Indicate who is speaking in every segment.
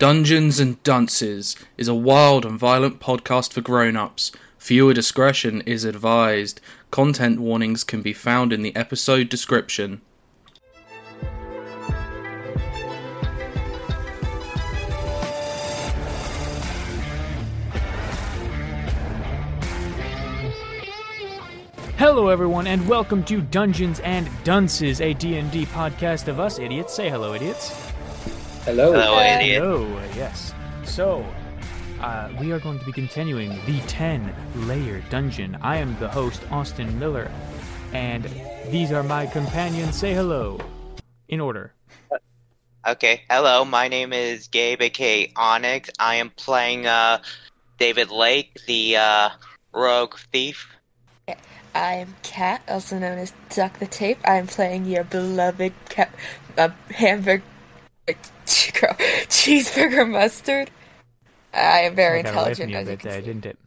Speaker 1: Dungeons and Dunces is a wild and violent podcast for grown ups. Viewer discretion is advised. Content warnings can be found in the episode description.
Speaker 2: Hello, everyone, and welcome to Dungeons and Dunces, a D&D podcast of us idiots. Say hello, idiots.
Speaker 3: Hello.
Speaker 4: Hello, idiot.
Speaker 2: Hello, yes. So, uh, we are going to be continuing the 10-layer dungeon. I am the host, Austin Miller, and these are my companions. Say hello, in order.
Speaker 4: Okay, hello. My name is Gabe, aka Onyx. I am playing uh, David Lake, the uh, rogue thief.
Speaker 5: I'm Kat, also known as Duck the Tape. I'm playing your beloved ca- uh, hamburger, cheeseburger mustard. I am very
Speaker 2: That got away from
Speaker 5: intelligent,
Speaker 2: you a
Speaker 5: as you
Speaker 2: bit
Speaker 5: can
Speaker 2: there,
Speaker 5: see.
Speaker 2: didn't it?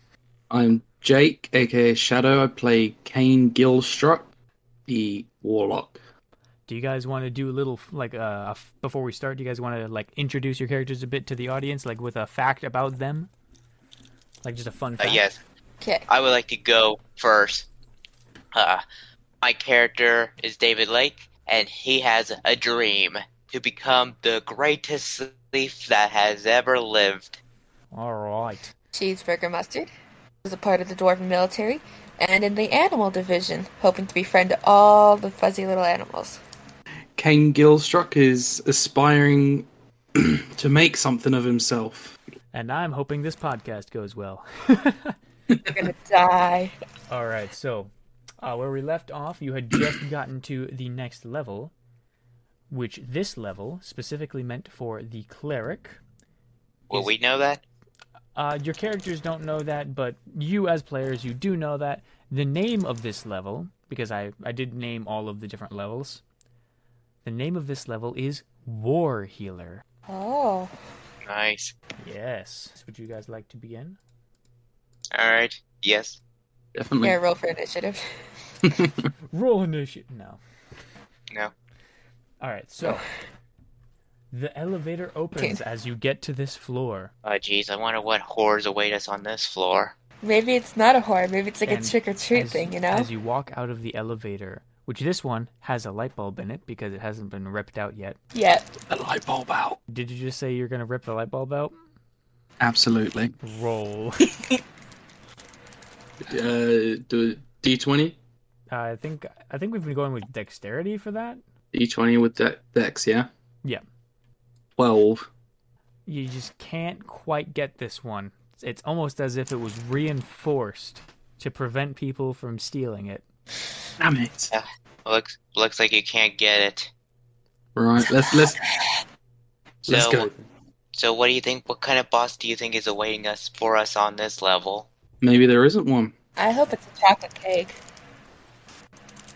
Speaker 1: I'm Jake, aka Shadow. I play Kane Gilstruck, the Warlock.
Speaker 2: Do you guys want to do a little like uh, a f- before we start? Do you guys want to like introduce your characters a bit to the audience, like with a fact about them, like just a fun
Speaker 4: Uh,
Speaker 2: fact?
Speaker 4: yes,
Speaker 5: Okay.
Speaker 4: I would like to go first. Uh, my character is David Lake, and he has a dream to become the greatest thief that has ever lived.
Speaker 2: All right.
Speaker 5: Cheeseburger mustard was a part of the dwarven military and in the animal division, hoping to befriend all the fuzzy little animals.
Speaker 1: Kane Gilstruck is aspiring to make something of himself.
Speaker 2: And I'm hoping this podcast goes well.
Speaker 5: They're gonna die.
Speaker 2: All right, so uh, where we left off, you had just gotten to the next level, which this level specifically meant for the cleric.
Speaker 4: Will
Speaker 2: Is-
Speaker 4: we know that?
Speaker 2: Uh, your characters don't know that, but you as players, you do know that. The name of this level, because I, I did name all of the different levels, the name of this level is War Healer.
Speaker 5: Oh,
Speaker 4: Nice.
Speaker 2: Yes. Would you guys like to begin?
Speaker 4: All right. Yes.
Speaker 1: Definitely.
Speaker 5: yeah, roll for initiative.
Speaker 2: Roll initiative. No.
Speaker 4: No.
Speaker 2: All right, so the elevator opens as you get to this floor.
Speaker 4: Oh, jeez. I wonder what horrors await us on this floor.
Speaker 5: Maybe it's not a horror. Maybe it's like
Speaker 2: And
Speaker 5: a trick or treat
Speaker 2: as-
Speaker 5: thing, you know?
Speaker 2: As you walk out of the elevator, which this one has a light bulb in it because it hasn't been ripped out yet.
Speaker 5: Yeah.
Speaker 1: A light bulb out.
Speaker 2: Did you just say you're gonna rip the light bulb out?
Speaker 1: Absolutely.
Speaker 2: Roll.
Speaker 1: Uh, do D20?
Speaker 2: I think I think we've been going with dexterity for that.
Speaker 1: D20 with de- Dex, yeah?
Speaker 2: Yeah.
Speaker 1: 12.
Speaker 2: You just can't quite get this one. It's almost as if it was reinforced to prevent people from stealing it.
Speaker 1: Damn it.
Speaker 4: Looks looks like you can't get it.
Speaker 1: Right, let's let's let's
Speaker 4: So-
Speaker 1: go.
Speaker 4: So, what do you think? What kind of boss do you think is awaiting us for us on this level?
Speaker 1: Maybe there isn't one.
Speaker 5: I hope it's a chocolate cake.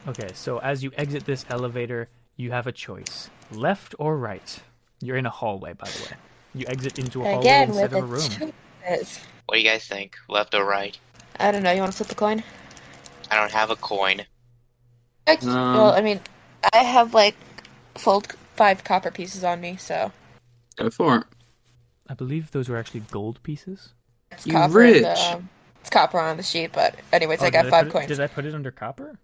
Speaker 2: Okay, so as you exit this elevator, you have a choice: left or right. You're in a hallway, by the way. You exit into a hallway
Speaker 5: Again
Speaker 2: instead of
Speaker 5: with
Speaker 2: a
Speaker 5: the
Speaker 2: room.
Speaker 5: choices.
Speaker 4: What do you guys think? Left or right?
Speaker 5: I don't know. You want to flip the coin?
Speaker 4: I don't have a coin.
Speaker 5: Ex-
Speaker 1: Um,
Speaker 5: well, I mean, I have like fold five copper pieces on me, so
Speaker 1: Go for it.
Speaker 2: I believe those were actually gold pieces.
Speaker 5: it's
Speaker 1: You
Speaker 5: copper. on
Speaker 1: rich.
Speaker 5: The, um, it's copper on the sheet, but anyways,
Speaker 2: Oh,
Speaker 5: I got
Speaker 2: did
Speaker 5: five
Speaker 2: put it-
Speaker 5: coins.
Speaker 2: did I put it under copper?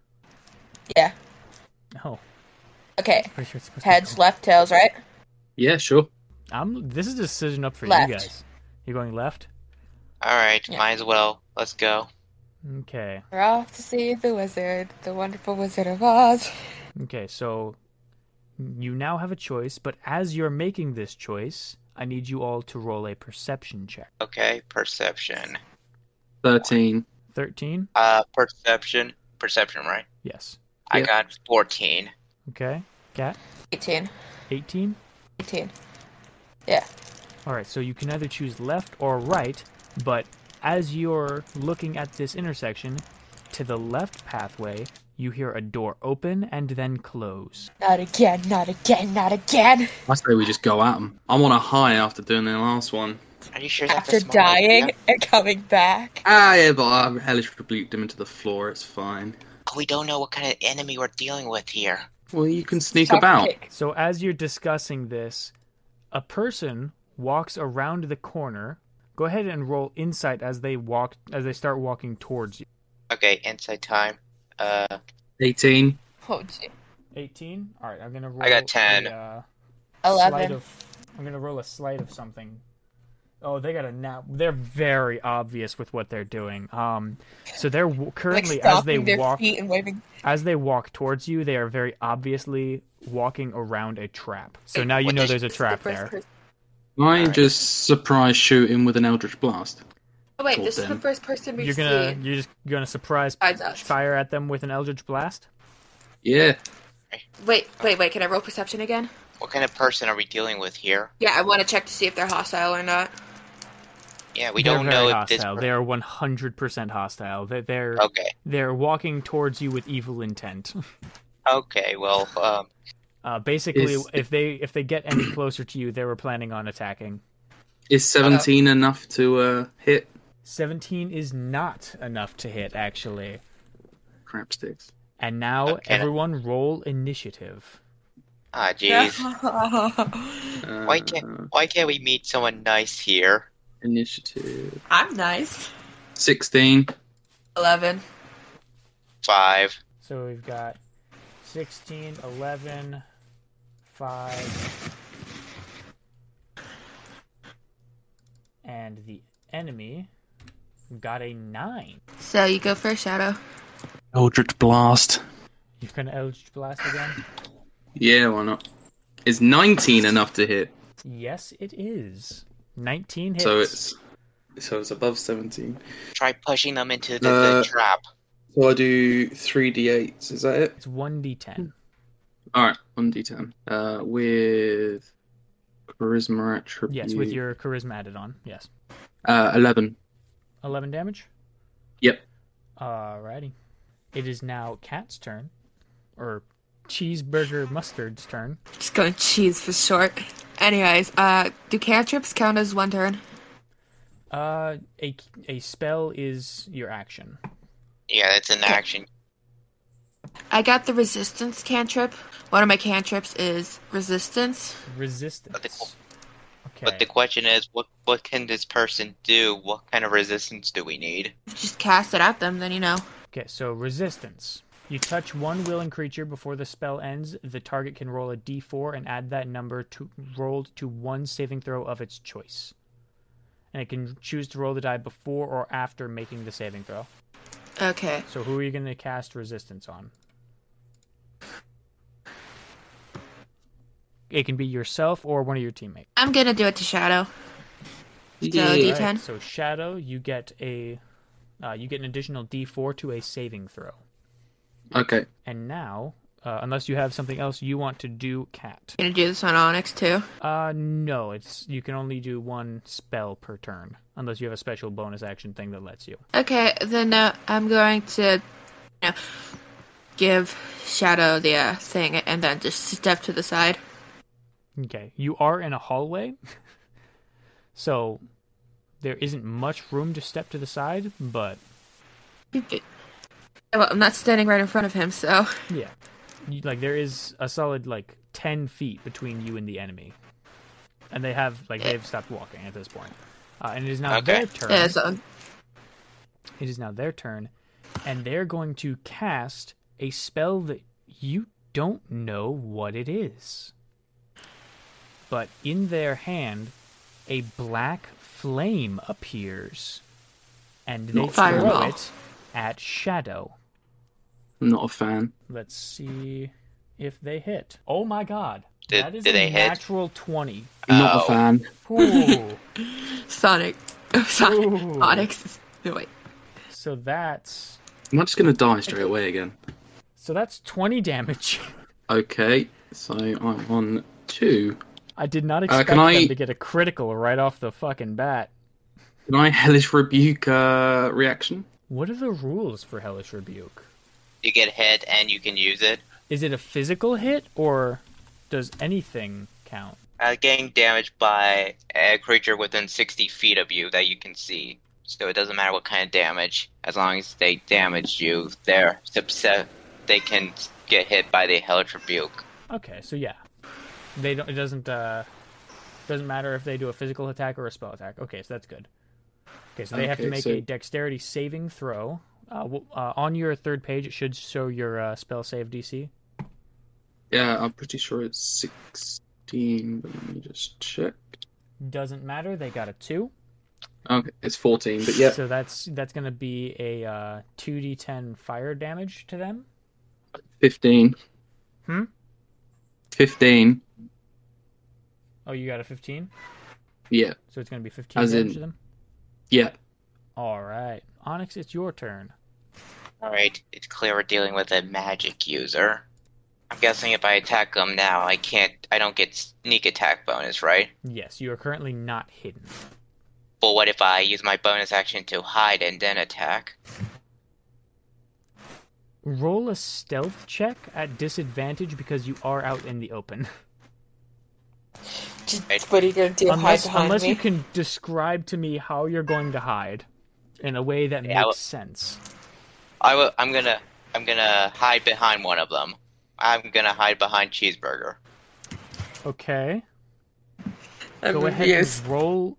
Speaker 5: Yeah.
Speaker 2: Oh,
Speaker 5: Okay.
Speaker 2: pretty sure it's supposed to
Speaker 5: Heads,
Speaker 2: be. gold.
Speaker 5: left, tails, right.
Speaker 1: Yeah, sure.
Speaker 2: I'm, this is a decision up for
Speaker 5: Left.
Speaker 2: you guys. You're going left?
Speaker 4: All right,
Speaker 5: Yeah.
Speaker 4: might as well. Let's go.
Speaker 2: Okay.
Speaker 5: We're off to see the wizard, the wonderful Wizard of Oz.
Speaker 2: Okay, so you now have a choice, but as you're making this choice, I need you all to roll a perception check.
Speaker 4: Okay, perception.
Speaker 1: Thirteen.
Speaker 2: 13?
Speaker 4: Uh, perception. Perception, right?
Speaker 2: Yes.
Speaker 4: I
Speaker 1: Yeah.
Speaker 4: got fourteen.
Speaker 2: Okay. Cat?
Speaker 5: 18.
Speaker 2: 18?
Speaker 5: 18. Yeah.
Speaker 2: All right, so you can either choose left or right, but as you're looking at this intersection, to the left pathway, you hear a door open and then close.
Speaker 5: Not again, not again, not again.
Speaker 1: I say we just go at them. I'm on a high after doing the last one.
Speaker 4: Are you sure that's
Speaker 5: After
Speaker 4: a smart idea?
Speaker 5: dying and coming back.
Speaker 1: Ah, yeah, but I hellish rebuked him into the floor. It's fine.
Speaker 4: We don't know what kind of enemy we're dealing with here.
Speaker 1: Well, you can sneak
Speaker 5: Chocolate
Speaker 1: about.
Speaker 5: cake.
Speaker 2: So as you're discussing this, a person walks around the corner. Go ahead and roll insight as they walk as they start walking towards you.
Speaker 4: Okay, inside time. Uh,
Speaker 1: 18.
Speaker 5: Oh, gee.
Speaker 2: 18. All right, I'm gonna roll.
Speaker 4: I got 10.
Speaker 2: A, uh, sleight
Speaker 5: 11.
Speaker 2: of, I'm gonna roll a sleight of something. Oh, they got a nap. They're very obvious with what they're doing. Um, so they're w-
Speaker 5: Like
Speaker 2: currently as they
Speaker 5: stomping their
Speaker 2: walk
Speaker 5: feet and waving.
Speaker 2: as they walk towards you, they are very obviously walking around a trap. So now you
Speaker 4: what
Speaker 2: know
Speaker 4: is-
Speaker 2: there's a
Speaker 5: It's the
Speaker 2: trap
Speaker 5: first
Speaker 2: there.
Speaker 5: person-
Speaker 1: Can I just surprise shoot him with an Eldritch Blast?
Speaker 5: Oh, wait,
Speaker 1: Told
Speaker 5: this is the
Speaker 1: them.
Speaker 5: first person we've
Speaker 2: You're gonna
Speaker 5: seen.
Speaker 2: you're just gonna surprise
Speaker 5: besides us.
Speaker 2: fire at them with an eldritch blast.
Speaker 1: Yeah.
Speaker 5: Wait, wait, wait. Can I roll perception again?
Speaker 4: what kind of person are we dealing with here?
Speaker 5: Yeah, I want to check to see if they're hostile or not.
Speaker 4: Yeah, we
Speaker 2: They're
Speaker 4: don't
Speaker 2: very
Speaker 4: know if this. Oh.
Speaker 2: hostile. They are 100 percent hostile. They- They're
Speaker 4: Okay,
Speaker 2: they're walking towards you with evil intent.
Speaker 4: okay. Well, um,
Speaker 2: Uh, basically,
Speaker 1: Is-
Speaker 2: if they if they get any closer to you, they were planning on attacking.
Speaker 1: Is 17 enough to uh, hit?
Speaker 2: 17 is not enough to hit actually.
Speaker 1: Crap sticks.
Speaker 2: And now
Speaker 4: Okay.
Speaker 2: everyone roll initiative.
Speaker 4: ah, jeez.
Speaker 1: Uh,
Speaker 4: Why can't Why can't we meet someone nice here?
Speaker 1: Initiative.
Speaker 5: I'm nice.
Speaker 1: 16.
Speaker 5: 11.
Speaker 4: Five.
Speaker 2: So we've got 16, 11, 5, and the enemy got a 9.
Speaker 5: So you go first, Shadow.
Speaker 1: Eldritch Blast.
Speaker 2: You're going to Eldritch Blast again?
Speaker 1: Yeah, why not? Is 19 enough to hit?
Speaker 2: Yes, it is. 19 hits.
Speaker 1: So it's so it's above 17.
Speaker 4: Try pushing them into the,
Speaker 1: Uh,
Speaker 4: the trap.
Speaker 1: So I do 3d8s, is that it?
Speaker 2: It's 1d10.
Speaker 1: Alright, 1d10. Uh, with Charisma attribute.
Speaker 2: Yes, with your charisma added on. Yes.
Speaker 1: Uh, 11.
Speaker 2: 11 damage?
Speaker 1: Yep.
Speaker 2: Alrighty. It is now Cat's turn. Or Cheeseburger Mustard's turn.
Speaker 5: Just going cheese for short. Anyways, uh, do cantrips count as one turn?
Speaker 2: Uh, a a spell is your action.
Speaker 4: Yeah, it's an action.
Speaker 5: I got the resistance cantrip. One of my cantrips is resistance.
Speaker 2: Resistance.
Speaker 4: But the
Speaker 2: Okay.
Speaker 4: question is, what what can this person do? What kind of resistance do we need?
Speaker 5: Just cast it at them, then you know.
Speaker 2: Okay. So resistance. You touch one willing creature before the spell ends. The target can roll a d4 and add that number to rolled to one saving throw of its choice, and it can choose to roll the die before or after making the saving throw.
Speaker 5: Okay.
Speaker 2: So who are you going to cast resistance on? It can be yourself or one of your teammates.
Speaker 5: I'm gonna do it to Shadow.
Speaker 1: Yeah.
Speaker 5: D-
Speaker 2: Alright,
Speaker 5: D10.
Speaker 2: so shadow, you get a, uh, you get an additional D4 to a saving throw.
Speaker 1: Okay.
Speaker 2: And now, uh, unless you have something else you want to do, cat.
Speaker 5: gonna do this on Onyx too.
Speaker 2: Uh, no, it's you can only do one spell per turn, unless you have a special bonus action thing that lets you.
Speaker 5: Okay, then uh, I'm going to you know, give Shadow the uh, thing and then just step to the side.
Speaker 2: Okay, you are in a hallway, so there isn't much room to step to the side, but
Speaker 5: Yeah, Well, I'm not standing right in front of him, so
Speaker 2: yeah, you, like there is a solid like ten feet between you and the enemy, and they have like they've stopped walking at this point, uh, and it is now
Speaker 4: Okay.
Speaker 2: their turn.
Speaker 5: yeah, so
Speaker 2: It is now their turn, and they're going to cast a spell that you don't know what it is. But in their hand, a black flame appears, and they
Speaker 1: Not
Speaker 2: throw
Speaker 5: fireball.
Speaker 2: it at Shadow.
Speaker 1: I'm not a fan.
Speaker 2: Let's see if they hit. Oh my god.
Speaker 4: Did-
Speaker 2: that is
Speaker 4: did
Speaker 2: a
Speaker 4: they hit?
Speaker 2: natural 20.
Speaker 1: I'm not
Speaker 4: Oh.
Speaker 1: a fan.
Speaker 2: Ooh.
Speaker 5: Sonic, Sonic,
Speaker 2: Ooh.
Speaker 5: Onyx. is- No wait,
Speaker 2: so that's
Speaker 1: I'm not just going to die straight away again.
Speaker 2: so that's 20 damage.
Speaker 1: Okay, so I'm on two.
Speaker 2: I did not
Speaker 1: Uh, can
Speaker 2: expect
Speaker 1: I-
Speaker 2: them to get a critical right off the fucking bat.
Speaker 1: Can I Hellish Rebuke uh, reaction?
Speaker 2: What are the rules for Hellish Rebuke?
Speaker 4: You get hit and you can use it.
Speaker 2: Is it a physical hit or does anything count?
Speaker 4: Uh, getting damaged by a creature within 60 feet of you that you can see. So it doesn't matter what kind of damage, as long as they damage you, they're subset. They can get hit by the Hellish Rebuke.
Speaker 2: Okay, so yeah. They don't it doesn't uh Doesn't matter if they do a physical attack or a spell attack. Okay, so that's good. Okay, so they have to
Speaker 1: Okay,
Speaker 2: make
Speaker 1: so-
Speaker 2: a dexterity saving throw. Uh, w- uh, on your third page, it should show your uh, spell save DC.
Speaker 1: Yeah, I'm pretty sure it's 16, but let me just check.
Speaker 2: Doesn't matter. They got a two.
Speaker 1: Okay, it's 14, but yeah.
Speaker 2: So that's that's gonna be a uh, two d ten fire damage to them.
Speaker 1: 15.
Speaker 2: Hmm?
Speaker 1: 15.
Speaker 2: Oh, you got a fifteen.
Speaker 1: Yeah,
Speaker 2: So it's gonna be fifteen
Speaker 1: As
Speaker 2: damage
Speaker 1: in-
Speaker 2: to them.
Speaker 1: yeah.
Speaker 2: All right, Onyx, it's your turn.
Speaker 4: All right, it's clear we're dealing with a magic user. I'm guessing if I attack them now, I can't. I don't get sneak attack bonus, right?
Speaker 2: Yes, you are currently not hidden.
Speaker 4: But what if I use my bonus action to hide and then attack?
Speaker 2: Roll a stealth check at disadvantage because you are out in the open.
Speaker 5: Just- What are you gonna do?
Speaker 2: unless
Speaker 5: hide behind
Speaker 2: unless
Speaker 5: me?
Speaker 2: you can describe to me how you're going to hide in a way that
Speaker 4: Yeah, I
Speaker 2: makes
Speaker 4: will-
Speaker 2: sense.
Speaker 4: I will, I'm gonna. I'm gonna hide behind one of them. I'm gonna hide behind cheeseburger.
Speaker 2: Okay.
Speaker 5: I'm
Speaker 2: Go ahead
Speaker 5: confused.
Speaker 2: and roll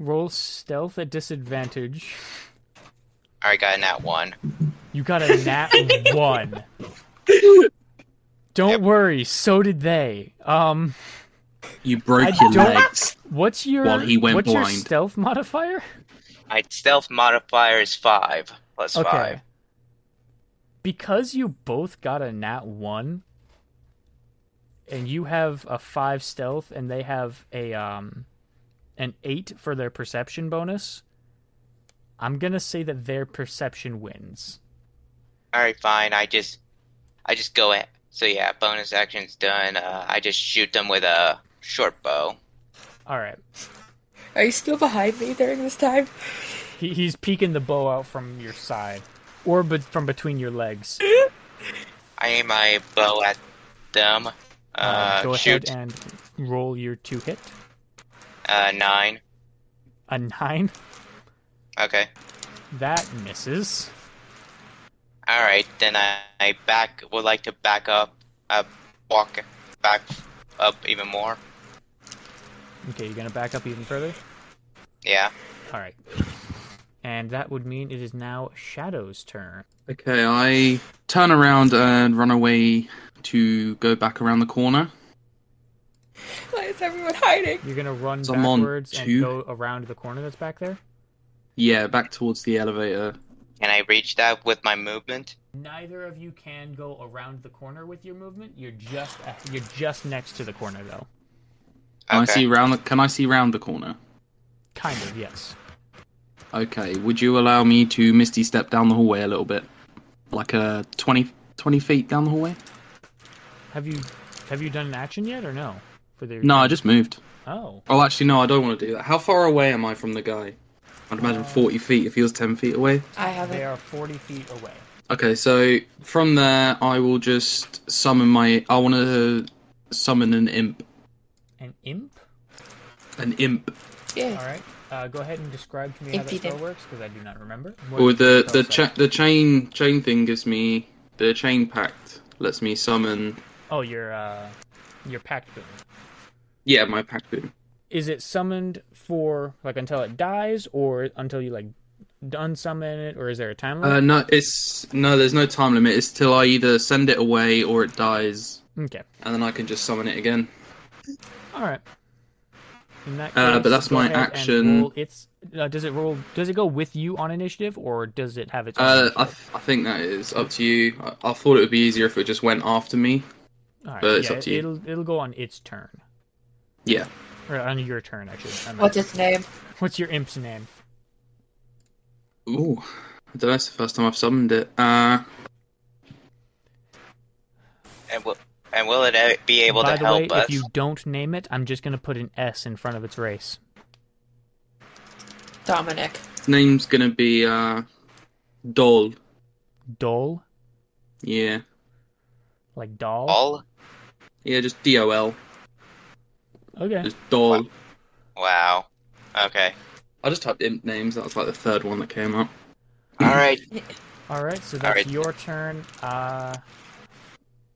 Speaker 2: roll stealth at disadvantage.
Speaker 4: All right, got a nat one.
Speaker 2: You got a nat one. Don't worry, so did they. Um
Speaker 1: You broke
Speaker 2: I
Speaker 1: your
Speaker 2: don't-
Speaker 1: legs.
Speaker 2: what's your
Speaker 1: Well, he went
Speaker 2: what's your
Speaker 1: blind.
Speaker 2: stealth modifier?
Speaker 4: My stealth modifier is five plus
Speaker 2: Okay.
Speaker 4: five.
Speaker 2: Because you both got a nat one, and you have a five stealth, and they have a um, an eight for their perception bonus. I'm gonna say that their perception wins.
Speaker 4: All right, fine. I just, I just go at. So yeah, bonus action's done. Uh, I just shoot them with a short bow.
Speaker 2: All right,
Speaker 5: Are you still behind me during this time?
Speaker 2: he, he's peeking the bow out from your side, or be- from between your legs.
Speaker 4: I aim my bow at them. Uh,
Speaker 2: Uh, go
Speaker 4: shoot
Speaker 2: ahead and roll your two hit.
Speaker 4: uh, nine.
Speaker 2: A nine
Speaker 4: Okay.
Speaker 2: that misses.
Speaker 4: All right, then I, I back would like to back up, uh, walk back up even more.
Speaker 2: Okay, you're gonna back up even further.
Speaker 4: Yeah.
Speaker 2: All right. And that would mean it is now Shadow's turn.
Speaker 1: Okay, I turn around and run away to go back around the corner.
Speaker 5: Why is everyone hiding?
Speaker 2: You're gonna run
Speaker 1: So I'm on
Speaker 2: backwards and
Speaker 1: two.
Speaker 2: go around the corner that's back there.
Speaker 1: Yeah, back towards the elevator.
Speaker 4: Can I reach that with my movement?
Speaker 2: Neither of you can go around the corner with your movement. You're just you're just next to the corner though.
Speaker 1: Can
Speaker 4: Okay.
Speaker 1: I see round? The, can I see round the corner?
Speaker 2: Kind of, yes.
Speaker 1: Okay. Would you allow me to misty step down the hallway a little bit, like a 20, 20 feet down the hallway?
Speaker 2: Have you have you done an action yet or no? For the
Speaker 1: No, I just moved.
Speaker 2: Oh.
Speaker 1: Oh, actually, no, I don't want to do that. How far away am I from the guy? I'd imagine forty feet if he was ten feet away.
Speaker 5: I have
Speaker 2: They
Speaker 5: a
Speaker 2: are forty feet away.
Speaker 1: Okay, so from there, I will just summon my. I want to summon an imp.
Speaker 2: An imp?
Speaker 1: An imp.
Speaker 5: yeah.
Speaker 2: Alright. Uh, go ahead and describe to me how that
Speaker 5: Impudent.
Speaker 2: spell works, because I do not remember. What
Speaker 1: Or
Speaker 2: does
Speaker 1: the
Speaker 2: spell
Speaker 1: the
Speaker 2: say?
Speaker 1: cha- the chain chain thing gives me the chain pact lets me summon.
Speaker 2: Oh your uh your pact boon.
Speaker 1: Yeah, my pact boom.
Speaker 2: is it summoned for like until it dies or until you like unsummon it or is there a time
Speaker 1: Uh,
Speaker 2: limit
Speaker 1: no, it's no. There's no time limit. It's till I either send it away or it dies,
Speaker 2: okay
Speaker 1: and then I can just summon it again.
Speaker 2: all right In that
Speaker 1: Uh,
Speaker 2: case,
Speaker 1: but that's
Speaker 2: go
Speaker 1: my
Speaker 2: ahead and
Speaker 1: action.
Speaker 2: roll It's uh, does it roll? Does it go with you on initiative, or does it have its? Own
Speaker 1: Uh, I,
Speaker 2: initiative?
Speaker 1: th- I think that is up to you. I-, I thought it would be easier if it just went after me.
Speaker 2: All right,
Speaker 1: but it's
Speaker 2: yeah,
Speaker 1: up to you.
Speaker 2: It'll it'll go on its turn,
Speaker 1: Yeah.
Speaker 2: or on your turn actually. I meant.
Speaker 5: What's his name?
Speaker 2: What's your imp's name?
Speaker 1: Ooh, I don't know. It's the first time I've summoned it. Uh,
Speaker 4: And will and will it uh, be able
Speaker 2: By
Speaker 4: to
Speaker 2: the
Speaker 4: help
Speaker 2: way,
Speaker 4: us?
Speaker 2: if you don't name it, I'm just gonna put an S in front of its race.
Speaker 5: Dominic.
Speaker 1: his name's gonna be uh, Dol.
Speaker 2: Dol,
Speaker 1: Yeah.
Speaker 2: like doll.
Speaker 4: All?
Speaker 1: Yeah, just D O L.
Speaker 2: Okay.
Speaker 1: Just Dol.
Speaker 4: Wow. Okay.
Speaker 1: I just typed imp names. That was like the third one that came up.
Speaker 4: All right.
Speaker 2: All right, so that's
Speaker 4: All right.
Speaker 2: your turn. Uh,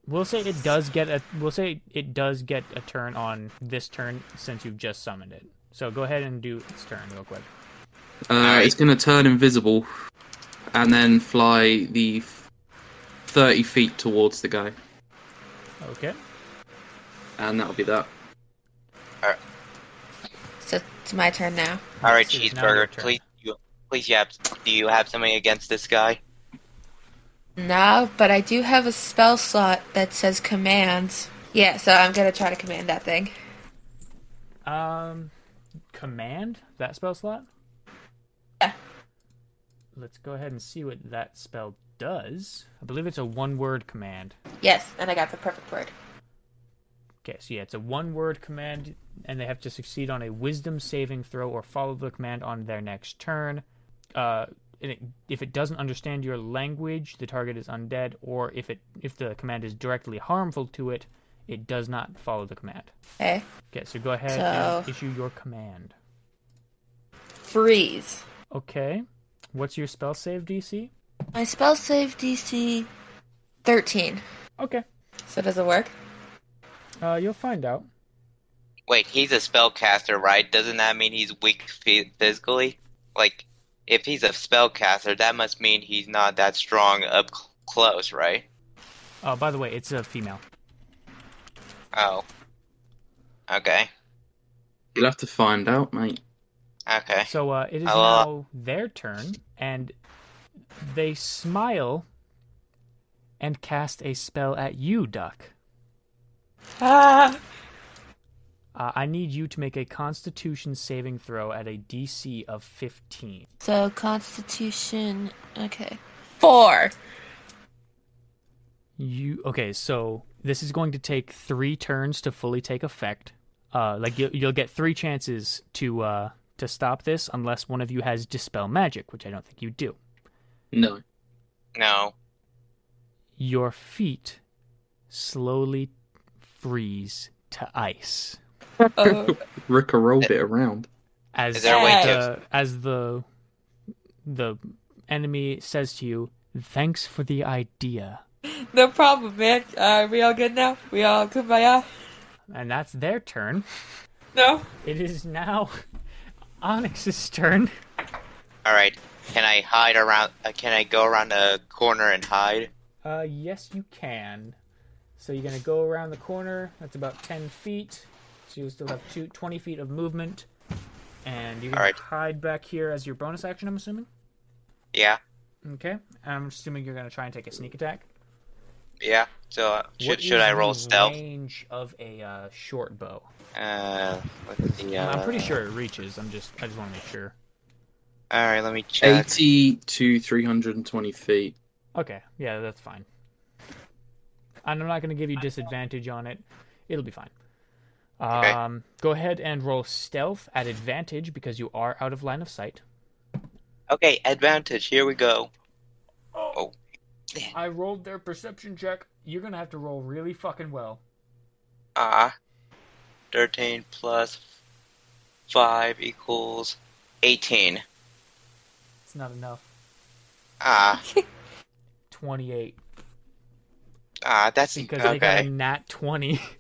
Speaker 2: We'll say it does get a. We'll say it does get a turn on this turn since you've just summoned it. So go ahead and do its turn real quick.
Speaker 1: Uh, it's going to turn invisible and then fly the f- 30 feet towards the guy.
Speaker 2: Okay.
Speaker 1: And that'll be that.
Speaker 5: So it's my turn now.
Speaker 4: All right,
Speaker 2: Yes, it is now your
Speaker 4: cheeseburger.
Speaker 2: turn.
Speaker 4: Please, you, please, you have, do you have something against this guy?
Speaker 5: No, but I do have a spell slot that says commands. Yeah, so I'm gonna try to command that thing.
Speaker 2: Um, command that spell slot.
Speaker 5: Yeah.
Speaker 2: Let's go ahead and see what that spell does. I believe it's a one-word command.
Speaker 5: Yes, and I got the perfect word.
Speaker 2: Okay, so yeah, it's a one-word command, and they have to succeed on a Wisdom saving throw or follow the command on their next turn. Uh, and it, if it doesn't understand your language, the target is undead, or if it if the command is directly harmful to it, it does not follow the command.
Speaker 5: Okay.
Speaker 2: Okay, so go ahead and
Speaker 5: So-
Speaker 2: issue your command.
Speaker 5: Freeze.
Speaker 2: Okay, what's your spell save DC?
Speaker 5: My spell save DC 13.
Speaker 2: Okay.
Speaker 5: So does it work?
Speaker 2: Uh, you'll find out.
Speaker 4: Wait, he's a spellcaster, right? Doesn't that mean he's weak phy- physically? Like, if he's a spellcaster, that must mean he's not that strong up cl- close, right?
Speaker 2: Uh, by the way, it's a female.
Speaker 4: Oh. Okay.
Speaker 1: You'll have to find out, mate.
Speaker 4: Okay.
Speaker 2: So uh, it is
Speaker 4: Hello.
Speaker 2: now their turn, and they smile and cast a spell at you, Duck.
Speaker 5: Ah.
Speaker 2: Uh, I need you to make a Constitution saving throw at a DC of 15.
Speaker 5: So Constitution. Okay. Four.
Speaker 2: You okay? So this is going to take three turns to fully take effect. Uh, like you'll, you'll get three chances to uh, to stop this, unless one of you has dispel magic, which I don't think you do.
Speaker 1: No.
Speaker 4: No.
Speaker 2: your feet slowly freeze to ice
Speaker 5: Oh.
Speaker 1: Ricka rolled it around.
Speaker 2: as
Speaker 4: Is there
Speaker 5: a way to-
Speaker 2: the, as the the enemy says to you thanks for the idea
Speaker 5: no problem, man. Are we all good now? We all kumbaya?
Speaker 2: and that's their turn
Speaker 5: No?
Speaker 2: it is now onyx's turn
Speaker 4: Alright. Can I hide around? Uh, can I go around a corner and hide?
Speaker 2: uh yes you can so you're gonna go around the corner that's about 10 feet so you still have two, 20 feet of movement and you can
Speaker 4: All right.
Speaker 2: hide back here as your bonus action i'm assuming
Speaker 4: Yeah.
Speaker 2: Okay. I'm assuming you're going to try and take a sneak attack.
Speaker 4: Yeah. So, uh,
Speaker 2: What
Speaker 4: should, should
Speaker 2: is
Speaker 4: I roll
Speaker 2: the
Speaker 4: stealth?
Speaker 2: range of a uh, short bow?
Speaker 4: Uh, let's see. Uh,
Speaker 2: I'm pretty sure it reaches. I'm just I just want to make sure.
Speaker 4: Alright, let me check.
Speaker 1: 80 to 320 feet.
Speaker 2: Okay. Yeah, that's fine. And I'm not going to give you disadvantage on it. It'll be fine.
Speaker 4: Okay.
Speaker 2: Um, Go ahead and roll stealth at advantage because you are out of line of sight.
Speaker 4: Okay, advantage. Here we go.
Speaker 2: I rolled their perception check. You're going to have to roll really fucking well.
Speaker 4: Ah. 13 plus 5 equals 18.
Speaker 2: It's not enough.
Speaker 4: Ah.
Speaker 2: 28.
Speaker 4: Ah, that's
Speaker 2: Because they got a
Speaker 4: okay.
Speaker 2: nat 20.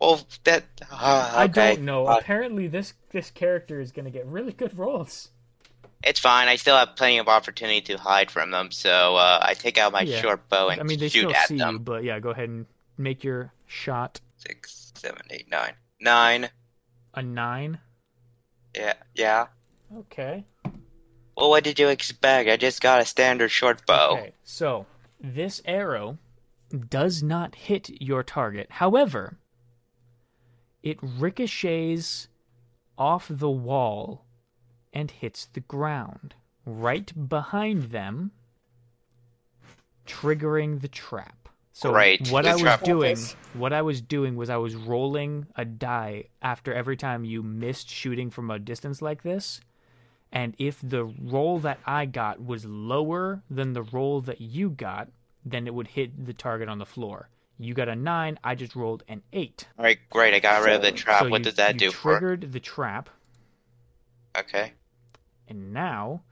Speaker 4: Well, that. ah,
Speaker 2: I
Speaker 4: okay.
Speaker 2: don't know.
Speaker 4: Uh,
Speaker 2: Apparently, this this character is going to get really good rolls.
Speaker 4: it's fine. I still have plenty of opportunity to hide from them, so uh, I take out my
Speaker 2: Yeah.
Speaker 4: short bow and
Speaker 2: I mean, they
Speaker 4: shoot
Speaker 2: still
Speaker 4: at
Speaker 2: see you,
Speaker 4: them.
Speaker 2: but yeah, go ahead and make your shot
Speaker 4: Six, seven, eight, nine, nine.
Speaker 2: a nine.
Speaker 4: Yeah, yeah.
Speaker 2: Okay.
Speaker 4: Well, what did you expect? I just got a standard short bow.
Speaker 2: Okay. So this arrow does not hit your target. However, it ricochets off the wall and hits the ground right behind them, triggering the trap. So
Speaker 4: Great,
Speaker 2: what
Speaker 4: the
Speaker 2: I was
Speaker 4: trap.
Speaker 2: doing, what I was doing was I was rolling a die after every time you missed shooting from a distance like this. And if the roll that I got was lower than the roll that you got, then it would hit the target on the floor. You got a nine. I just rolled an eight.
Speaker 4: All right, great. I got rid of the trap.
Speaker 2: So
Speaker 4: what
Speaker 2: you-
Speaker 4: does that
Speaker 2: you
Speaker 4: do for?
Speaker 2: Triggered the trap,
Speaker 4: Okay.
Speaker 2: and now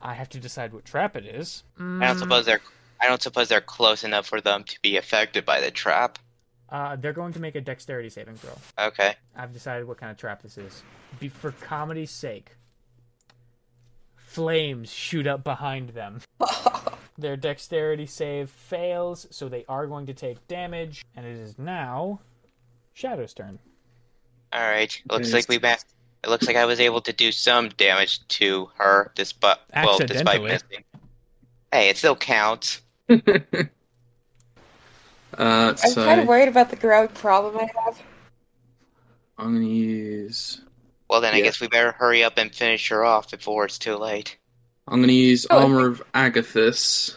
Speaker 2: I have to decide what trap it is.
Speaker 4: I don't suppose they're. I don't suppose they're close enough for them to be affected by the trap.
Speaker 2: Uh, they're going to make a dexterity saving throw.
Speaker 4: Okay.
Speaker 2: I've decided what kind of trap this is. Be- for comedy's sake, flames shoot up behind them. Their dexterity save fails, so they are going to take damage, and it is now Shadow's turn.
Speaker 4: All right. Looks
Speaker 1: Based.
Speaker 4: like we ma- It looks like I was able to do some damage to her, despite well, despite
Speaker 2: Accidentally.
Speaker 4: missing. Hey, it still counts.
Speaker 1: Uh,
Speaker 5: I'm kind
Speaker 1: so
Speaker 5: of worried about the growing problem I have.
Speaker 1: I'm gonna use.
Speaker 4: Well, then I
Speaker 1: Yeah.
Speaker 4: guess we better hurry up and finish her off before it's too late.
Speaker 1: I'm gonna use
Speaker 5: Oh,
Speaker 1: Armor of Agathis,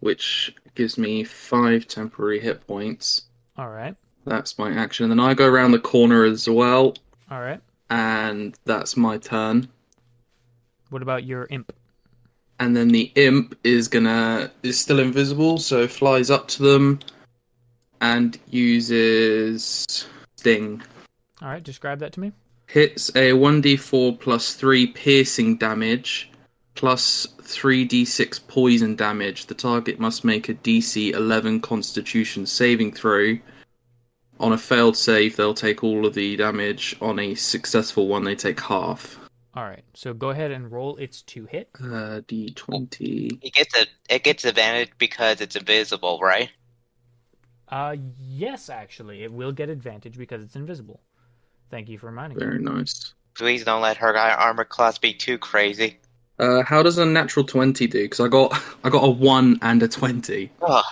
Speaker 1: which gives me five temporary hit points.
Speaker 2: All right,
Speaker 1: That's my action. And then I go around the corner as well,
Speaker 2: all right.
Speaker 1: and that's my turn.
Speaker 2: What about your imp?
Speaker 1: And then the imp is gonna is still invisible, so flies up to them and uses sting.
Speaker 2: All right, describe that to me.
Speaker 1: Hits a 1d4 plus 3 piercing damage plus 3d6 poison damage. The target must make a DC 11 constitution saving throw. On a failed save, they'll take all of the damage. On a successful one, they take half.
Speaker 2: All right, so go ahead and roll its two hit.
Speaker 1: Uh, d20.
Speaker 4: It gets a it gets advantage because it's invisible, right?
Speaker 2: Uh, yes, actually, it will get advantage because it's invisible. Thank you for reminding me.
Speaker 1: Very nice.
Speaker 4: Please don't let her armor class be too crazy.
Speaker 1: Uh, how does a natural 20 do? Because I got, I got a 1 and a 20.
Speaker 4: Ugh.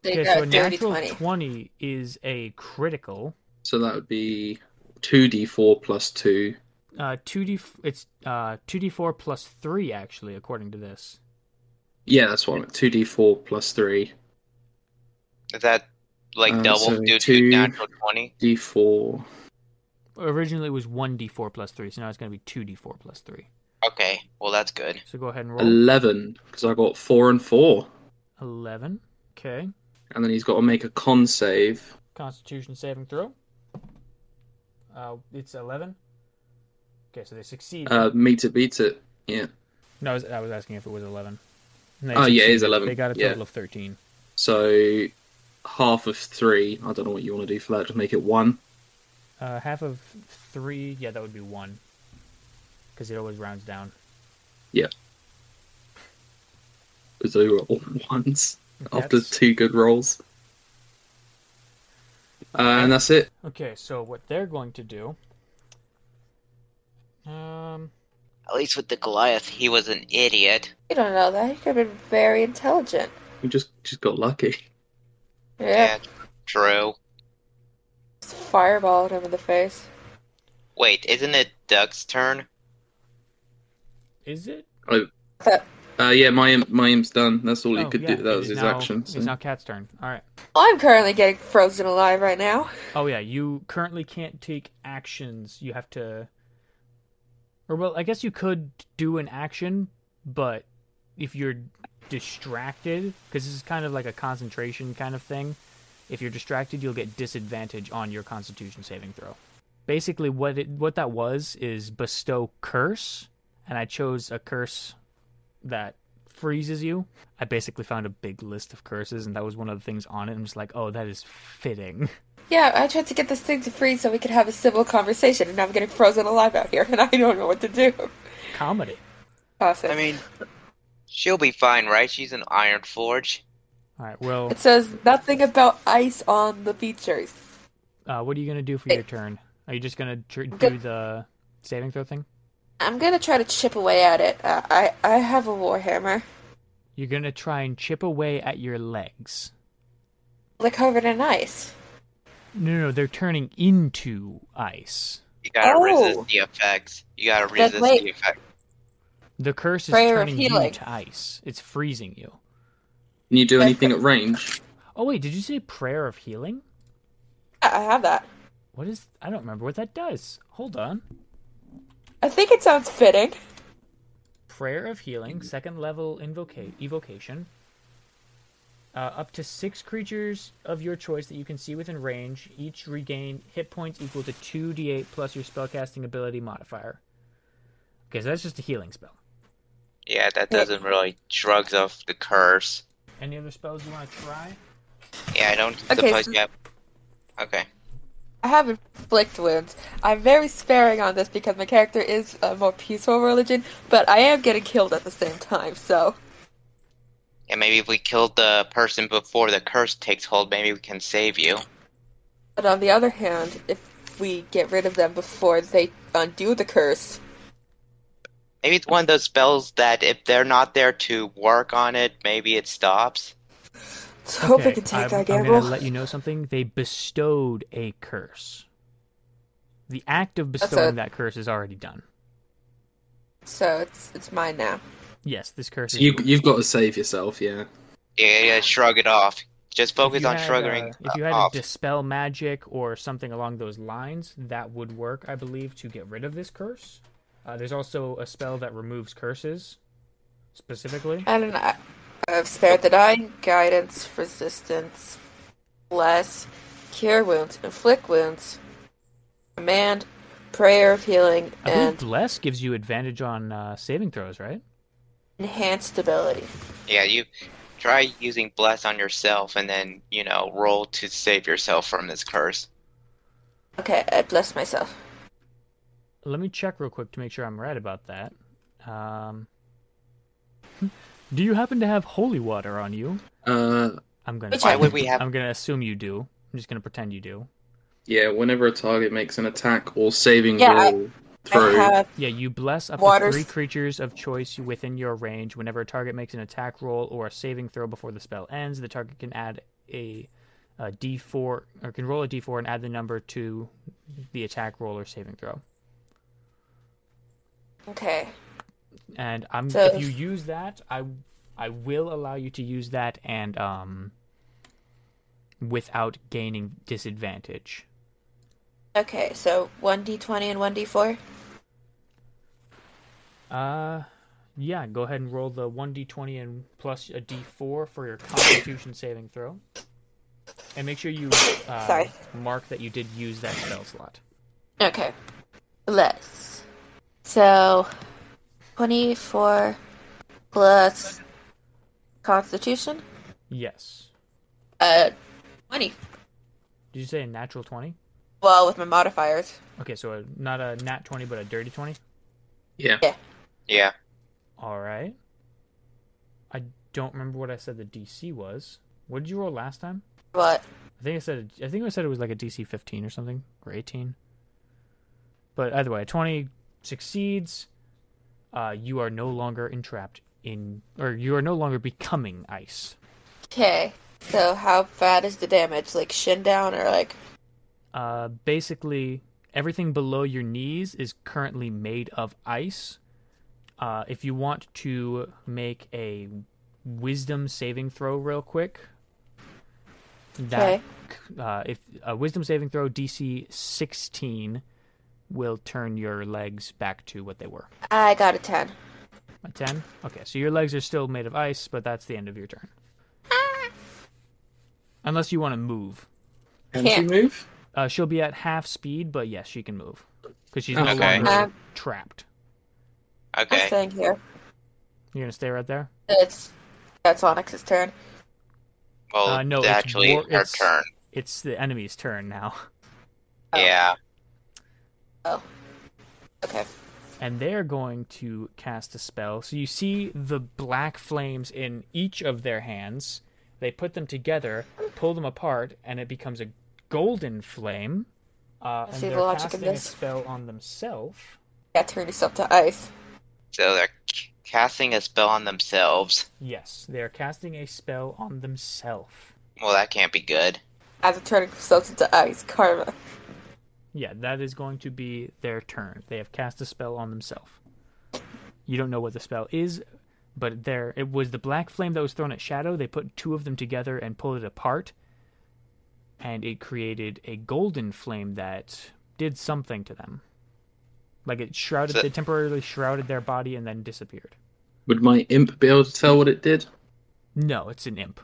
Speaker 5: They
Speaker 2: Okay,
Speaker 5: got
Speaker 2: so a
Speaker 5: a dirty
Speaker 2: natural
Speaker 5: 20.
Speaker 2: 20. is a critical.
Speaker 1: So that would be 2d4 plus 2.
Speaker 2: Uh, 2d it's uh 2d4 plus 3 actually according to this.
Speaker 1: Yeah, that's what I meant. 2d4 plus 3.
Speaker 4: Is that like
Speaker 1: Um,
Speaker 4: double
Speaker 1: so
Speaker 4: due
Speaker 1: two-
Speaker 4: to natural twenty?
Speaker 1: D4.
Speaker 2: Originally it was 1d4 plus 3, so now it's going to be 2d4 plus 3.
Speaker 4: Okay, well that's good.
Speaker 2: So go ahead and roll
Speaker 1: 11, because I got 4 and 4.
Speaker 2: 11. Okay.
Speaker 1: And then he's got to make a con save.
Speaker 2: Constitution saving throw. Uh it's 11. Okay, so they succeed.
Speaker 1: Uh, meet it, beat it. Yeah.
Speaker 2: no, I was, I was asking if it was 11. And they
Speaker 1: Oh, yeah, it is
Speaker 2: succeeded.
Speaker 1: 11,
Speaker 2: They got a
Speaker 1: yeah.
Speaker 2: total of 13.
Speaker 1: So half of 3. I don't know what you want to do for that. Just make it 1.
Speaker 2: Uh, half of three. Yeah, that would be one. Because it always rounds down.
Speaker 1: Because they were all ones after
Speaker 2: That's-
Speaker 1: two good rolls. Uh, and that's it.
Speaker 2: Okay, so what they're going to do. Um.
Speaker 4: At least with the Goliath, he was an idiot.
Speaker 5: You don't know that. You could have been very intelligent.
Speaker 1: We just just got lucky.
Speaker 5: Yeah.
Speaker 4: True.
Speaker 5: Just fireballed him in the face.
Speaker 4: Wait, isn't it Duck's turn?
Speaker 2: Is it?
Speaker 5: But,
Speaker 1: Oh, Uh, yeah, my imp, my imp's done. That's all he
Speaker 2: Oh,
Speaker 1: could
Speaker 2: yeah,
Speaker 1: do. That
Speaker 2: it
Speaker 1: was
Speaker 2: is
Speaker 1: his
Speaker 2: now-
Speaker 1: action. so-
Speaker 2: It's now Cat's turn. All right.
Speaker 5: I'm currently getting frozen alive right now.
Speaker 2: Oh yeah, you currently can't take actions. You have to. Or well, I guess you could do an action, but if you're distracted, because this is kind of like a concentration kind of thing, if you're distracted, you'll get disadvantage on your Constitution saving throw. Basically, what it what that was is bestow curse, and I chose a curse that freezes you. I basically found a big list of curses, and that was one of the things on it. I'm just like, oh, that is fitting.
Speaker 5: Yeah, I tried to get this thing to freeze so we could have a civil conversation, and I'm getting frozen alive out here, and I don't know what to do.
Speaker 2: comedy.
Speaker 5: Awesome.
Speaker 4: I mean, she'll be fine, right? She's an Iron Forge.
Speaker 2: All right. Well,
Speaker 5: it says nothing about ice on the features.
Speaker 2: uh, what are you gonna do for your turn? Are you just gonna tr- do the saving throw thing?
Speaker 5: I'm gonna try to chip away at it. Uh, I I have a warhammer,
Speaker 2: You're gonna try and chip away at your legs.
Speaker 5: like covered in ice.
Speaker 2: No, no, no, they're turning into ice.
Speaker 4: You gotta
Speaker 5: Oh.
Speaker 4: resist the effects. You gotta resist
Speaker 5: wait.
Speaker 4: the effect.
Speaker 2: The curse is
Speaker 5: Prayer of
Speaker 2: turning you
Speaker 5: healing.
Speaker 2: to ice. It's freezing you.
Speaker 1: Can you do anything at range?
Speaker 2: Oh wait, did you say prayer of healing?
Speaker 5: I, I have that.
Speaker 2: What is? I don't remember what that does. Hold on.
Speaker 5: I think it sounds fitting.
Speaker 2: Prayer of healing,
Speaker 1: Mm-hmm.
Speaker 2: second level invoca- evocation. Uh, up to six creatures of your choice that you can see within range each regain hit points equal to 2d8 plus your spellcasting ability modifier. Okay, so that's just a healing spell.
Speaker 4: Yeah, that doesn't really shrugs off the curse.
Speaker 2: Any other spells you want to try?
Speaker 4: Yeah, I don't
Speaker 5: Okay,
Speaker 4: suppose
Speaker 5: so-
Speaker 4: you have. Okay.
Speaker 5: I have inflict wounds. I'm very sparing on this because my character is a more peaceful religion, but I am getting killed at the same time, so.
Speaker 4: Yeah, maybe if we killed the person before the curse takes hold, maybe we can save you.
Speaker 5: But on the other hand, if we get rid of them before they undo the curse,
Speaker 4: Maybe it's one of those spells that if they're not there to work on it, maybe it stops.
Speaker 5: so hope we can take
Speaker 2: I'm,
Speaker 5: that
Speaker 2: I'm
Speaker 5: gamble.
Speaker 2: gonna let you know something. They bestowed a curse. The act of
Speaker 5: That's
Speaker 2: bestowing
Speaker 5: it.
Speaker 2: that curse is already done.
Speaker 5: So it's it's mine now.
Speaker 2: Yes, this curse
Speaker 1: So
Speaker 2: is.
Speaker 1: you you've got to save yourself, yeah.
Speaker 4: Yeah, yeah, yeah, shrug it off. Just
Speaker 2: If
Speaker 4: focus
Speaker 2: you
Speaker 4: on
Speaker 2: had,
Speaker 4: shrugging
Speaker 2: uh, if you had
Speaker 4: off.
Speaker 2: a dispel magic or something along those lines, that would work, I believe, to get rid of this curse. Uh, there's also a spell that removes curses, specifically.
Speaker 5: I don't know. I've spared the dying, guidance, resistance, bless, cure wounds, inflict wounds, command, prayer of healing,
Speaker 2: I believe
Speaker 5: and
Speaker 2: bless gives you advantage on uh, saving throws, right?
Speaker 5: enhanced ability.
Speaker 4: Yeah, you try using bless on yourself, and then you know roll to save yourself from this curse.
Speaker 5: Okay, I bless myself.
Speaker 2: Let me check real quick to make sure I'm right about that. Um, do you happen to have holy water on you?
Speaker 1: Uh,
Speaker 2: I'm gonna.
Speaker 5: Which Why
Speaker 4: would we have-
Speaker 2: I'm gonna assume you do. I'm just gonna pretend you do.
Speaker 1: yeah. Whenever a target makes an attack or saving
Speaker 5: Yeah, I-
Speaker 1: roll
Speaker 5: I
Speaker 1: throw,
Speaker 5: have
Speaker 2: Yeah, you bless up to
Speaker 5: Water's-
Speaker 2: three creatures of choice within your range. Whenever a target makes an attack roll or a saving throw before the spell ends, the target can add a, a d4 or can roll a d4 and add the number to the attack roll or saving throw.
Speaker 5: okay.
Speaker 2: And I'm
Speaker 5: So-
Speaker 2: if you use that, I I will allow you to use that and um without gaining disadvantage.
Speaker 5: Okay, so one d twenty and one d four.
Speaker 2: Uh yeah, go ahead and roll the 1d20 and plus a d4 for your constitution saving throw. And make sure you uh,
Speaker 5: Sorry.
Speaker 2: mark that you did use that spell slot.
Speaker 5: Okay, bless. So twenty four plus Constitution.
Speaker 2: Yes.
Speaker 5: Uh, twenty.
Speaker 2: Did you say a natural 20?
Speaker 5: Well, with my modifiers.
Speaker 2: Okay, so a, not a nat 20, but a dirty 20.
Speaker 1: yeah.
Speaker 4: Yeah,
Speaker 2: All right. I don't remember what I said the DC was. What did you roll last time?
Speaker 5: What?
Speaker 2: I think I said I think I said it was like a DC 15 or something or 18. But either way, a 20 succeeds. Uh, you are no longer entrapped in, or you are no longer becoming ice.
Speaker 5: Okay. So how bad is the damage? Like shin down or like?
Speaker 2: Uh, basically, everything below your knees is currently made of ice. Uh, if you want to make a wisdom saving throw real quick, that
Speaker 5: Okay.
Speaker 2: uh, if a wisdom saving throw DC 16 will turn your legs back to what they were.
Speaker 5: I got a ten.
Speaker 2: A 10? Okay, so your legs are still made of ice, but that's the end of your turn. Unless you want to move.
Speaker 1: Can she
Speaker 5: Can't.
Speaker 1: move?
Speaker 2: Uh, she'll be at half speed, but yes, she can move because she's no
Speaker 4: Okay.
Speaker 2: longer
Speaker 5: Um,
Speaker 2: trapped.
Speaker 5: I'm
Speaker 4: okay.
Speaker 5: staying here.
Speaker 2: You're gonna stay right there.
Speaker 5: It's that's Onyx's turn.
Speaker 4: Well,
Speaker 2: Uh, no,
Speaker 4: it's
Speaker 2: it's
Speaker 4: actually
Speaker 2: war-
Speaker 4: our
Speaker 2: it's-
Speaker 4: turn.
Speaker 2: It's the enemy's turn now,
Speaker 5: Oh.
Speaker 4: Yeah,
Speaker 5: Oh. Okay.
Speaker 2: and they're going to cast a spell. So you see the black flames in each of their hands. They put them together, pull them apart, and it becomes a golden flame. Uh, and
Speaker 5: see the
Speaker 2: they're
Speaker 5: logic of
Speaker 2: casting
Speaker 5: this.
Speaker 2: a spell on themselves.
Speaker 5: Yeah, turn yourself to ice.
Speaker 4: so they're c- casting a spell on themselves.
Speaker 2: Yes, they are casting a spell on themselves.
Speaker 4: Well, that can't be good.
Speaker 5: After turning themselves into ice, karma.
Speaker 2: Yeah, that is going to be their turn. They have cast a spell on themselves. You don't know what the spell is, but there it was the black flame that was thrown at Shadow. They put two of them together and pulled it apart, and it created a golden flame that did something to them. Like it shrouded,
Speaker 4: So-
Speaker 2: they temporarily shrouded their body and then disappeared.
Speaker 1: Would my imp be able to tell what it did?
Speaker 2: No, it's an imp.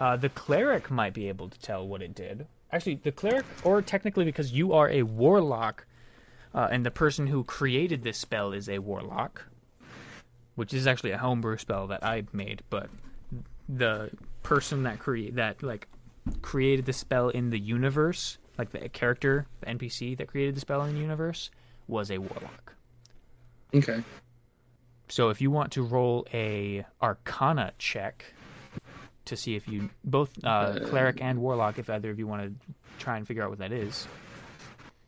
Speaker 2: Uh, the cleric might be able to tell what it did. Actually, the cleric, or technically because you are a warlock, uh, and the person who created this spell is a warlock, which is actually a homebrew spell that I made, but the person that create that like created the spell in the universe, like the character, the NPC that created the spell in the universe, was a warlock.
Speaker 1: Okay.
Speaker 2: So if you want to roll a Arcana check to see if you both uh, cleric and warlock, if either of you want to try and figure out what that is.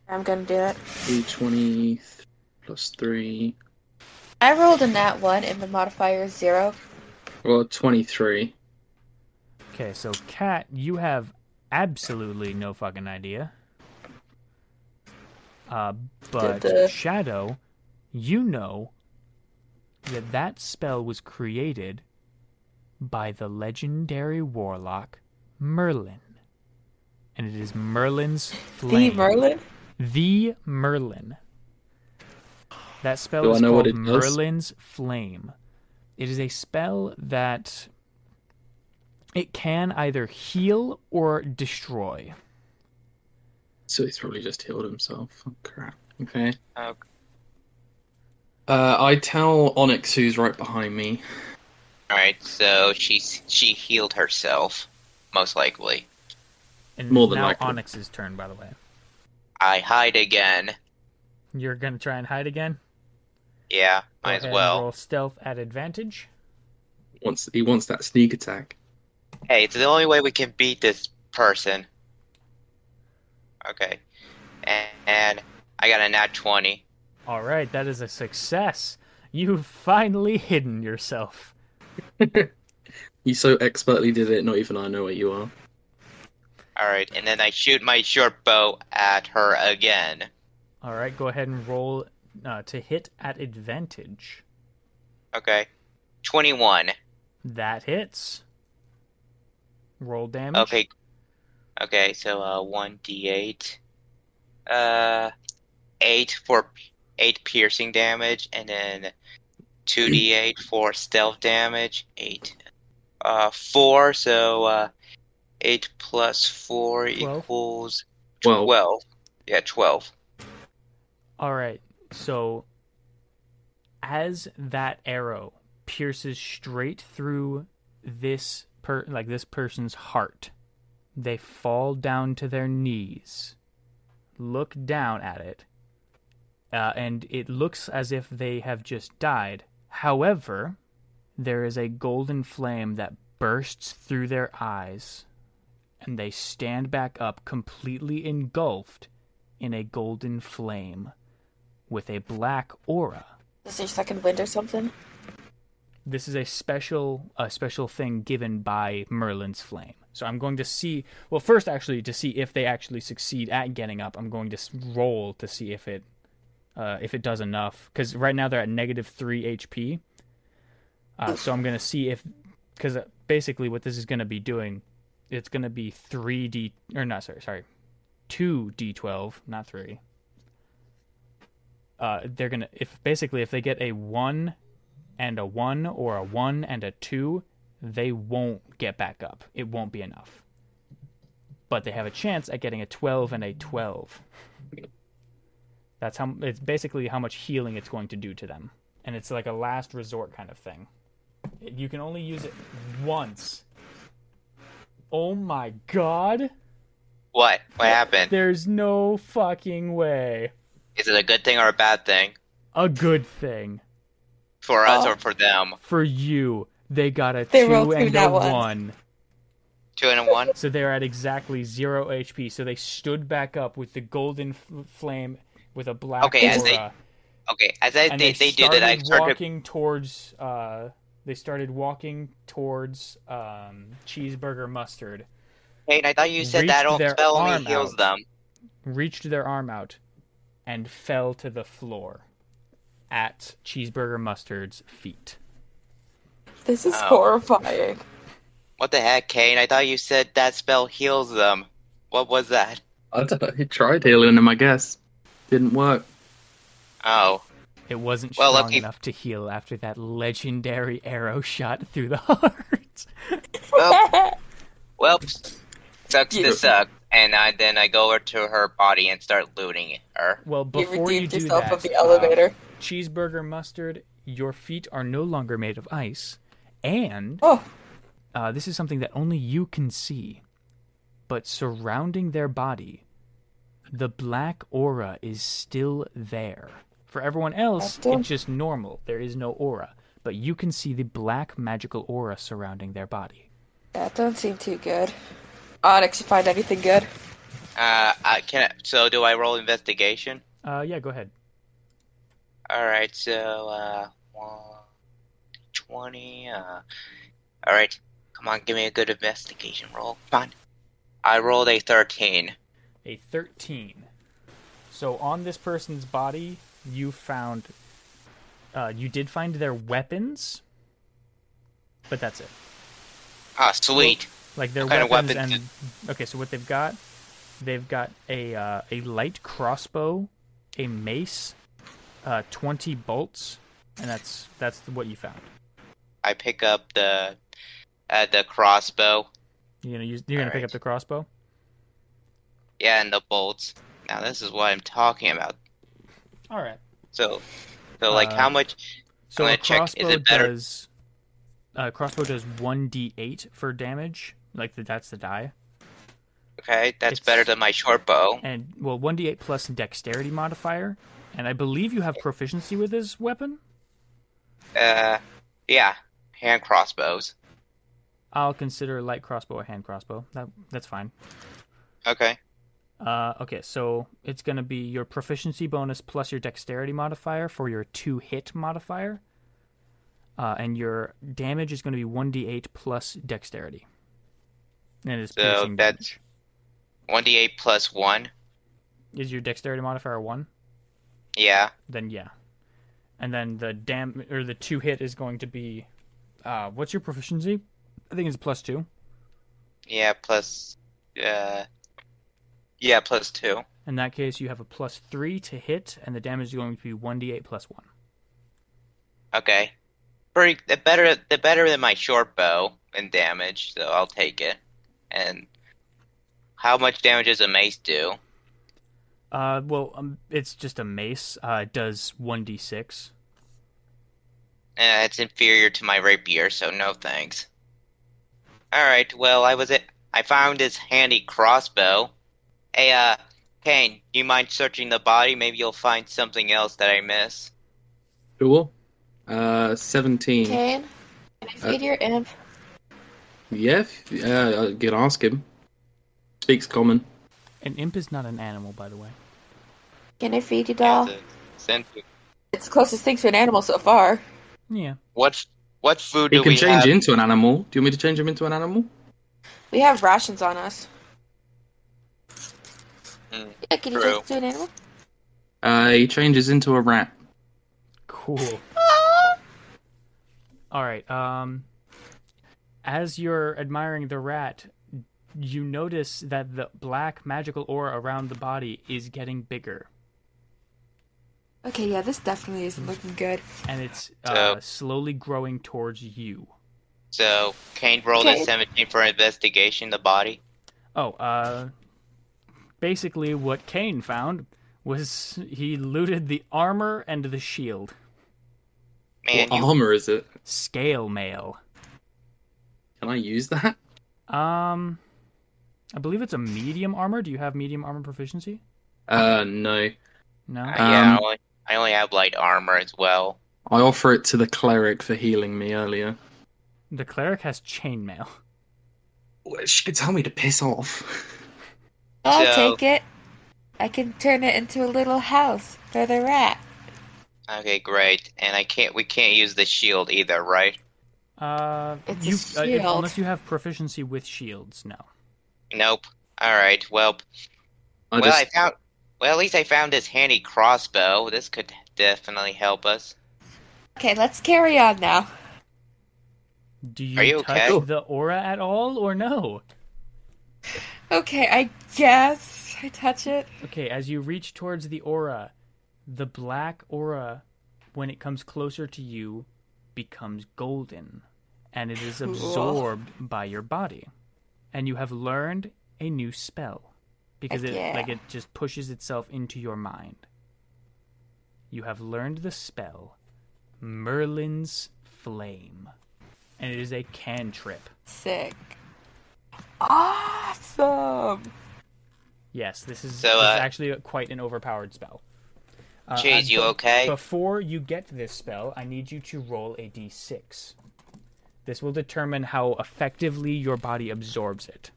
Speaker 5: I'm gonna do that.
Speaker 1: D20 plus 3.
Speaker 5: I rolled a nat one and the modifier is zero.
Speaker 1: Well, 23.
Speaker 2: Okay, so Kat, you have absolutely no fucking idea. Uh, but
Speaker 5: the-
Speaker 2: Shadow, you know that that spell was created by the legendary warlock Merlin, and it is Merlin's
Speaker 5: The
Speaker 2: flame.
Speaker 5: Merlin?
Speaker 2: The Merlin. That spell
Speaker 1: Do I
Speaker 2: is
Speaker 1: know what
Speaker 2: called
Speaker 1: it does?
Speaker 2: Merlin's Flame. It is a spell that it can either heal or destroy.
Speaker 1: So he's probably just healed himself. Oh, crap. Okay.
Speaker 4: Oh,
Speaker 1: Uh, I tell Onyx who's right behind me.
Speaker 4: all right, so she she healed herself, most likely.
Speaker 2: And
Speaker 1: More than
Speaker 2: now
Speaker 1: likely.
Speaker 2: Onyx's turn, by the way.
Speaker 4: I hide again.
Speaker 2: You're gonna try and hide again.
Speaker 4: Yeah,
Speaker 2: Go
Speaker 4: might
Speaker 2: ahead
Speaker 4: as
Speaker 2: and
Speaker 4: well.
Speaker 2: Roll stealth at advantage.
Speaker 1: Wants he wants that sneak attack.
Speaker 4: Hey, it's the only way we can beat this person. Okay, and, and I got a nat twenty.
Speaker 2: All right, that is a success. You've finally hidden yourself.
Speaker 1: You so expertly did it, not even I know what you are.
Speaker 4: All right, and then I shoot my short bow at her again.
Speaker 2: All right, go ahead and roll uh, to hit at advantage.
Speaker 4: Okay, twenty-one.
Speaker 2: That hits. Roll damage.
Speaker 4: Okay. Okay, so uh, one d eight, uh, eight for eight piercing damage, and then
Speaker 2: Hmm.
Speaker 4: two d eight for stealth damage. Eight, uh, four. So uh, eight plus four
Speaker 2: Twelve.
Speaker 4: equals
Speaker 1: Well,
Speaker 4: twelve. Yeah, twelve.
Speaker 2: All right. So as that arrow pierces straight through this per like this person's heart, they fall down to their knees. Look down at it. Uh, and it looks as if they have just died. However, there is a golden flame that bursts through their eyes, and they stand back up completely engulfed in a golden flame with a black aura.
Speaker 5: Is there second wind or something?
Speaker 2: This is a special a special thing given by Merlin's flame. So I'm going to see well first actually to see if they actually succeed at getting up. I'm going to s- roll to see if it uh, if it does enough cuz right now they're at negative 3 HP. Uh, so I'm going to see if cuz basically what this is going to be doing it's going to be 3d or not sorry sorry 2d12 not 3 uh, they're gonna if basically if they get a one and a one or a one and a two, they won't get back up. It won't be enough. But they have a chance at getting a twelve and a twelve. That's how it's basically how much healing it's going to do to them, and it's like a last resort kind of thing. You can only use it once. Oh my god!
Speaker 4: What? What happened?
Speaker 2: There's no fucking way.
Speaker 4: Is it a good thing or a bad thing
Speaker 2: A good thing.
Speaker 4: for us
Speaker 2: Uh,
Speaker 5: Oh.
Speaker 4: or for them?
Speaker 2: for you, they got a
Speaker 5: They rolled
Speaker 2: two
Speaker 5: two
Speaker 2: and a
Speaker 5: nat
Speaker 2: one.
Speaker 5: ones.
Speaker 4: Two and a one.
Speaker 2: So they're at exactly zero HP. So they stood back up with the golden f- flame with a black
Speaker 4: Okay,
Speaker 2: aura,
Speaker 4: as they- Okay, as I,
Speaker 2: and
Speaker 4: they, they do
Speaker 2: started
Speaker 4: that, I start to
Speaker 2: walking towards. Uh, they started walking towards um, cheeseburger mustard.
Speaker 4: Hey, I thought you said
Speaker 2: reached
Speaker 4: that old
Speaker 2: their
Speaker 4: spell only
Speaker 2: arm
Speaker 4: heals
Speaker 2: out.
Speaker 4: them.
Speaker 2: Reached their arm out, and fell to the floor, at cheeseburger mustard's feet.
Speaker 5: This is
Speaker 4: Oh.
Speaker 5: horrifying.
Speaker 4: What the heck, Kane? I thought you said that spell heals them. What was that?
Speaker 1: I don't know. He tried healing him, I guess. Didn't work.
Speaker 4: Oh,
Speaker 2: It wasn't
Speaker 4: Well,
Speaker 2: strong
Speaker 4: lucky-
Speaker 2: enough to heal after that legendary arrow shot through the heart.
Speaker 4: well, well, sucks
Speaker 5: Yeah.
Speaker 4: to suck. And I, then I go over to her body and start looting her.
Speaker 2: Well,
Speaker 5: you
Speaker 2: before you,
Speaker 5: redeemed
Speaker 2: do
Speaker 5: yourself
Speaker 2: that,
Speaker 5: of the
Speaker 2: uh,
Speaker 5: elevator.
Speaker 2: cheeseburger mustard, your feet are no longer made of ice, and
Speaker 5: Oh,
Speaker 2: Uh, this is something that only you can see, but surrounding their body, the black aura is still there. For everyone else,
Speaker 5: After-
Speaker 2: it's just normal. There is no aura, but you can see the black magical aura surrounding their body.
Speaker 5: That don't seem too good. Onyx, you find anything good?
Speaker 4: Uh, I can. I- So do I roll investigation?
Speaker 2: Uh, yeah, go ahead.
Speaker 4: All right. So uh, one, twenty. Uh, all right. Come on, give me a good investigation roll. Come on. I rolled a thirteen.
Speaker 2: a 13. So on this person's body, you found, uh, you did find their weapons, but that's it.
Speaker 4: Ah, sweet.
Speaker 2: Like their
Speaker 4: What kind of
Speaker 2: weapons
Speaker 4: weapons
Speaker 2: and okay. So what they've got, they've got a uh, a light crossbow, a mace, uh, 20 bolts, and that's that's what you found.
Speaker 4: I pick up the uh, the crossbow.
Speaker 2: You're gonna use. You're gonna pick
Speaker 4: Alright.
Speaker 2: up the crossbow.
Speaker 4: Yeah, and the bolts. Now this is what I'm talking about.
Speaker 2: All right.
Speaker 4: So, so like
Speaker 2: Uh,
Speaker 4: how much?
Speaker 2: So
Speaker 4: I'm
Speaker 2: a
Speaker 4: gonna check, is
Speaker 2: crossbow
Speaker 4: it better-
Speaker 2: does. Uh, crossbow does one d8 for damage. Like that's the die.
Speaker 4: Okay, that's
Speaker 2: it's-
Speaker 4: better than my short bow.
Speaker 2: and well 1d8 plus dexterity modifier and i believe you have proficiency with this weapon
Speaker 4: Uh, yeah, hand crossbows.
Speaker 2: i'll consider light crossbow a hand crossbow that, that's fine
Speaker 4: Okay.
Speaker 2: uh, okay so it's going to be your proficiency bonus plus your dexterity modifier for your two hit modifier uh, and your damage is going to be 1d8 plus dexterity and it's
Speaker 4: So
Speaker 2: piercing
Speaker 4: that's-
Speaker 2: damage.
Speaker 4: 1d8 plus 1.
Speaker 2: is your dexterity modifier a 1
Speaker 4: Yeah.
Speaker 2: then yeah. And then the dam or the two hit is going to be uh what's your proficiency? I think it's plus two.
Speaker 4: Yeah, plus. Uh, yeah, plus 2.
Speaker 2: In that case you have a plus three to hit and the damage is going to be one D eight plus one.
Speaker 4: Okay. Pretty. The better, the better than my short bow in damage, so I'll take it. And how much damage does a mace do?
Speaker 2: Uh well um, it's just a mace. Uh it does one D six.
Speaker 4: Uh, it's inferior to my rapier, so no thanks. Alright, well, I was it. I found this handy crossbow. Hey, uh, Kane, you mind searching the body? Maybe you'll find something else that I miss.
Speaker 1: Cool. Uh, 17.
Speaker 5: Kane, can I feed your imp?
Speaker 1: Yeah, if- uh, you can ask him. Speaks common.
Speaker 2: An imp is not an animal, by the way.
Speaker 5: Can I feed you, doll?
Speaker 4: It's a- send-
Speaker 5: It's the closest thing to an animal so far.
Speaker 2: Yeah.
Speaker 4: What, what food
Speaker 1: He
Speaker 4: do
Speaker 1: can
Speaker 4: we
Speaker 1: change
Speaker 4: have?
Speaker 1: into an animal. Do you want me to change him into an animal?
Speaker 5: We have rations on us.
Speaker 4: Mm,
Speaker 5: yeah, can you
Speaker 4: true.
Speaker 5: just do an animal?
Speaker 1: Uh, he changes into a rat.
Speaker 2: Cool. All right. Um, as you're admiring the rat, you notice that the black magical aura around the body is getting bigger,
Speaker 5: Okay, yeah, this definitely isn't looking good.
Speaker 2: and it's uh,
Speaker 4: So-
Speaker 2: slowly growing towards you.
Speaker 4: So, Kane rolled
Speaker 5: Okay.
Speaker 4: a 17 for investigation, the body.
Speaker 2: Oh, uh, basically, what Kane found was he looted the armor and the shield,
Speaker 4: Man,
Speaker 1: what
Speaker 4: you,
Speaker 1: armor is it?
Speaker 2: scale mail.
Speaker 1: Can I use that?
Speaker 2: Um, I believe it's a medium armor. Do you have medium armor proficiency?
Speaker 1: Uh, no.
Speaker 2: No.
Speaker 4: Uh, yeah,
Speaker 1: Um,
Speaker 4: I only, I only have light armor as well.
Speaker 1: I offer it to the cleric for healing me earlier.
Speaker 2: The cleric has chainmail.
Speaker 1: Well, She could tell me to piss off.
Speaker 5: I'll
Speaker 4: So-
Speaker 5: take it. I can turn it into a little house for the rat.
Speaker 4: Okay, great. And I can't, we can't use the shield either, right?
Speaker 2: Uh,
Speaker 5: It's a
Speaker 2: you, uh, if-
Speaker 5: shield.
Speaker 2: unless you have proficiency with shields, no.
Speaker 4: Nope. Alright, well,
Speaker 1: I
Speaker 4: well,
Speaker 1: just,
Speaker 4: I found. Well, at least I found this handy crossbow. This could definitely help us.
Speaker 5: Okay, let's carry on now.
Speaker 2: Do you,
Speaker 4: Are you
Speaker 2: touch
Speaker 4: okay?
Speaker 2: the aura at all or no?
Speaker 5: Okay, I guess I touch it.
Speaker 2: Okay, as you reach towards the aura, the black aura, when it comes closer to you, becomes golden and it is
Speaker 5: Cool.
Speaker 2: absorbed by your body. And you have learned a new spell because
Speaker 5: Heck
Speaker 2: it
Speaker 5: yeah.
Speaker 2: like it just pushes itself into your mind. You have learned the spell Merlin's Flame. and it is a cantrip.
Speaker 5: Sick. Awesome.
Speaker 2: Yes, this is,
Speaker 4: So,
Speaker 2: this is
Speaker 4: uh,
Speaker 2: actually quite an overpowered spell. Uh,
Speaker 4: Chase,
Speaker 2: and
Speaker 4: you
Speaker 2: be-
Speaker 4: okay?
Speaker 2: Before you get this spell, I need you to roll a d6. This will determine how effectively your body absorbs it.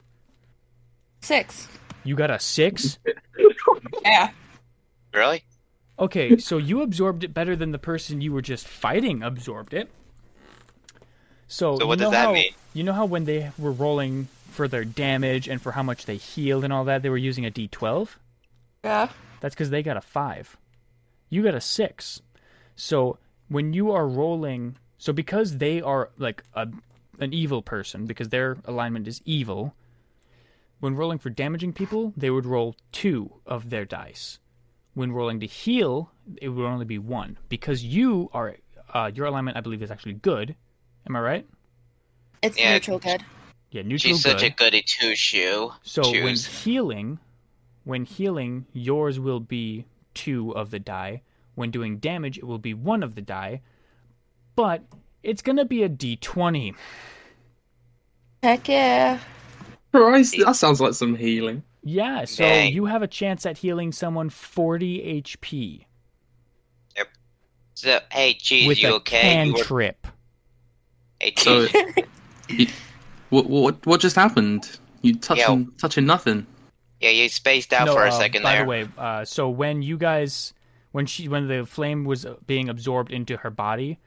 Speaker 5: Six.
Speaker 2: You got a six?
Speaker 5: Yeah.
Speaker 4: Really?
Speaker 2: Okay, so you absorbed it better than the person you were just fighting absorbed it. So,
Speaker 4: So what
Speaker 2: you know
Speaker 4: does that
Speaker 2: how,
Speaker 4: mean?
Speaker 2: You know how when they were rolling for their damage and for how much they healed and all that, they were using a d12?
Speaker 5: Yeah.
Speaker 2: That's because they got a five. You got a six. So when you are rolling, so because they are like a, an evil person, because their alignment is evil, when rolling for damaging people, they would roll two of their dice. When rolling to heal, it would only be one. Because you are, uh, your alignment, I believe, is actually good. Am I right?
Speaker 5: It's
Speaker 4: Yeah.
Speaker 5: neutral good.
Speaker 2: Yeah, neutral
Speaker 4: She's
Speaker 2: good.
Speaker 4: such a goody two shoe.
Speaker 2: So when
Speaker 4: Choose.
Speaker 2: healing, when healing, yours will be two of the die. When doing damage, it will be one of the die. But it's gonna be a d20.
Speaker 5: Heck yeah.
Speaker 1: Christ, that sounds like some healing.
Speaker 2: Yeah, so
Speaker 4: Dang.
Speaker 2: you have a chance at healing someone 40 HP
Speaker 4: So hey, Cheese,
Speaker 2: with
Speaker 4: you
Speaker 2: a
Speaker 4: okay? You were-
Speaker 2: cantrip.
Speaker 4: hey,
Speaker 1: So,
Speaker 4: Cheese,
Speaker 1: you- what, what what just happened? You touching touching nothing?
Speaker 4: yeah, you spaced out
Speaker 2: No,
Speaker 4: for a
Speaker 2: uh,
Speaker 4: second
Speaker 2: by
Speaker 4: there.
Speaker 2: the way, uh, so when you guys, when she, when the flame was being absorbed into her body,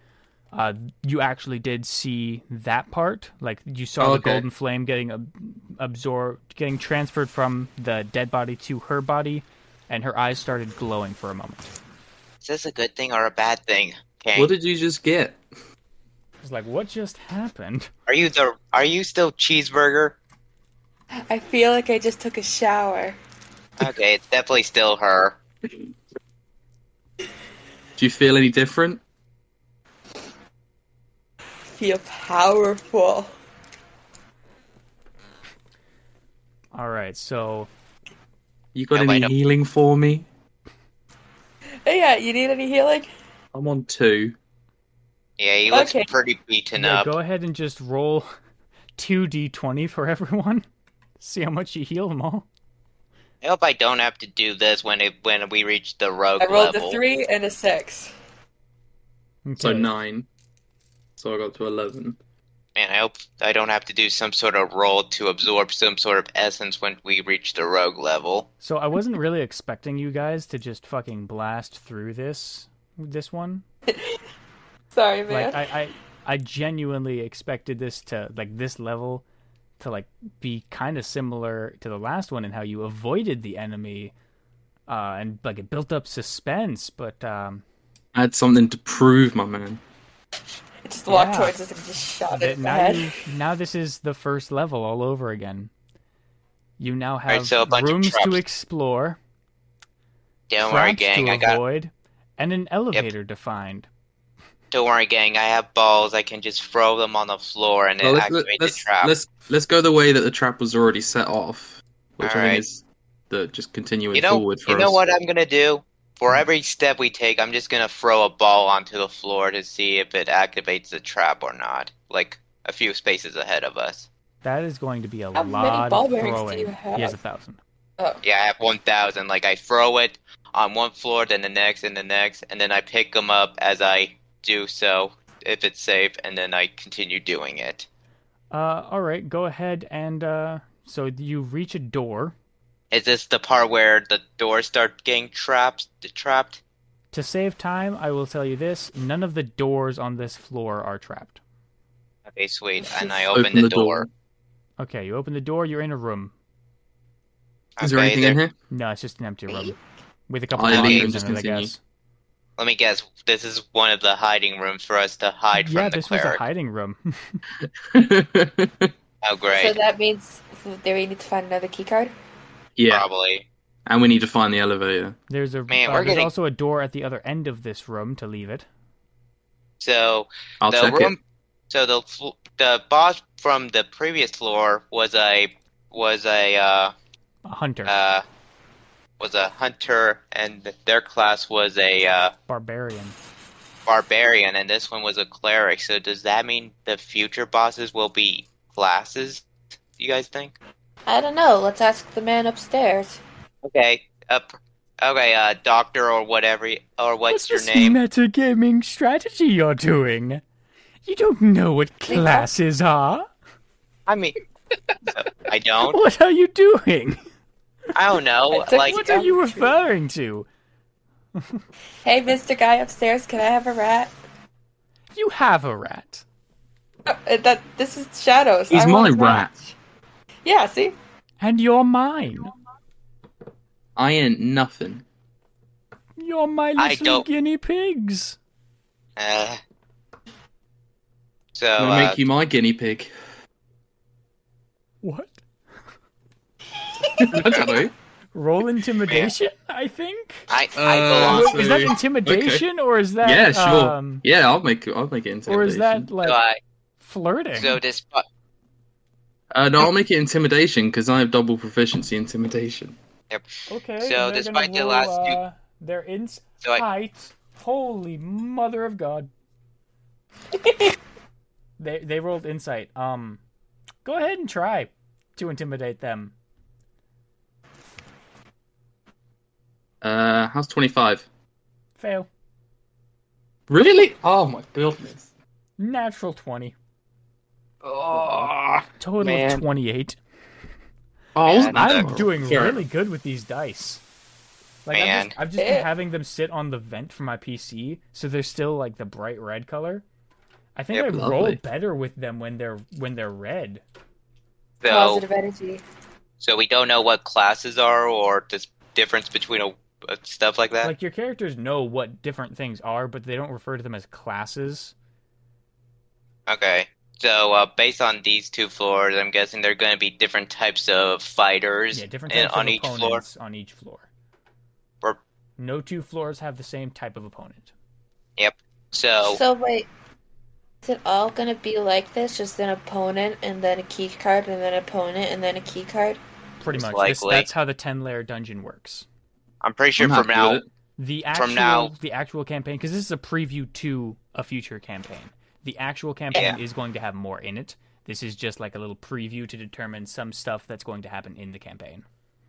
Speaker 2: uh, you actually did see that part. Like you saw
Speaker 1: Oh,
Speaker 2: the
Speaker 1: okay.
Speaker 2: golden flame getting ab- absorbed, getting transferred from the dead body to her body, and her eyes started glowing for a moment.
Speaker 4: Is this a good thing or a bad thing? Okay.
Speaker 1: What did you just get?
Speaker 2: It's like, what just happened?
Speaker 4: Are you the? Are you still cheeseburger?
Speaker 5: I feel like I just took a shower.
Speaker 4: Okay, it's definitely still her.
Speaker 1: Do you feel any different?
Speaker 5: Feel powerful.
Speaker 2: All right, so
Speaker 1: You got
Speaker 4: Yeah, wait
Speaker 1: any
Speaker 4: up.
Speaker 1: healing for me?
Speaker 5: Hey, yeah, you need any healing?
Speaker 1: I'm on two.
Speaker 4: Yeah, he looks
Speaker 5: Okay.
Speaker 4: pretty beaten
Speaker 2: yeah,
Speaker 4: up.
Speaker 2: go ahead and just roll two d20 for everyone. See how much you heal them all.
Speaker 4: I hope I don't have to do this when it when we reach the rogue
Speaker 5: I rolled
Speaker 4: level.
Speaker 5: a three and a six.
Speaker 1: So
Speaker 2: Okay.
Speaker 1: nine. So I got to eleven.
Speaker 4: Man, I hope I don't have to do some sort of roll to absorb some sort of essence when we reach the rogue level.
Speaker 2: So I wasn't really expecting you guys to just fucking blast through this this one.
Speaker 5: Sorry,
Speaker 2: Like
Speaker 5: man.
Speaker 2: I, I I genuinely expected this to like this level to like be kind of similar to the last one and how you avoided the enemy uh and like it built up suspense, but um
Speaker 1: I had something to prove, my man.
Speaker 5: I just walked
Speaker 2: yeah.
Speaker 5: towards this and just shot it
Speaker 2: th-
Speaker 5: in the
Speaker 2: now
Speaker 5: head.
Speaker 2: you, now this is the first level all over again. You now have
Speaker 4: right, so a bunch of
Speaker 2: rooms to
Speaker 4: traps.
Speaker 2: explore,
Speaker 4: Don't worry,
Speaker 2: traps
Speaker 4: gang.
Speaker 2: to
Speaker 4: I got.
Speaker 2: avoid, and an elevator to find.
Speaker 4: Don't worry, gang. I have balls. I can just throw them on the floor and
Speaker 1: Well,
Speaker 4: it
Speaker 1: let's,
Speaker 4: activates
Speaker 1: let's,
Speaker 4: the trap.
Speaker 1: let's let's go the way that the trap was already set off, which I
Speaker 4: Alright.
Speaker 1: think is the just continuing
Speaker 4: you know,
Speaker 1: forward for
Speaker 4: you know
Speaker 1: us.
Speaker 4: what I'm gonna do? For every step we take, I'm just gonna throw a ball onto the floor to see if it activates the trap or not. Like a few spaces ahead of us.
Speaker 2: That is going to be a
Speaker 5: How many
Speaker 2: lot
Speaker 5: ball
Speaker 2: of
Speaker 5: bearings do
Speaker 2: throwing.
Speaker 5: you have?
Speaker 2: He has a thousand.
Speaker 5: Oh,
Speaker 4: Yeah, I have 1,000. Like, I throw it on one floor, then the next, and the next, and then I pick them up as I do so, if it's safe, and then I continue doing it.
Speaker 2: Uh, all right, go ahead and uh, so you reach a door.
Speaker 4: Is this the part where the doors start getting trapped? Trapped?
Speaker 2: To save time, I will tell you this: none of the doors on this floor are trapped.
Speaker 4: Okay, sweet. And I open, the, door.
Speaker 2: Okay, you open the door. You're in a room.
Speaker 1: Is there
Speaker 4: Okay,
Speaker 1: anything
Speaker 4: there-
Speaker 1: in here?
Speaker 2: No, it's just an empty room
Speaker 5: Me?
Speaker 2: with a couple
Speaker 1: I
Speaker 2: of
Speaker 4: leave,
Speaker 2: items
Speaker 1: just
Speaker 2: in it, I
Speaker 1: continue.
Speaker 2: guess.
Speaker 4: Let me guess. This is one of the hiding rooms for us to hide
Speaker 2: yeah,
Speaker 4: from the
Speaker 2: this was a
Speaker 4: cleric.
Speaker 2: hiding room.
Speaker 4: oh, great.
Speaker 5: so that means that we need to find another keycard?
Speaker 1: yeah,
Speaker 4: Probably.
Speaker 1: and we need to find the elevator.
Speaker 2: there's a
Speaker 4: Man,
Speaker 2: uh,
Speaker 4: we're
Speaker 2: there's
Speaker 4: getting-
Speaker 2: also a door at the other end of this room to leave it.
Speaker 4: So
Speaker 1: I'll
Speaker 4: the
Speaker 1: check
Speaker 4: room,
Speaker 1: it.
Speaker 4: so the fl- the boss from the previous floor was a was a uh,
Speaker 2: A hunter,
Speaker 4: uh, was a hunter, and their class was a uh,
Speaker 2: barbarian.
Speaker 4: barbarian, and this one was a cleric. So does that mean the future bosses will be classes? You guys think?
Speaker 5: I don't know. Let's ask the man upstairs.
Speaker 4: Okay, uh, pr- okay, uh, doctor or whatever, y- or what's your name?
Speaker 2: metagaming strategy you're doing? You don't know what classes are.
Speaker 4: I mean, I don't.
Speaker 2: What are you doing?
Speaker 4: I don't know.
Speaker 5: I took-
Speaker 4: Like,
Speaker 2: What are you referring to?
Speaker 5: Hey, Mr. Guy upstairs, can I have a rat?
Speaker 2: You have a rat.
Speaker 5: Uh, that this is shadows.
Speaker 1: He's
Speaker 5: I
Speaker 1: my
Speaker 5: want a
Speaker 1: rat.
Speaker 5: Yeah, see,
Speaker 2: And you're mine.
Speaker 1: I ain't nothing.
Speaker 2: You're my
Speaker 4: I
Speaker 2: little
Speaker 4: don't-
Speaker 2: guinea pigs.
Speaker 4: uh, so
Speaker 1: I'm gonna
Speaker 4: uh,
Speaker 1: make you my guinea pig.
Speaker 2: What?
Speaker 1: I don't know.
Speaker 2: Roll intimidation, I think?
Speaker 4: I,
Speaker 1: Uh,
Speaker 4: I belong.
Speaker 1: so-
Speaker 2: Wait, is that intimidation or is that
Speaker 1: yeah, sure.
Speaker 2: um
Speaker 1: yeah, I'll make I'll make it intimidation.
Speaker 2: or is that like
Speaker 4: So, I,
Speaker 2: flirting?
Speaker 4: uh, so despite
Speaker 1: Uh, no, I'll make it intimidation because I have double proficiency intimidation.
Speaker 2: okay. they're
Speaker 4: so
Speaker 2: gonna
Speaker 4: despite the
Speaker 2: roll,
Speaker 4: last two-
Speaker 2: uh, their ins
Speaker 4: so I,
Speaker 2: height. Holy mother of god. They they rolled insight. Um go ahead and try to intimidate them.
Speaker 1: Uh, how's twenty five?
Speaker 2: Fail.
Speaker 1: Really? Oh my goodness.
Speaker 2: Natural 20.
Speaker 1: Oh,
Speaker 2: Total
Speaker 4: Man.
Speaker 2: of 28.
Speaker 1: I wasn't
Speaker 4: Man,
Speaker 1: that-
Speaker 2: I'm doing
Speaker 1: Fair
Speaker 2: really good with these dice. Like I've
Speaker 4: Man.
Speaker 2: just, I've just been
Speaker 5: Yeah.
Speaker 2: having them sit on the vent for my PC, so they're still like the bright red color. I think
Speaker 4: Yep.
Speaker 2: I roll
Speaker 1: Lovely.
Speaker 2: better with them when they're when they're red.
Speaker 4: so
Speaker 5: positive energy.
Speaker 4: so we don't know what classes are or the difference between a, uh, stuff like that.
Speaker 2: Like your characters know what different things are, but they don't refer to them as classes.
Speaker 4: Okay. So uh, based on these two floors, I'm guessing they're going to be different types of fighters
Speaker 2: Yeah, different
Speaker 4: in-
Speaker 2: types
Speaker 4: on
Speaker 2: of
Speaker 4: each floor.
Speaker 2: opponents on each floor.
Speaker 4: Or-
Speaker 2: No two floors have the same type of opponent.
Speaker 4: So,
Speaker 5: So wait, is it all gonna be like this? Just an opponent, and then a key card, and then opponent, and then a key card.
Speaker 2: Pretty
Speaker 4: Most
Speaker 2: much, this,
Speaker 4: likely.
Speaker 2: that's how the ten-layer dungeon works.
Speaker 4: I'm pretty sure
Speaker 1: I'm
Speaker 4: from
Speaker 1: happy
Speaker 4: now,
Speaker 1: with it.
Speaker 2: the actual
Speaker 4: From now-
Speaker 2: the actual campaign because this is a preview to a future campaign the actual campaign
Speaker 4: Yeah.
Speaker 2: is going to have more in it this is just like a little preview to determine some stuff that's going to happen in the campaign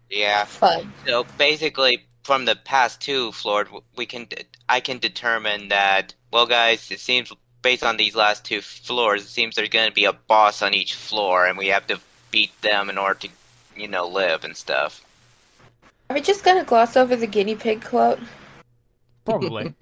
Speaker 4: yeah.
Speaker 5: Fun.
Speaker 4: So basically, from the past two floors, w- we can de- I can determine that. Well, guys, it seems based on these last two floors, it seems there's going to be a boss on each floor, and we have to beat them in order to, you know, live and stuff.
Speaker 5: Are we just gonna gloss over the guinea pig quote?
Speaker 2: probably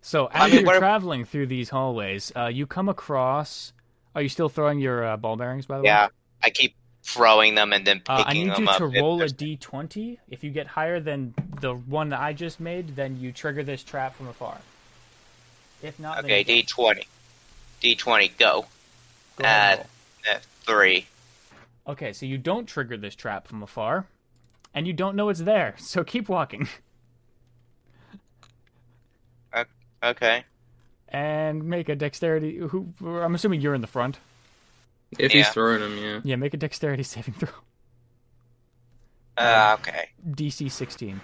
Speaker 2: so as
Speaker 4: I mean,
Speaker 2: you're
Speaker 4: what if-
Speaker 2: traveling through these hallways uh, you come across are you still throwing your uh, ball bearings by the way
Speaker 4: Yeah, I keep throwing them and then picking
Speaker 2: uh, I need
Speaker 4: them
Speaker 2: you
Speaker 4: up.
Speaker 2: to
Speaker 4: if
Speaker 2: roll a
Speaker 4: there's-
Speaker 2: d20. If you get higher than the one that I just made, then you trigger this trap from afar. If not, then
Speaker 4: Okay,
Speaker 2: you don't.
Speaker 4: D20. D20, go.
Speaker 2: Go ahead and
Speaker 4: uh,
Speaker 2: roll.
Speaker 4: Uh, three.
Speaker 2: Okay, so you don't trigger this trap from afar, and you don't know it's there, so keep walking.
Speaker 4: Okay.
Speaker 2: And make a dexterity. Who? I'm assuming you're in the front.
Speaker 1: If
Speaker 4: Yeah.
Speaker 1: he's throwing him, yeah.
Speaker 2: Yeah, make a dexterity saving throw.
Speaker 4: Uh, okay.
Speaker 2: DC 16.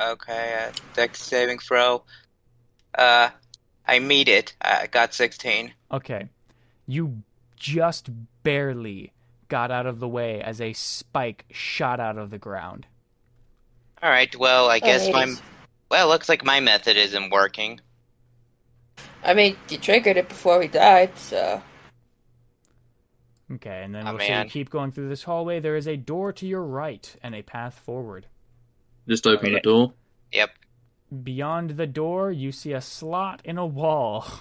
Speaker 4: Okay. Uh, dex saving throw. Uh, I meet it. I got 16.
Speaker 2: Okay, you just barely got out of the way as a spike shot out of the ground.
Speaker 4: All right. Well, I guess my
Speaker 5: Alright.
Speaker 4: well, it looks like my method isn't working.
Speaker 5: I mean, you triggered it before we died, so
Speaker 2: Okay, and then
Speaker 4: Oh,
Speaker 2: we'll see.
Speaker 4: man.
Speaker 2: You keep going through this hallway. There is a door to your right and a path forward.
Speaker 1: Just open the
Speaker 4: Alright.
Speaker 1: door.
Speaker 4: Yep.
Speaker 2: Beyond the door, you see a slot in a wall.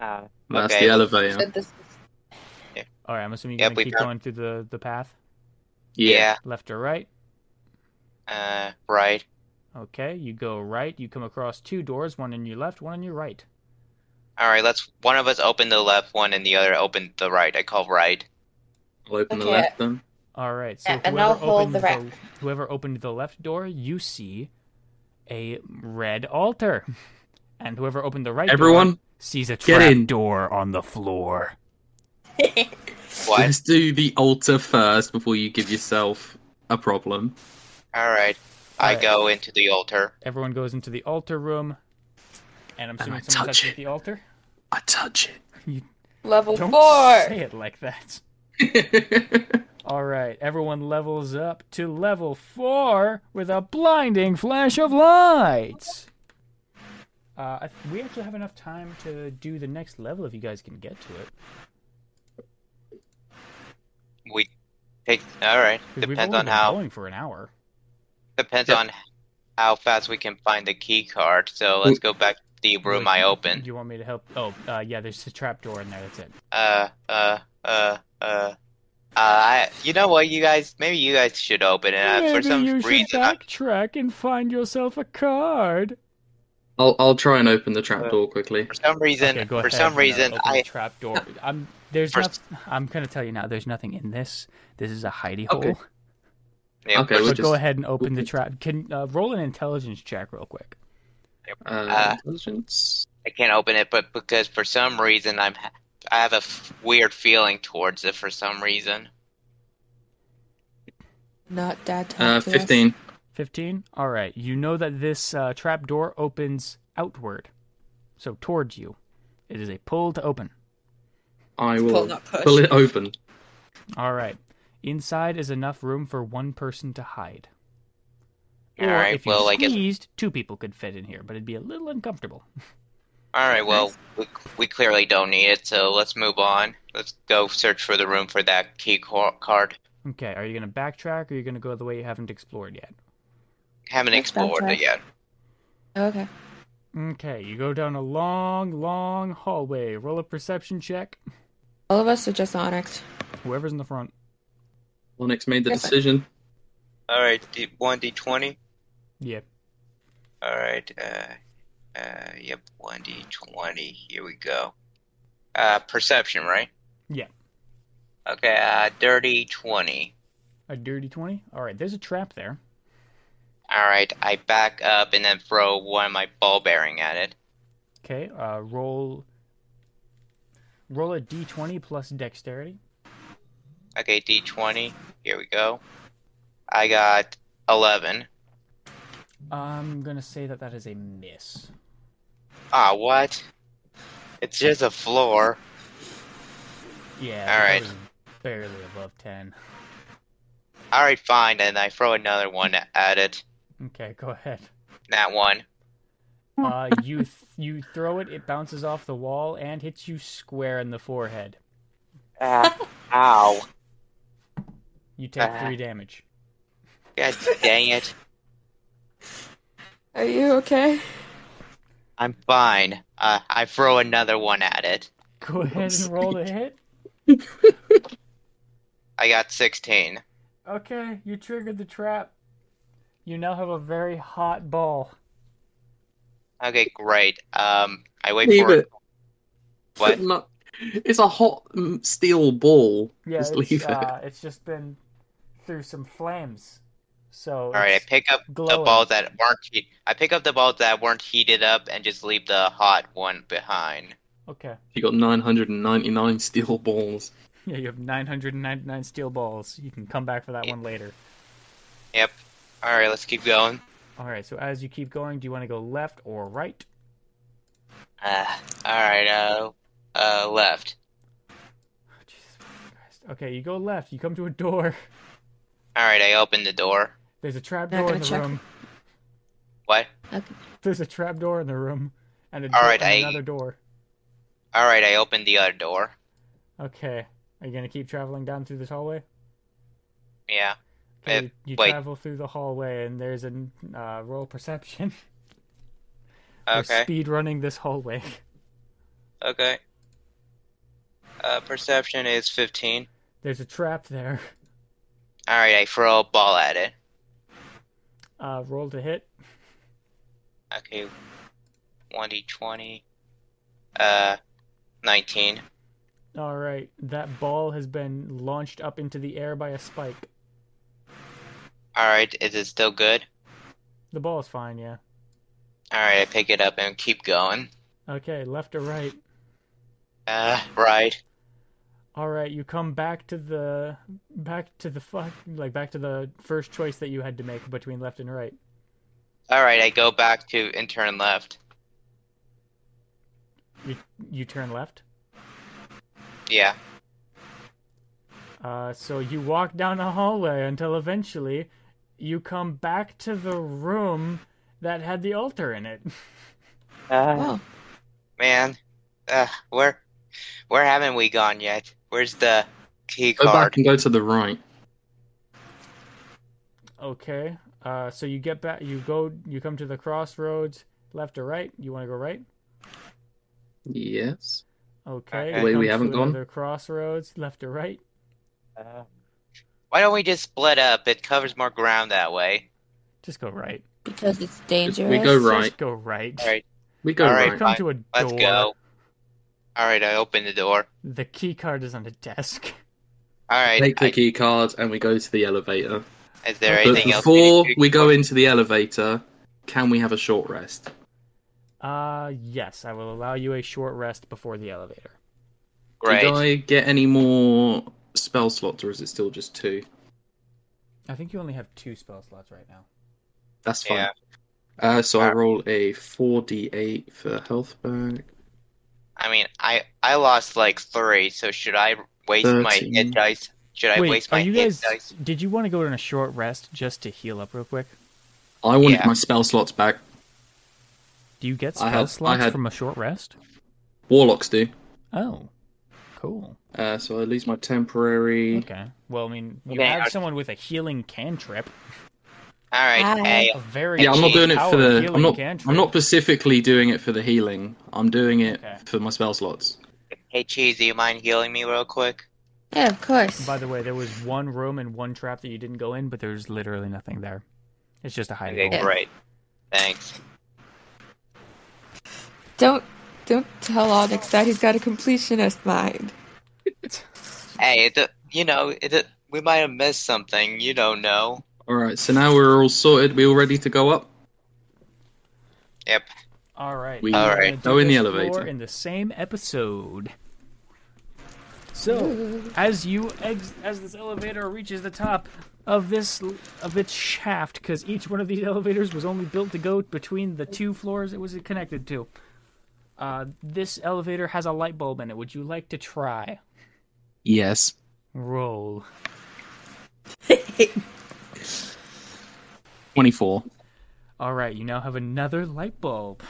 Speaker 4: Uh,
Speaker 1: That's
Speaker 4: Okay.
Speaker 1: the elevator.
Speaker 5: But this is
Speaker 2: All right, I'm assuming
Speaker 4: Yep,
Speaker 2: you're gonna
Speaker 4: we
Speaker 2: keep
Speaker 4: found-
Speaker 2: going through the the path,
Speaker 4: yeah.
Speaker 2: left or right.
Speaker 4: Uh, right.
Speaker 2: Okay, you go right. You come across two doors, one on your left, one on your right.
Speaker 4: All right. Let's one of us open the left one and the other open the right. I call right.
Speaker 1: I'll open the
Speaker 5: Okay.
Speaker 1: left then.
Speaker 2: All right. So
Speaker 5: Yeah, and
Speaker 2: whoever
Speaker 5: I'll hold
Speaker 2: opened
Speaker 5: the rack.
Speaker 2: whoever opened the left door, you see a red altar, and whoever opened the right door
Speaker 1: Everyone,
Speaker 2: sees a
Speaker 1: get
Speaker 2: trap
Speaker 1: in.
Speaker 2: door on the floor.
Speaker 4: What?
Speaker 1: let's do the altar first before you give yourself a problem.
Speaker 4: All right. I
Speaker 2: Alright.
Speaker 4: go into the altar.
Speaker 2: Everyone goes into the altar room. And I'm
Speaker 1: And I
Speaker 2: assuming someone
Speaker 1: touch
Speaker 2: touched
Speaker 1: it. Oh,
Speaker 2: the altar.
Speaker 1: I touch
Speaker 5: Level
Speaker 2: Don't say
Speaker 5: four.
Speaker 2: it like that.
Speaker 1: it.
Speaker 2: All right, everyone levels up to level four with a blinding flash of light. Uh, I th- we actually have enough time to do the next level if you guys can get to it.
Speaker 4: We take all right.
Speaker 2: 'Cause we've
Speaker 4: Depends
Speaker 2: only
Speaker 4: on
Speaker 2: been
Speaker 4: how
Speaker 2: going for an hour.
Speaker 4: depends
Speaker 1: Yep.
Speaker 4: on how fast we can find the key card. So let's go back to the room I
Speaker 2: Do
Speaker 4: opened.
Speaker 2: you want me to help? Oh, uh, yeah. There's a trap door in there. That's it.
Speaker 4: Uh, uh, uh, uh. uh I, you know what, you guys? Maybe you guys should open it. Uh, for some reason, I-
Speaker 2: backtrack and find yourself a card.
Speaker 1: I'll I'll try and open the
Speaker 4: Uh,
Speaker 1: trap door quickly.
Speaker 4: for some reason,
Speaker 2: Okay, go
Speaker 4: for
Speaker 2: ahead
Speaker 4: some
Speaker 2: and, uh,
Speaker 4: reason,
Speaker 2: open the
Speaker 4: I
Speaker 2: trap door. I'm there's
Speaker 4: First-
Speaker 2: not, I'm gonna tell you now. There's nothing in this. This is a hidey
Speaker 1: Okay.
Speaker 2: hole.
Speaker 4: yeah,
Speaker 1: Okay,
Speaker 4: for-
Speaker 1: we'll
Speaker 2: So
Speaker 1: just-
Speaker 2: go ahead and open the trap. Can uh, roll an intelligence check real quick.
Speaker 1: Uh,
Speaker 4: Uh,
Speaker 1: intelligence.
Speaker 4: I can't open it, but because for some reason I'm ha- I have a f- weird feeling towards it for some reason.
Speaker 5: Not
Speaker 1: Uh,
Speaker 5: dad talk to us.
Speaker 1: fifteen.
Speaker 2: Fifteen. All right. You know that this uh, trap door opens outward, so towards you. It is a pull to open.
Speaker 1: I
Speaker 5: Pull,
Speaker 1: will
Speaker 5: not push.
Speaker 1: pull it open.
Speaker 2: All right. Inside is enough room for one person to hide.
Speaker 4: All
Speaker 2: or
Speaker 4: right,
Speaker 2: if you
Speaker 4: well, I guess.
Speaker 2: squeezed, two people could fit in here, but it'd be a little uncomfortable.
Speaker 4: All right, well, we, we clearly don't need it, so let's move on. Let's go search for the room for that key cor- card.
Speaker 2: Okay, are you gonna backtrack, or are you gonna go the way you haven't explored yet?
Speaker 4: Haven't
Speaker 5: Let's
Speaker 4: explored
Speaker 5: backtrack.
Speaker 4: it yet.
Speaker 5: Okay.
Speaker 2: Okay, you go down a long, long hallway. Roll a perception check.
Speaker 5: All of us are just onyx.
Speaker 2: Whoever's in the front.
Speaker 1: Onyx made the
Speaker 5: Yes, sir.
Speaker 1: decision.
Speaker 4: All right, D- one d twenty.
Speaker 2: Yeah.
Speaker 4: All right, uh, uh, yep, one d twenty. Here we go. Uh, perception, right?
Speaker 2: Yeah.
Speaker 4: Okay, uh, dirty twenty.
Speaker 2: A dirty 20? Alright, there's a trap there.
Speaker 4: All right, I back up and then throw one of my ball bearing at it.
Speaker 2: Okay, uh, roll. Roll a d20 plus dexterity.
Speaker 4: Okay, D20. Here we go. I got 11.
Speaker 2: I'm gonna say that that is a miss.
Speaker 4: Ah, what? It's just a floor.
Speaker 2: Yeah.
Speaker 4: All
Speaker 2: that
Speaker 4: right.
Speaker 2: was Barely above 10.
Speaker 4: Alright, fine, and I throw another one at it.
Speaker 2: Okay, go ahead.
Speaker 4: That one.
Speaker 2: Uh, you th- you throw it, it bounces off the wall and hits you square in the forehead.
Speaker 4: Ah, ow.
Speaker 2: You take
Speaker 4: Ah.
Speaker 2: three damage.
Speaker 4: God dang it.
Speaker 5: Are you okay?
Speaker 4: I'm fine. Uh, I throw another one at it.
Speaker 2: Go ahead and roll the hit.
Speaker 4: I got 16.
Speaker 2: Okay, you triggered the trap. You now have a very hot ball.
Speaker 4: Okay, great. Um, I wait
Speaker 1: Leave
Speaker 4: for
Speaker 1: it.
Speaker 4: What?
Speaker 1: Not- It's a hot mm, steel ball.
Speaker 2: Yeah,
Speaker 1: Just
Speaker 2: it's,
Speaker 1: leave it.
Speaker 2: uh, it's just been through some flames. So
Speaker 4: Alright, I
Speaker 2: it's
Speaker 4: pick up the
Speaker 2: glowing.
Speaker 4: balls that weren't heat- I pick up the balls that weren't heated up and just leave the hot one behind.
Speaker 2: Okay.
Speaker 1: You got 999 steel balls.
Speaker 2: Yeah, you have 999 steel balls. You can come back for that
Speaker 4: Yeah.
Speaker 2: one later.
Speaker 4: Yep. Alright, let's keep going.
Speaker 2: All right, so as you keep going, do you want to go left or right?
Speaker 4: Uh, alright, uh, uh, left.
Speaker 2: Oh, Jesus Christ. Okay, you go left. You come to a door.
Speaker 4: Alright, I opened the door.
Speaker 2: There's a trap
Speaker 5: Not
Speaker 2: door in
Speaker 5: gonna
Speaker 2: the
Speaker 5: check.
Speaker 2: room.
Speaker 4: What?
Speaker 2: There's a trap door in the room, and, a
Speaker 4: All right,
Speaker 2: and
Speaker 4: I-
Speaker 2: another door.
Speaker 4: Alright, I opened the other door.
Speaker 2: Okay, are you gonna keep traveling down through this hallway?
Speaker 4: Yeah.
Speaker 2: Okay,
Speaker 4: Uh,
Speaker 2: you, you
Speaker 4: wait.
Speaker 2: travel through the hallway, and there's a uh, roll perception. We're
Speaker 4: Okay.
Speaker 2: Speed running this hallway.
Speaker 4: Okay. Uh, perception is 15.
Speaker 2: There's a trap there.
Speaker 4: Alright, I throw a ball at it.
Speaker 2: Uh, roll to hit.
Speaker 4: Okay. 1d20. Uh, 19.
Speaker 2: All right, that ball has been launched up into the air by a spike.
Speaker 4: Alright, is it still good?
Speaker 2: The ball is fine, yeah.
Speaker 4: Alright, I pick it up and keep going.
Speaker 2: Okay, left or right.
Speaker 4: Uh, right.
Speaker 2: All right, you come back to the back to the fuck like back to the first choice that you had to make between left and right.
Speaker 4: Alright, I go back to and turn left.
Speaker 2: You, you turn left.
Speaker 4: Yeah.
Speaker 2: Uh, so you walk down a hallway until eventually you come back to the room that had the altar in it.
Speaker 5: Oh,
Speaker 4: Uh, Man, uh, where, where haven't we gone yet? Where's the key
Speaker 1: Go back
Speaker 4: card?
Speaker 1: and go to the right.
Speaker 2: Okay. Uh, so you get back. You go. You come to the crossroads. Left or right? You want to go right?
Speaker 1: Yes.
Speaker 2: Okay.
Speaker 4: Okay.
Speaker 2: you
Speaker 1: Uh, Wait, we
Speaker 2: come
Speaker 1: haven't
Speaker 2: to
Speaker 1: gone?
Speaker 2: another crossroads. Left or right?
Speaker 4: Uh, Why don't we just split up? It covers more ground that way.
Speaker 2: Just go right.
Speaker 5: because it's dangerous.
Speaker 1: We go right.
Speaker 2: Just go right.
Speaker 4: All right,
Speaker 1: We go
Speaker 4: All
Speaker 1: right.
Speaker 4: right.
Speaker 2: Come to a door.
Speaker 4: let's go. All right, I open the door.
Speaker 2: The key card is on a desk.
Speaker 4: All right,
Speaker 1: Take the
Speaker 4: I-
Speaker 1: key card and we go to the elevator.
Speaker 4: is there
Speaker 1: But
Speaker 4: anything else?
Speaker 1: before
Speaker 4: need to-
Speaker 1: we go into the elevator, can we have a short rest?
Speaker 2: Uh, yes, I will allow you a short rest before the elevator.
Speaker 4: Great.
Speaker 1: Did I get any more spell slots or is it still just two?
Speaker 2: I think you only have two spell slots right now.
Speaker 1: That's fine.
Speaker 4: Yeah.
Speaker 1: Uh, so I
Speaker 4: Uh,
Speaker 1: roll a 4d8 for health back.
Speaker 4: I mean, I I lost like three, so should I waste my
Speaker 1: Thirteen.
Speaker 4: hit dice? Should I
Speaker 2: Wait,
Speaker 4: waste
Speaker 2: are
Speaker 4: my
Speaker 2: you
Speaker 4: hit
Speaker 2: guys?
Speaker 4: dice?
Speaker 2: Did you want to go on a short rest just to heal up real quick?
Speaker 1: I wanted
Speaker 4: Yeah.
Speaker 1: my spell slots back.
Speaker 2: Do you get spell
Speaker 1: I had- I
Speaker 2: slots
Speaker 1: had-
Speaker 2: from a short rest?
Speaker 1: Warlocks do.
Speaker 2: Oh, cool.
Speaker 1: Uh, so I lose my temporary.
Speaker 2: Okay. Well, I mean, you
Speaker 4: Okay,
Speaker 2: have
Speaker 4: I'll-
Speaker 2: someone with a healing cantrip.
Speaker 4: All right,
Speaker 5: Ah.
Speaker 4: hey,
Speaker 2: A very
Speaker 1: Yeah, I'm not doing it for
Speaker 2: powered
Speaker 1: the.
Speaker 2: healing
Speaker 1: I'm not.
Speaker 2: Cantrip.
Speaker 1: I'm not specifically doing it for the healing. I'm doing it
Speaker 2: Okay.
Speaker 1: for my spell slots.
Speaker 4: hey, cheese, do you mind healing me real quick?
Speaker 5: Yeah, of course.
Speaker 2: By the way, there was one room and one trap that you didn't go in, but there's literally nothing there. It's just a hiding
Speaker 4: Okay,
Speaker 2: hole.
Speaker 4: great. Thanks.
Speaker 5: Don't don't tell Onyx that he's got a completionist mind.
Speaker 4: Hey, it, you know, it, we might have missed something. You don't know.
Speaker 1: All right. So now we're all sorted. We all ready to go up.
Speaker 4: Yep.
Speaker 2: All right.
Speaker 1: We
Speaker 4: All right.
Speaker 2: We're gonna
Speaker 1: go
Speaker 2: do
Speaker 1: Oh, in the
Speaker 2: this
Speaker 1: elevator.
Speaker 2: floor in the same episode. So, as you ex- as this elevator reaches the top of this of its shaft, because each one of these elevators was only built to go between the two floors it was connected to. Uh, this elevator has a light bulb in it. Would you like to try?
Speaker 1: Yes.
Speaker 2: Roll.
Speaker 1: Twenty-four.
Speaker 2: All right, you now have another light bulb.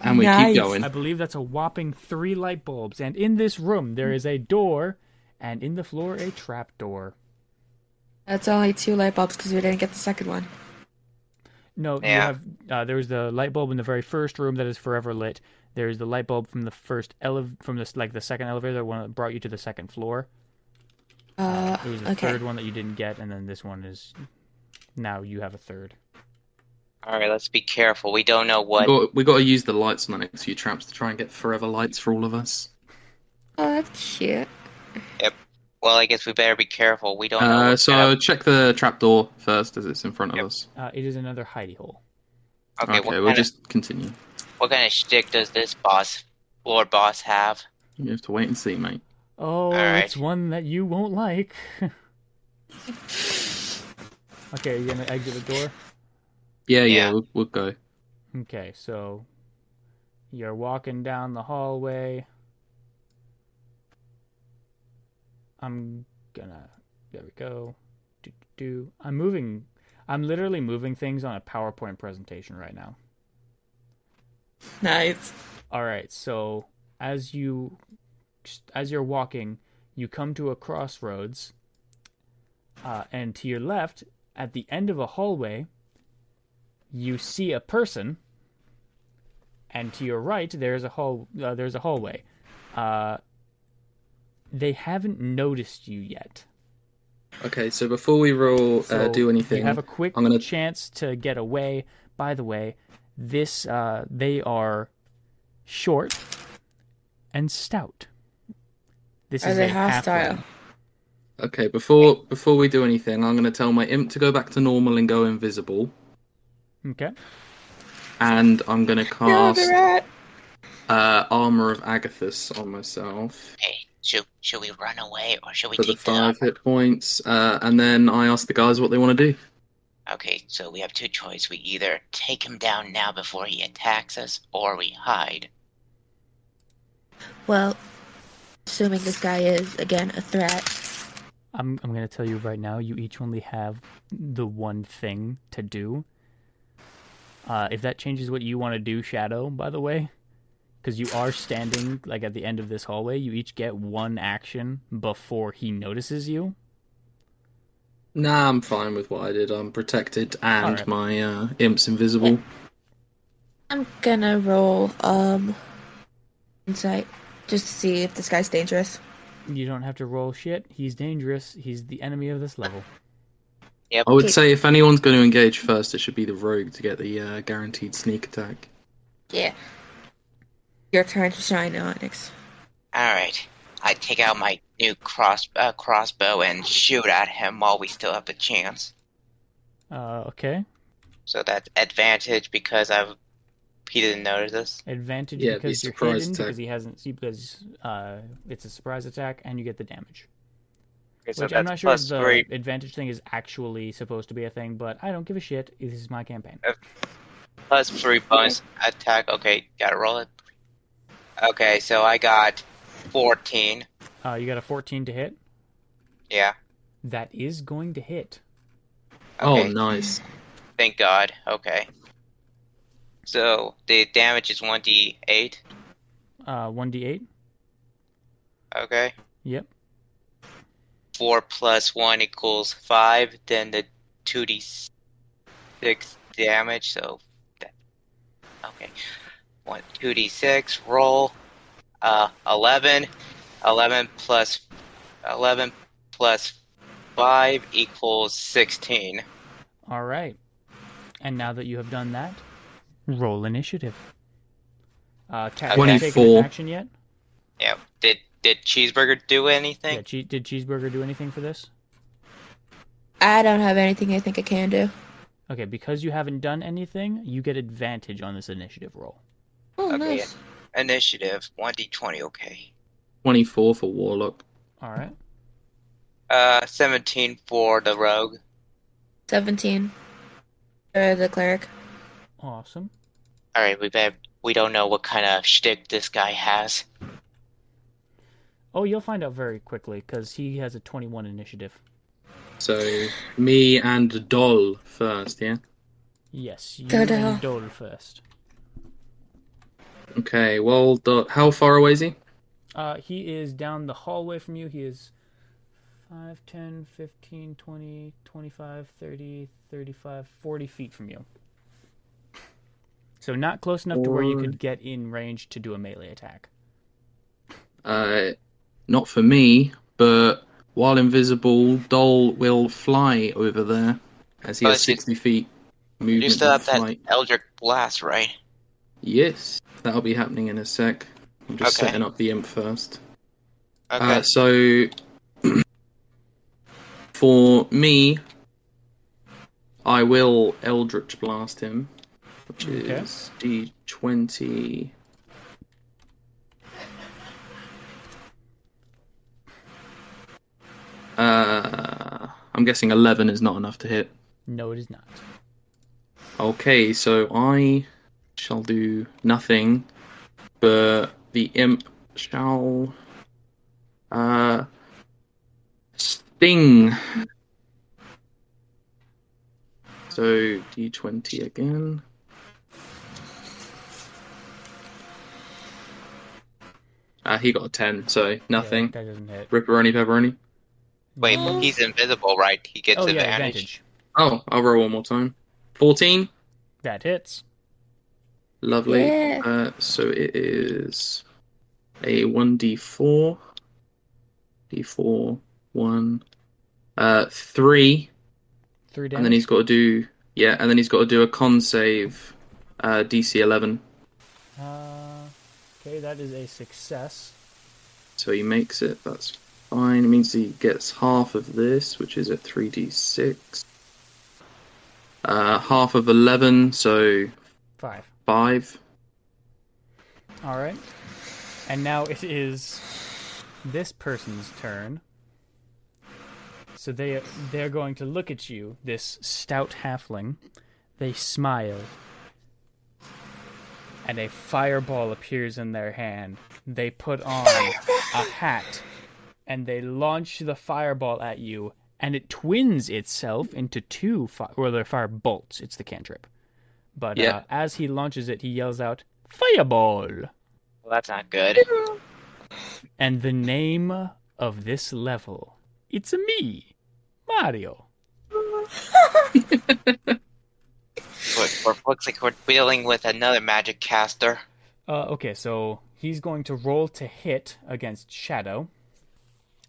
Speaker 1: And we
Speaker 5: Nice.
Speaker 1: keep going.
Speaker 2: I believe that's a whopping three light bulbs. And in this room, there is a door, and in the floor, a trap door.
Speaker 5: That's only two light bulbs because we didn't get the second one.
Speaker 2: No, you
Speaker 4: Yeah.
Speaker 2: have. Uh, there was the light bulb in the very first room that is forever lit. There is the light bulb from the first ele- from this like the second elevator, the one that brought you to the second floor.
Speaker 5: Uh,
Speaker 2: It was the
Speaker 5: okay.
Speaker 2: third one that you didn't get, and then this one is. Now you have a third.
Speaker 4: All right, let's be careful. We don't know
Speaker 1: We
Speaker 4: what.
Speaker 1: got, we got to use the lights on the next few traps to try and get forever lights for all of us.
Speaker 5: Oh, that's cute.
Speaker 4: Well, I guess we better be careful. We don't know.
Speaker 1: Uh,
Speaker 4: what's
Speaker 1: so
Speaker 4: happening.
Speaker 1: check the trapdoor first as it's in front of
Speaker 4: Yep.
Speaker 1: us.
Speaker 2: Uh, it is another hidey hole.
Speaker 4: okay,
Speaker 1: Okay,
Speaker 4: what,
Speaker 1: we'll
Speaker 4: kind
Speaker 1: just continue.
Speaker 4: of, what kind of shtick does this boss, floor boss, have?
Speaker 1: You have to wait and see, mate.
Speaker 2: Oh,
Speaker 4: right.
Speaker 2: it's one that you won't like. okay, you're gonna exit the door.
Speaker 1: Yeah, yeah,
Speaker 4: Yeah.
Speaker 1: we'll, we'll go.
Speaker 2: Okay, so you're walking down the hallway. I'm gonna. There we go. Do, do, do. I'm moving. I'm literally moving things on a PowerPoint presentation right now.
Speaker 5: Nice.
Speaker 2: All right, so as you as you're walking, you come to a crossroads, uh, and to your left, at the end of a hallway, you see a person, and to your right, there's a hall uh, there's a hallway. Uh, they haven't noticed you yet.
Speaker 1: Okay, so before we roll, uh,
Speaker 2: So
Speaker 1: do anything,
Speaker 2: You have a quick
Speaker 1: I'm gonna-
Speaker 2: chance to get away. By the way, this uh, they are short and stout. This
Speaker 5: Are
Speaker 2: is
Speaker 5: they
Speaker 2: a halfling.
Speaker 5: hostile?
Speaker 1: okay, before before we do anything, I'm gonna tell my imp to go back to normal and go invisible,
Speaker 2: Okay.
Speaker 1: and I'm gonna
Speaker 5: No,
Speaker 1: cast
Speaker 5: the rat.
Speaker 1: uh, armor of Agathis on myself
Speaker 4: Hey, should, should we run away or should we
Speaker 1: for the
Speaker 4: take the
Speaker 1: five hit points, uh, and then I ask the guys what they want to do.
Speaker 4: Okay, so we have two choices. We either take him down now before he attacks us, or we hide.
Speaker 3: Well, assuming this guy is, again, a threat.
Speaker 2: I'm I'm gonna tell you right now. You each only have the one thing to do. Uh, if that changes what you want to do, Shadow, by the way, because you are standing like at the end of this hallway, you each get one action before he notices you.
Speaker 1: Nah, I'm fine with what I did. I'm protected and
Speaker 2: Alright.
Speaker 1: my uh, imp's invisible.
Speaker 3: I'm gonna roll, um, insight, just to see if this guy's dangerous.
Speaker 2: You don't have to roll shit. He's dangerous. He's the enemy of this level.
Speaker 1: I would
Speaker 3: Okay.
Speaker 1: say if anyone's going to engage first, it should be the rogue to get the uh, guaranteed sneak attack.
Speaker 3: Yeah. Your time to shine, Onyx.
Speaker 4: All right. I take out my new cross uh, crossbow and shoot at him while we still have the chance.
Speaker 2: Uh, okay.
Speaker 4: So that's advantage because I've he didn't notice us.
Speaker 2: Advantage
Speaker 1: Yeah, it'd be
Speaker 2: because you're
Speaker 1: surprise
Speaker 2: hidden
Speaker 1: attack.
Speaker 2: because he hasn't see because uh it's a surprise attack and you get the damage.
Speaker 4: Okay, so
Speaker 2: Which I'm
Speaker 4: that's
Speaker 2: not sure if
Speaker 4: plus
Speaker 2: the
Speaker 4: three.
Speaker 2: advantage thing is actually supposed to be a thing, but I don't give a shit. This is my campaign.
Speaker 4: plus three bonus attack. Okay, gotta roll it. Okay, so I got fourteen.
Speaker 2: Uh, you got a 14 to hit.
Speaker 4: Yeah.
Speaker 2: That is going to hit.
Speaker 1: Oh,
Speaker 4: Okay.
Speaker 1: nice.
Speaker 4: Thank God. Okay. So the damage is one d eight.
Speaker 2: Uh, 1d8.
Speaker 4: Okay.
Speaker 2: Yep.
Speaker 4: Four plus one equals five. Then the two d six damage. So that. Okay. One two d six roll. Uh, eleven. Eleven plus eleven plus five equals sixteen.
Speaker 2: All right. And now that you have done that, roll initiative. Uh, Kat, have you taken an
Speaker 1: 24.
Speaker 2: action yet?
Speaker 4: Yeah. Did did cheeseburger do anything?
Speaker 2: Yeah, che- did Cheeseburger do anything for this?
Speaker 3: I don't have anything I think I can do.
Speaker 2: Okay, because you haven't done anything, you get advantage on this initiative roll.
Speaker 3: Oh,
Speaker 4: Okay,
Speaker 3: nice.
Speaker 4: Initiative one d twenty. Okay.
Speaker 1: 24 for Warlock.
Speaker 2: All right.
Speaker 4: Uh, seventeen for the rogue.
Speaker 3: 17. For the cleric.
Speaker 2: Awesome.
Speaker 4: All right, we bet we don't know what kind of shtick this guy has.
Speaker 2: Oh, you'll find out very quickly because he has a 21 initiative.
Speaker 1: So me and Doll first, yeah?
Speaker 2: Yes, you
Speaker 3: Dodo.
Speaker 2: and Dole first.
Speaker 1: Okay, well, Doll, how far away is he?
Speaker 2: Uh, he is down the hallway from you. He is 5, 10, 15, 20, 25, 30, 35, 40 feet from you. So not close enough to where you could get in range to do a melee attack.
Speaker 1: Uh, not for me, but while invisible, Doll will fly over there as he
Speaker 4: Oh,
Speaker 1: has
Speaker 4: that's-
Speaker 1: 60 feet movement.
Speaker 4: You still
Speaker 1: and
Speaker 4: have that
Speaker 1: flight.
Speaker 4: Eldritch Blast, right?
Speaker 1: Yes, that'll be happening in a sec. I'm just
Speaker 4: Okay.
Speaker 1: setting up the imp first.
Speaker 4: Okay.
Speaker 1: Uh, so, for me, I will Eldritch Blast him, which
Speaker 2: Okay.
Speaker 1: is D20. Uh, I'm guessing 11 is not enough to hit.
Speaker 2: No, it is not.
Speaker 1: Okay, so I shall do nothing, but the imp shall uh sting. So D twenty again. Ah, he got a ten, so
Speaker 2: Yeah,
Speaker 1: nothing.
Speaker 2: that doesn't hit.
Speaker 1: Ripperoni pepperoni.
Speaker 4: Wait, but he's invisible, right? He gets
Speaker 2: oh, yeah,
Speaker 4: advantage.
Speaker 2: advantage.
Speaker 1: Oh, I'll roll one more time. Fourteen.
Speaker 2: That hits.
Speaker 1: Lovely.
Speaker 3: Yeah.
Speaker 1: Uh, so it is a 1d4, d4, 1, uh, 3,
Speaker 2: Three damage.
Speaker 1: and then he's got to do, yeah, and then he's got to do a con save, uh, DC 11.
Speaker 2: Uh, okay, that is a success.
Speaker 1: So he makes it, that's fine. It means he gets half of this, which is a 3d6. Uh, half of 11, so
Speaker 2: Five.
Speaker 1: 5.
Speaker 2: All right. And now it is this person's turn. So they they're going to look at you, this stout halfling. They smile. and a fireball appears in their hand. They put on a hat and they launch the fireball at you, and it twins itself into two fi- or they're fire bolts. It's the cantrip. But uh,
Speaker 1: Yeah.
Speaker 2: as he launches it, he yells out, "Fireball!"
Speaker 4: Well, that's not good.
Speaker 2: And the name of this level, it's a me, Mario.
Speaker 4: But but looks like we're dealing with another magic caster.
Speaker 2: Uh, okay, so he's going to roll to hit against Shadow.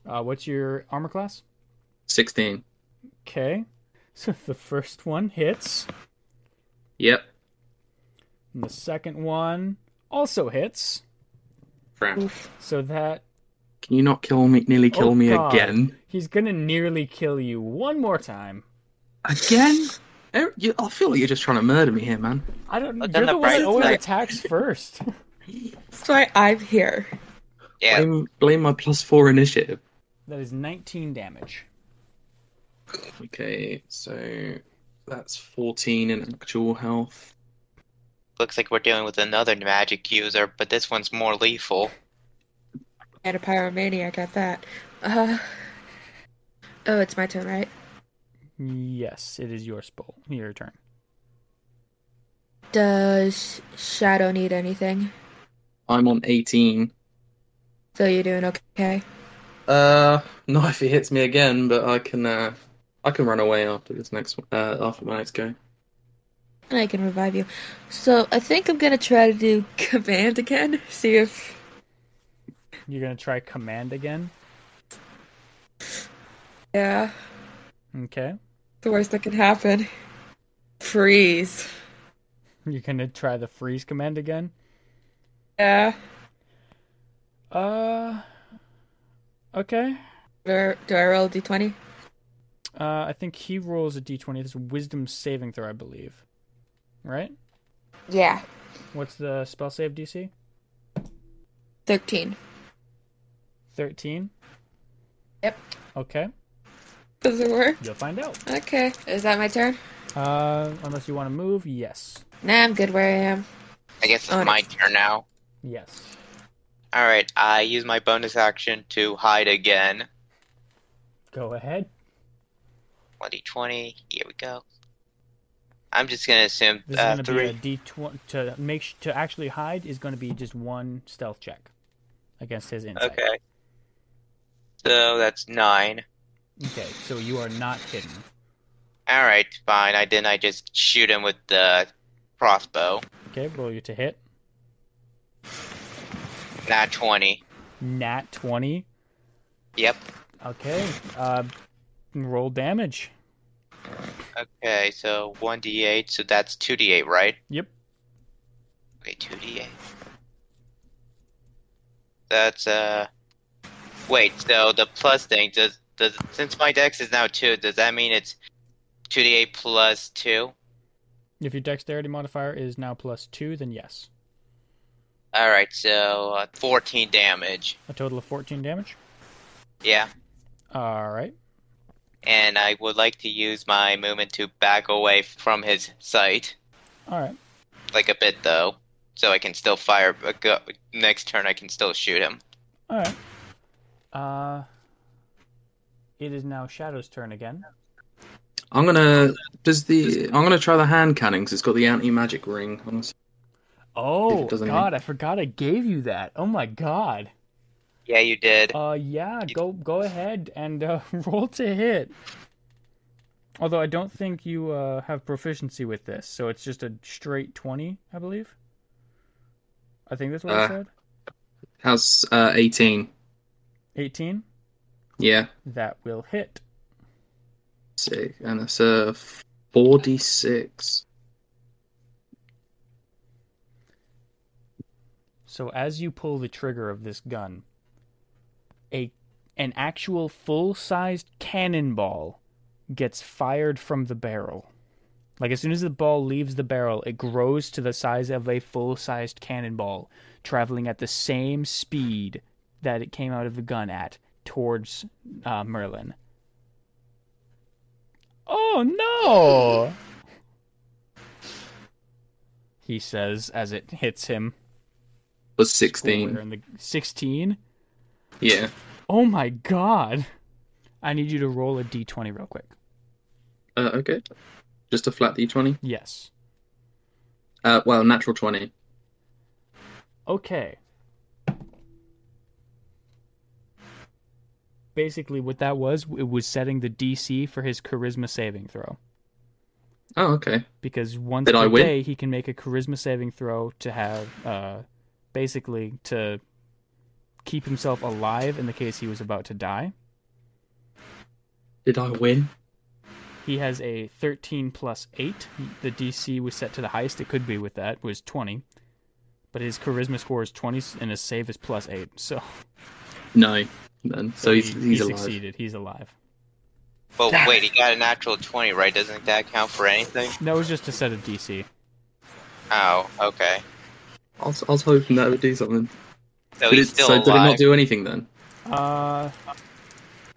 Speaker 2: Uh, what's your armor class?
Speaker 1: 16.
Speaker 2: Okay. So the first one hits,
Speaker 1: Yep.
Speaker 2: and the second one also hits.
Speaker 1: Crap.
Speaker 2: So that
Speaker 1: Can you not kill me? Nearly kill
Speaker 2: Mm. Oh,
Speaker 1: me
Speaker 2: God.
Speaker 1: again.
Speaker 2: he's gonna nearly kill you one more time.
Speaker 1: Again? Er- you- I feel like you're just trying to murder me here, man.
Speaker 2: I don't.
Speaker 4: But
Speaker 2: You're
Speaker 4: then
Speaker 2: the
Speaker 4: the
Speaker 2: one that
Speaker 4: bright
Speaker 2: always
Speaker 4: side-
Speaker 2: attacks first.
Speaker 3: That's why I'm here.
Speaker 4: Yeah,
Speaker 1: Blame, blame my plus four initiative.
Speaker 2: that is 19 damage.
Speaker 1: Okay, so that's 14 in actual health.
Speaker 4: looks like we're dealing with another magic user, but this one's more lethal.
Speaker 3: And a pyromaniac at that. Uh, oh, it's my turn, right?
Speaker 2: Yes, it is your spell. Your turn.
Speaker 3: Does Shadow need anything?
Speaker 1: I'm on 18.
Speaker 3: So you're doing okay?
Speaker 1: Uh, not if he hits me again, but I can, uh, I can run away after this next one, uh, after my next go.
Speaker 3: And I can revive you. So I think I'm gonna try to do command again. See if
Speaker 2: You're gonna try command again.
Speaker 3: yeah,
Speaker 2: Okay.
Speaker 3: the worst that could happen. Freeze.
Speaker 2: You're gonna try the freeze command again.
Speaker 3: Yeah.
Speaker 2: Uh. Okay.
Speaker 3: Do do I roll d d20?
Speaker 2: Uh, I think he rolls a d20. It's a wisdom saving throw, I believe. Right?
Speaker 5: Yeah.
Speaker 2: What's the spell save DC?
Speaker 3: 13.
Speaker 2: 13?
Speaker 5: Yep.
Speaker 2: Okay.
Speaker 3: Does it work?
Speaker 2: You'll find out.
Speaker 3: Okay. Is that my turn?
Speaker 2: Uh, unless you want to move, yes.
Speaker 3: Nah, I'm good where I am.
Speaker 4: I guess it's
Speaker 3: Oh, no.
Speaker 4: my turn now.
Speaker 2: Yes.
Speaker 4: Alright, I use my bonus action to hide again.
Speaker 2: Go ahead.
Speaker 4: 2020, here we go. I'm just gonna assume
Speaker 2: This
Speaker 4: uh,
Speaker 2: is
Speaker 4: three.
Speaker 2: going to be a d20. To make sh- to actually hide is going to be just one stealth check against his insight.
Speaker 4: Okay. So that's nine.
Speaker 2: Okay, so you are not hidden.
Speaker 4: Alright, fine. I then I just shoot him with the crossbow.
Speaker 2: Okay, roll you to hit.
Speaker 4: Not 20.
Speaker 2: Nat 20.
Speaker 4: Yep.
Speaker 2: Okay. Uh, roll damage.
Speaker 4: Okay, so 1d8, so that's 2d8, right?
Speaker 2: Yep.
Speaker 4: Wait, 2d8. That's, uh. Wait, so the plus thing, does. does since my dex is now 2, does that mean it's 2d8 plus 2?
Speaker 2: If your dexterity modifier is now plus two, then yes.
Speaker 4: Alright, so uh, 14 damage.
Speaker 2: A total of 14 damage.
Speaker 4: Yeah.
Speaker 2: All right.
Speaker 4: And I would like to use my movement to back away from his sight.
Speaker 2: All right.
Speaker 4: Like a bit, though. So I can still fire. uh, Go, next turn, I can still shoot him.
Speaker 2: All right. Uh, it is now Shadow's turn again.
Speaker 1: I'm gonna, does the, I'm gonna try the hand cannon 'cause it's got the anti-magic ring. on it.
Speaker 2: Oh
Speaker 1: It doesn't
Speaker 2: God! I forgot I gave you that. Oh my God.
Speaker 4: Yeah, you
Speaker 1: Oh,
Speaker 4: did.
Speaker 2: Uh, yeah. Go go ahead and uh, roll to hit. Although I don't think you uh, have proficiency with this, so it's just a straight twenty, I believe. I think that's what I
Speaker 1: Uh.
Speaker 2: said.
Speaker 1: Has, uh, 18.
Speaker 2: Eighteen.
Speaker 1: Yeah.
Speaker 2: That will hit.
Speaker 1: Sick. And uh, it's a 46.
Speaker 2: So as you pull the trigger of this gun, a an actual full-sized cannonball gets fired from the barrel. Like as soon as the ball leaves the barrel, it grows to the size of a full-sized cannonball, traveling at the same speed that it came out of the gun at towards uh, Merlin. Oh no! he says as it hits him.
Speaker 1: was 16.
Speaker 2: Square in the- 16?
Speaker 1: Yeah.
Speaker 2: Oh my god. I need you to roll a d20 real quick.
Speaker 1: Uh, okay. Just a flat d20.
Speaker 2: Yes.
Speaker 1: Uh, well, natural 20.
Speaker 2: Okay. Basically, what that was, it was setting the DC for his charisma saving throw.
Speaker 1: Oh, okay.
Speaker 2: because once
Speaker 1: Did
Speaker 2: per
Speaker 1: I win?
Speaker 2: day he can make a charisma saving throw to have uh basically to keep himself alive in the case he was about to die.
Speaker 1: Did I win?
Speaker 2: He has a 13 plus 8. The DC was set to the highest it could be with that was 20. But his charisma score is 20 and his save is plus 8. So,
Speaker 1: No. Then. So, he's,
Speaker 2: he,
Speaker 1: he's,
Speaker 2: he
Speaker 1: alive.
Speaker 2: succeeded. He's alive.
Speaker 4: But wait, he got a natural 20, right? Doesn't that count for anything?
Speaker 2: That was just a set of DC.
Speaker 4: Oh, okay.
Speaker 1: I was, I was hoping that would do something.
Speaker 4: So
Speaker 1: Did it-
Speaker 4: he's still
Speaker 1: so
Speaker 4: alive.
Speaker 1: did it not do anything then?
Speaker 2: Uh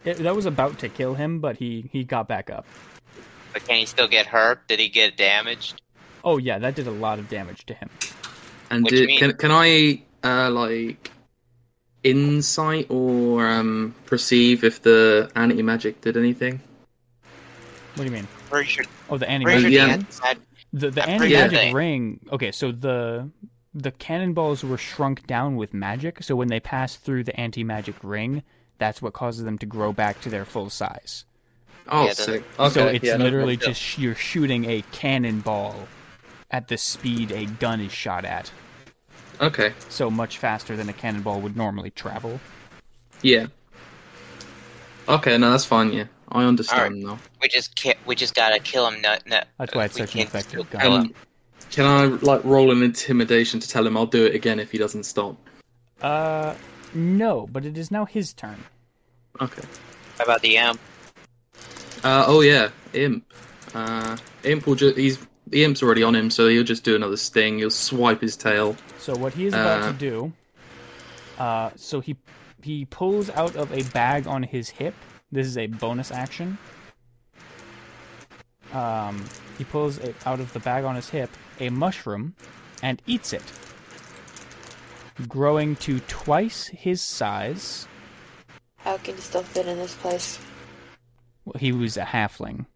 Speaker 2: it, that was about to kill him, but he he got back up.
Speaker 4: But can he still get hurt? Did he get damaged?
Speaker 2: Oh yeah, that did a lot of damage to him.
Speaker 1: And
Speaker 4: What
Speaker 1: did,
Speaker 4: do you
Speaker 1: can can I uh, like insight or um, perceive if the anti magic did anything?
Speaker 2: What do you mean?
Speaker 4: Pretty sure,
Speaker 2: Oh, the anti
Speaker 4: pretty sure
Speaker 2: magic.
Speaker 4: he
Speaker 1: Yeah.
Speaker 4: had, had
Speaker 2: The the
Speaker 4: I'm
Speaker 2: anti
Speaker 4: pretty
Speaker 2: magic
Speaker 4: sure.
Speaker 2: ring. Okay, so the the cannonballs were shrunk down with magic. So when they pass through the anti magic ring, that's what causes them to grow back to their full size.
Speaker 1: Oh,
Speaker 4: Yeah,
Speaker 1: sick.
Speaker 2: so
Speaker 1: Okay,
Speaker 2: it's
Speaker 1: yeah, no
Speaker 2: literally
Speaker 1: problem.
Speaker 2: just sh- you're shooting a cannonball at the speed a gun is shot at.
Speaker 1: okay.
Speaker 2: So much faster than a cannonball would normally travel.
Speaker 1: Yeah. Okay, no, that's fine. Yeah, I understand now.
Speaker 4: we just ki- we just gotta kill him. No, no,
Speaker 2: That's why it's
Speaker 4: we
Speaker 2: such an
Speaker 4: can't
Speaker 2: effective
Speaker 4: still
Speaker 2: gun.
Speaker 4: kill
Speaker 1: Um,
Speaker 4: him.
Speaker 1: can I like roll an intimidation to tell him I'll do it again if he doesn't stop?
Speaker 2: Uh, no, but it is now his turn.
Speaker 1: Okay.
Speaker 4: How about the imp?
Speaker 1: Uh, oh yeah, imp. Uh, imp will just he's the imp's already on him, so he'll just do another sting. He'll swipe his tail.
Speaker 2: So what he is about
Speaker 1: Uh.
Speaker 2: to do, uh, so he he pulls out of a bag on his hip. This is a bonus action. Um, he pulls it out of the bag on his hip a mushroom, and eats it, growing to twice his size.
Speaker 5: How can you still fit in this place?
Speaker 2: Well, he was a halfling.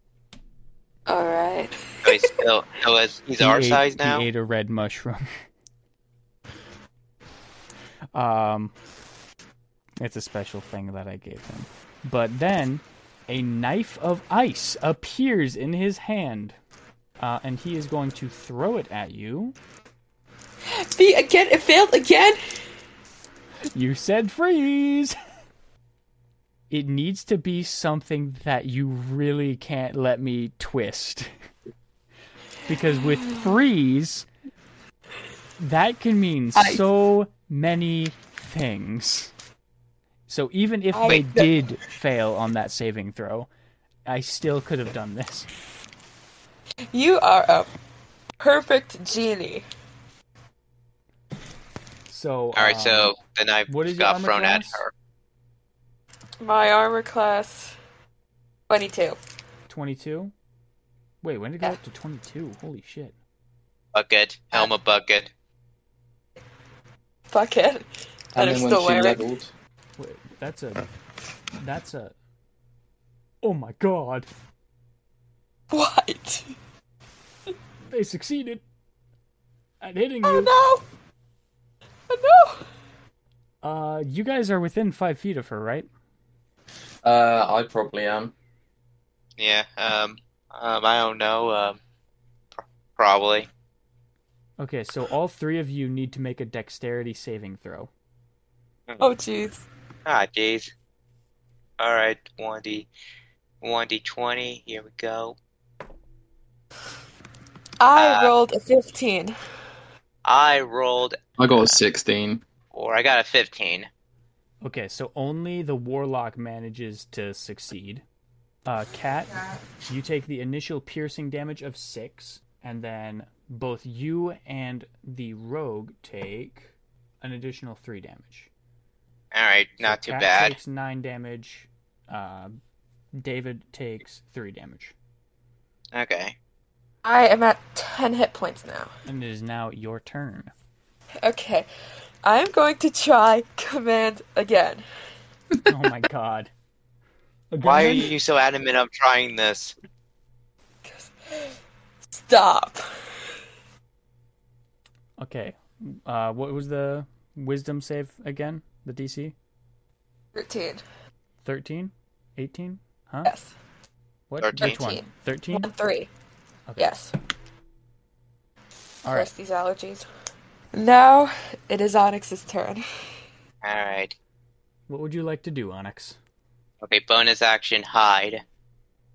Speaker 5: Alright.
Speaker 4: So he's still, so is, he's our
Speaker 2: ate-
Speaker 4: size now.
Speaker 2: He ate a red mushroom. um, it's a special thing that I gave him. But then, a knife of ice appears in his hand, uh, and he is going to throw it at you.
Speaker 5: B again, it failed again!
Speaker 2: You said freeze. It needs to be something that you really can't let me twist. because with freeze, that can mean
Speaker 5: I-
Speaker 2: so many things. So even if
Speaker 5: I-
Speaker 2: they did fail on that saving throw, I still could have done this.
Speaker 5: You are a perfect genie.
Speaker 2: So
Speaker 4: All right,
Speaker 2: um,
Speaker 4: so the knife
Speaker 2: what is your
Speaker 4: got
Speaker 2: armor
Speaker 4: thrown
Speaker 2: class?
Speaker 4: at her.
Speaker 5: My armor class 22.
Speaker 2: 22. Wait, when did it go
Speaker 5: Yeah.
Speaker 2: up to 22? Holy shit.
Speaker 4: Bucket, helmet bucket.
Speaker 5: Fuck it. And I'm still wearing.
Speaker 2: Wait, that's a. That's a. Oh my god!
Speaker 5: What?
Speaker 2: They succeeded at hitting
Speaker 5: Oh
Speaker 2: you.
Speaker 5: no! Oh no!
Speaker 2: Uh, you guys are within five feet of her, right?
Speaker 1: Uh, I probably am.
Speaker 4: Yeah. Um. Um. I don't know. Um. pr- Probably.
Speaker 2: Okay, so all three of you need to make a dexterity saving throw.
Speaker 5: Oh jeez.
Speaker 4: Ah, jeez. All right, one d, one d twenty. Here we go.
Speaker 5: I
Speaker 4: Uh,
Speaker 5: rolled a 15.
Speaker 4: I rolled,
Speaker 1: I got a sixteen.
Speaker 4: or I got a fifteen.
Speaker 2: Okay, so only the warlock manages to succeed. Uh, Cat, you take the initial piercing damage of six, and then both you and the rogue take an additional three damage.
Speaker 4: All right, not
Speaker 2: So
Speaker 4: too
Speaker 2: Cat
Speaker 4: bad.
Speaker 2: Takes nine damage. Uh, David takes three damage.
Speaker 4: Okay.
Speaker 5: I am at 10 hit points now.
Speaker 2: And it is now your turn.
Speaker 5: Okay. I'm going to try command again.
Speaker 2: Oh my god. Again?
Speaker 4: Why are you so adamant on trying this?
Speaker 5: Stop.
Speaker 2: Okay. Uh, what was the wisdom save again? The DC?
Speaker 5: 13.
Speaker 2: 13? 18? Huh?
Speaker 5: Yes.
Speaker 2: What? Which one?
Speaker 5: 13.
Speaker 2: 13?
Speaker 5: 1 3.
Speaker 2: Okay.
Speaker 5: Yes.
Speaker 2: All
Speaker 5: First,
Speaker 2: right.
Speaker 5: these allergies. Now it is Onyx's turn.
Speaker 4: Alright.
Speaker 2: What would you like to do, Onyx?
Speaker 4: Okay, bonus action hide.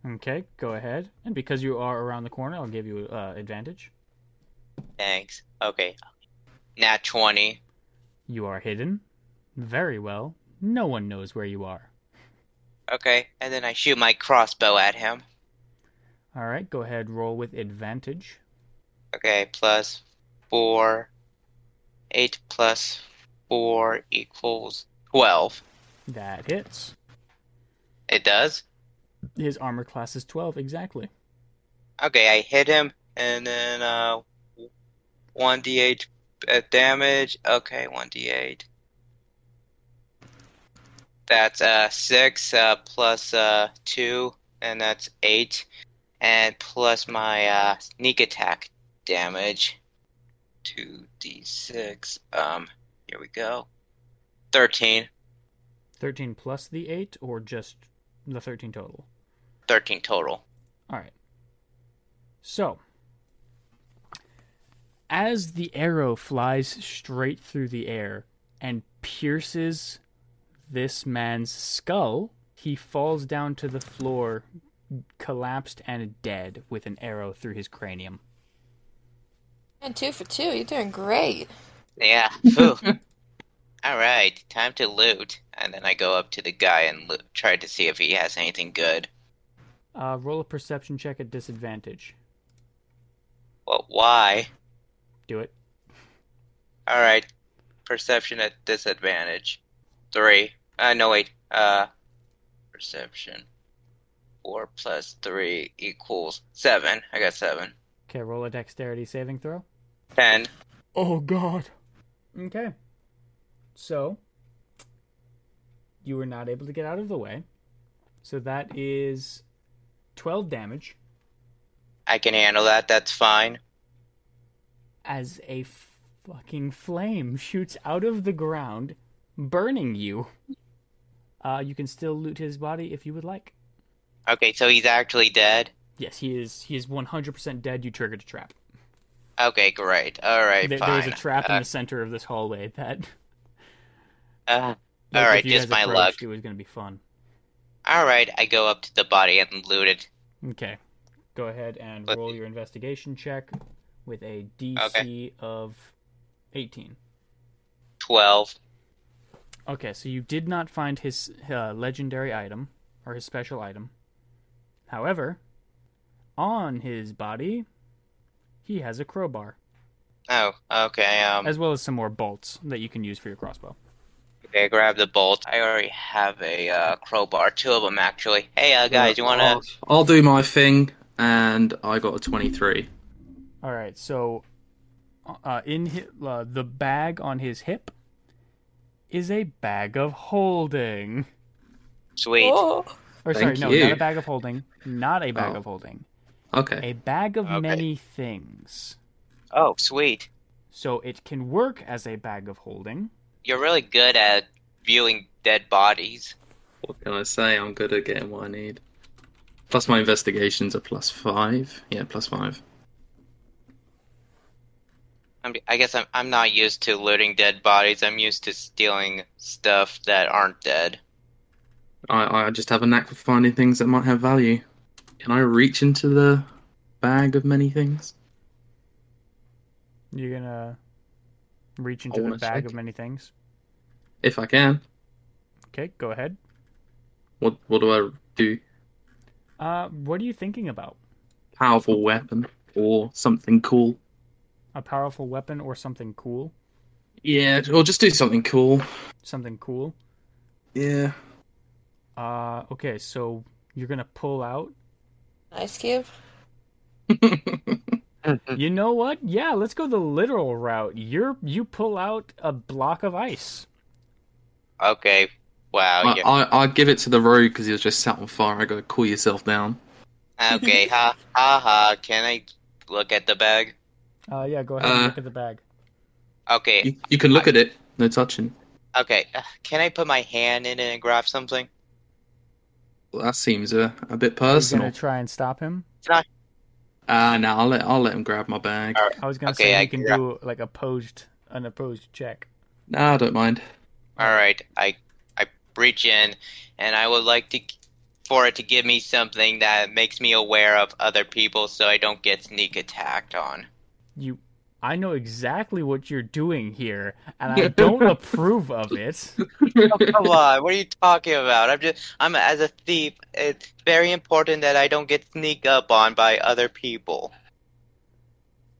Speaker 2: Okay, go ahead. And because you are around the corner, I'll give you uh, advantage.
Speaker 4: Thanks. Okay. Nat 20.
Speaker 2: You are hidden. Very well. No one knows where you are.
Speaker 4: Okay, and then I shoot my crossbow at him.
Speaker 2: All right, go ahead. Roll with advantage.
Speaker 4: Okay, plus 4. 8 plus 4 equals 12.
Speaker 2: That hits.
Speaker 4: It does?
Speaker 2: His armor class is 12, exactly.
Speaker 4: Okay, I hit him, and then uh, 1d8 uh, damage. Okay, 1d8. That's uh, 6 uh, plus uh, 2, and that's 8. And plus my uh, sneak attack damage. 2d6. Um, here we go. 13.
Speaker 2: 13 plus the 8, or just the 13 total?
Speaker 4: 13 total.
Speaker 2: All right. So, as the arrow flies straight through the air and pierces this man's skull, he falls down to the floor, collapsed and dead, with an arrow through his cranium.
Speaker 5: And two for two, you're doing great.
Speaker 4: Yeah. phew. All right, time to loot. And then I go up to the guy and loot, try to see if he has anything good.
Speaker 2: Uh, roll a perception check at disadvantage.
Speaker 4: Well, why?
Speaker 2: Do it.
Speaker 4: All right, perception at disadvantage. Three. Uh, no wait. Uh, perception. Four plus three equals seven. I got seven.
Speaker 2: Okay, roll a dexterity saving throw.
Speaker 4: Ten.
Speaker 2: Oh god. Okay. So you were not able to get out of the way. So that is 12 damage
Speaker 4: I can handle that. That's fine.
Speaker 2: as a fucking flame shoots out of the ground, burning you. Uh, you can still loot his body if you would like.
Speaker 4: Okay, so he's actually dead.
Speaker 2: Yes, he is. He is 100% dead. You triggered a trap.
Speaker 4: Okay, great. All right,
Speaker 2: There-
Speaker 4: fine.
Speaker 2: there's a trap
Speaker 4: Uh,
Speaker 2: in the center of this hallway that.
Speaker 4: uh,
Speaker 2: that
Speaker 4: all
Speaker 2: if
Speaker 4: right,
Speaker 2: you
Speaker 4: just
Speaker 2: guys
Speaker 4: my luck.
Speaker 2: approached, It was going to be fun.
Speaker 4: All right, I go up to the body and loot it.
Speaker 2: Okay. Go ahead and
Speaker 4: Let's
Speaker 2: roll
Speaker 4: see.
Speaker 2: your investigation check with a DC of 18.
Speaker 4: Twelve.
Speaker 2: Okay, so you did not find his uh, legendary item or his special item. However, on his body, he has a crowbar
Speaker 4: Oh, okay. Um,
Speaker 2: as well as some more bolts that you can use for your crossbow.
Speaker 4: Okay, grab the bolt. I already have a uh, crowbar, two of them actually. Hey, uh, guys, you wanna?
Speaker 1: I'll, I'll do my thing, and I got a 23.
Speaker 2: All right, so uh, in hi- uh, the bag on his hip is a bag of holding.
Speaker 4: Sweet.
Speaker 5: Oh,
Speaker 2: Or
Speaker 1: Thank
Speaker 2: sorry, no,
Speaker 1: you.
Speaker 2: not a bag of holding. Not a bag
Speaker 1: Oh.
Speaker 2: of holding.
Speaker 1: Okay.
Speaker 2: A bag of
Speaker 4: Okay.
Speaker 2: many things.
Speaker 4: Oh, sweet.
Speaker 2: So it can work as a bag of holding.
Speaker 4: You're really good at viewing dead bodies.
Speaker 1: What can I say? I'm good at getting what I need. Plus, my investigations are plus five. Yeah, plus five.
Speaker 4: I'm, I guess I'm I'm not used to looting dead bodies. I'm used to stealing stuff that aren't dead.
Speaker 1: I, I just have a knack for finding things that might have value. Can I reach into the bag of many things?
Speaker 2: You're gonna reach into the
Speaker 1: wanna
Speaker 2: bag
Speaker 1: check.
Speaker 2: of many things.
Speaker 1: If I can.
Speaker 2: Okay, go ahead.
Speaker 1: What what do I do?
Speaker 2: Uh, what are you thinking about?
Speaker 1: Powerful weapon or something cool?
Speaker 2: A powerful weapon or something cool?
Speaker 1: Yeah, or just do something cool.
Speaker 2: Something cool.
Speaker 1: Yeah.
Speaker 2: Uh, okay, so you're gonna pull out
Speaker 5: ice cube.
Speaker 2: You know what? Yeah, let's go the literal route. You're you pull out a block of ice.
Speaker 4: Okay. Wow.
Speaker 1: I, I, I give it to the rogue because he was just sat on fire. I gotta cool yourself down.
Speaker 4: yeah. Okay. ha ha ha. Can I look at the bag?
Speaker 2: Uh, yeah, go ahead and
Speaker 1: Uh.
Speaker 2: look at the bag.
Speaker 4: Okay.
Speaker 1: You, you can look at it. No touching.
Speaker 4: Okay. Uh, Can I put my hand in it and grab something?
Speaker 1: Well, that seems a, a bit
Speaker 2: I was gonna
Speaker 1: personal.
Speaker 2: try and stop him.
Speaker 1: Ah, uh, no, I'll let I'll let him grab my bag.
Speaker 4: Alright.
Speaker 2: I was gonna
Speaker 4: Okay,
Speaker 2: say
Speaker 4: I
Speaker 2: you can
Speaker 4: can-
Speaker 2: do like a posed an opposed check.
Speaker 1: Nah, I don't mind.
Speaker 4: All right. I I reach in, and I would like to for it to give me something that makes me aware of other people, so I don't get sneak attacked on.
Speaker 2: You, I know exactly what you're doing here, and I don't approve of it.
Speaker 4: Oh, come on, what are you talking about? I'm just, I'm as a thief. It's very important that I don't get sneak up on by other people.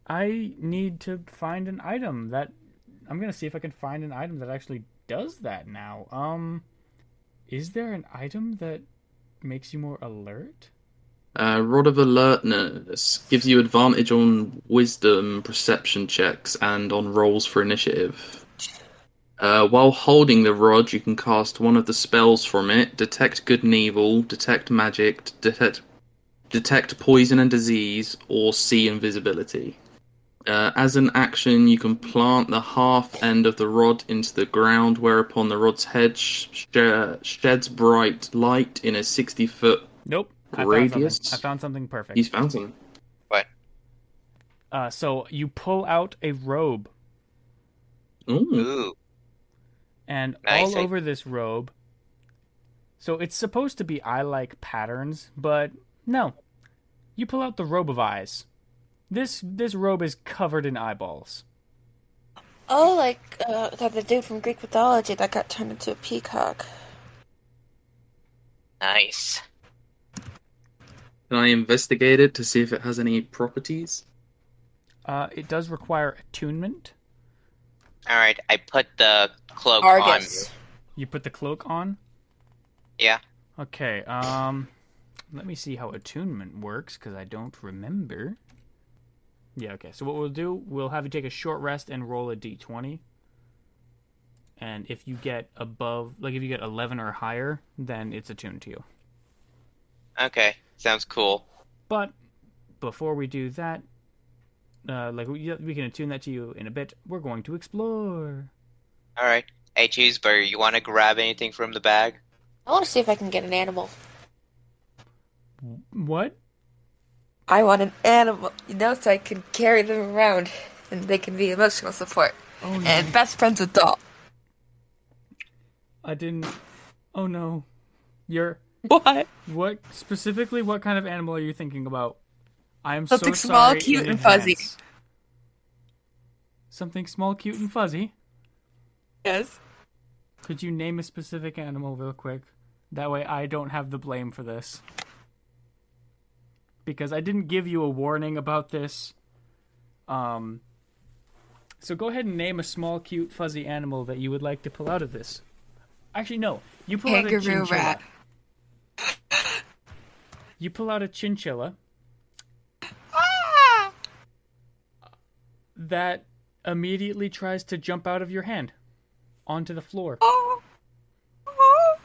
Speaker 2: I need to find an item that I'm gonna see if I can find an item that actually does that now. Um, is there an item that makes you more alert?
Speaker 1: Uh, Rod of Alertness gives you advantage on wisdom, perception checks, and on rolls for initiative. Uh, while holding the rod, you can cast one of the spells from it: detect good and evil, detect magic, detect detect poison and disease, or see invisibility. Uh, as an action, you can plant the half end of the rod into the ground, whereupon the rod's head sh- sh- sheds bright light in a sixty-foot.
Speaker 2: Nope. I Found
Speaker 1: Radius?
Speaker 2: something. I found something perfect.
Speaker 1: He's found something.
Speaker 2: Uh, so you pull out a robe,
Speaker 1: Ooh.
Speaker 4: Ooh.
Speaker 2: and
Speaker 4: Nice.
Speaker 2: all over this robe. So it's supposed to be eye like patterns, but no. You pull out the robe of eyes. This this robe is covered in eyeballs.
Speaker 5: Oh, like uh, that the dude from Greek mythology that got turned into a peacock.
Speaker 4: Nice.
Speaker 1: Can I investigate it to see if it has any properties?
Speaker 2: Uh, it does require attunement.
Speaker 4: All right, I put the cloak
Speaker 5: Argus.
Speaker 2: You put the cloak on.
Speaker 4: on. Yeah.
Speaker 2: Okay. Um, let me see how attunement works because I don't remember. Yeah. Okay. So what we'll do, we'll have you take a short rest and roll a d20. And if you get above, like if you get 11 or higher, then it's attuned to you.
Speaker 4: Okay. Sounds cool.
Speaker 2: But before we do that, uh, like we, we can attune that to you in a bit. We're going to explore.
Speaker 4: All right. Hey, cheeseburger, you want to grab anything from the bag?
Speaker 5: I want to see if I can get an animal.
Speaker 2: What?
Speaker 5: I want an animal, you know, so I can carry them around and they can be emotional support
Speaker 2: Oh no!
Speaker 5: and best friends with doll.
Speaker 2: I didn't. Oh no! You're
Speaker 5: What?
Speaker 2: What specifically? What kind of animal are you thinking about? I am
Speaker 5: Something
Speaker 2: so
Speaker 5: small,
Speaker 2: sorry
Speaker 5: cute,
Speaker 2: in
Speaker 5: and fuzzy.
Speaker 2: advance. Something small, cute, and fuzzy.
Speaker 5: Yes.
Speaker 2: Could you name a specific animal real quick? That way, I don't have the blame for this. Because I didn't give you a warning about this. Um. So go ahead and name a small, cute, fuzzy animal that you would like to pull out of this. Actually, no. You pull out a
Speaker 5: Kangaroo
Speaker 2: chinchilla.
Speaker 5: rat.
Speaker 2: You pull out a chinchilla. that immediately tries to jump out of your hand onto the floor.
Speaker 5: Oh. Oh.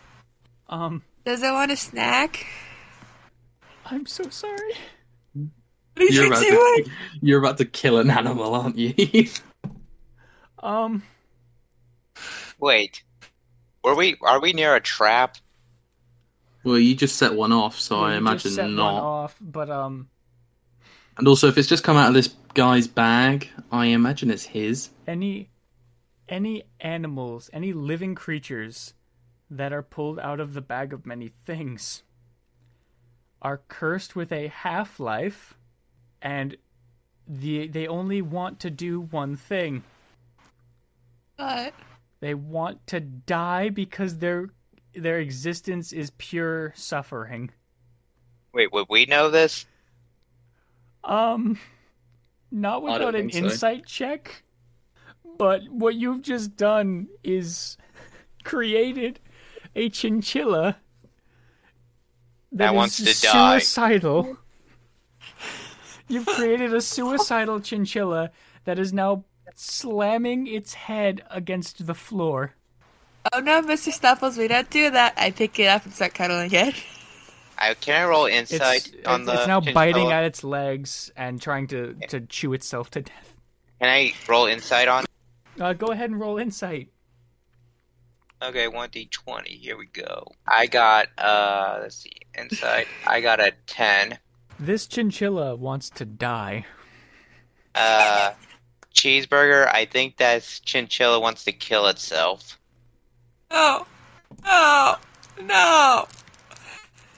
Speaker 2: Um,
Speaker 5: Does it want a snack?
Speaker 2: I'm so sorry.
Speaker 5: What are you
Speaker 1: about
Speaker 5: doing?
Speaker 1: to, you're about to kill an animal, aren't you?
Speaker 2: Um,
Speaker 4: Wait. Were we? Are we near a trap?
Speaker 1: well, you just set one off, so
Speaker 2: you
Speaker 1: I
Speaker 2: just
Speaker 1: imagine
Speaker 2: set one
Speaker 1: not.
Speaker 2: off, but um,
Speaker 1: And also, if it's just come out of this guy's bag, I imagine it's his.
Speaker 2: any any animals, any living creatures that are pulled out of the bag of many things are cursed with a half-life and the they only want to do one thing.
Speaker 5: What?
Speaker 2: They want to die because their their existence is pure suffering.
Speaker 4: Wait, would we know this?
Speaker 2: Um, not
Speaker 1: I don't
Speaker 2: without an
Speaker 1: think so.
Speaker 2: insight check, but what you've just done is created a chinchilla
Speaker 4: That
Speaker 2: is
Speaker 4: wants to die.
Speaker 2: suicidal. You've created a suicidal chinchilla that is now slamming its head against the floor.
Speaker 5: Oh no, Mr. Stuffles, we don't do that. I pick it up and start cuddling it.
Speaker 4: I can I roll
Speaker 2: It's,
Speaker 4: insight on
Speaker 2: it's,
Speaker 4: the.
Speaker 2: it's now
Speaker 4: chinchilla?
Speaker 2: biting at its legs and trying to, to chew itself to death.
Speaker 4: Can I roll insight on?
Speaker 2: Uh, go ahead and roll insight.
Speaker 4: Okay, one d twenty. Here we go. I got uh, let's see, insight. I got a ten.
Speaker 2: This chinchilla wants to die.
Speaker 4: Uh, cheeseburger. I think that chinchilla wants to kill itself.
Speaker 5: No. No. No.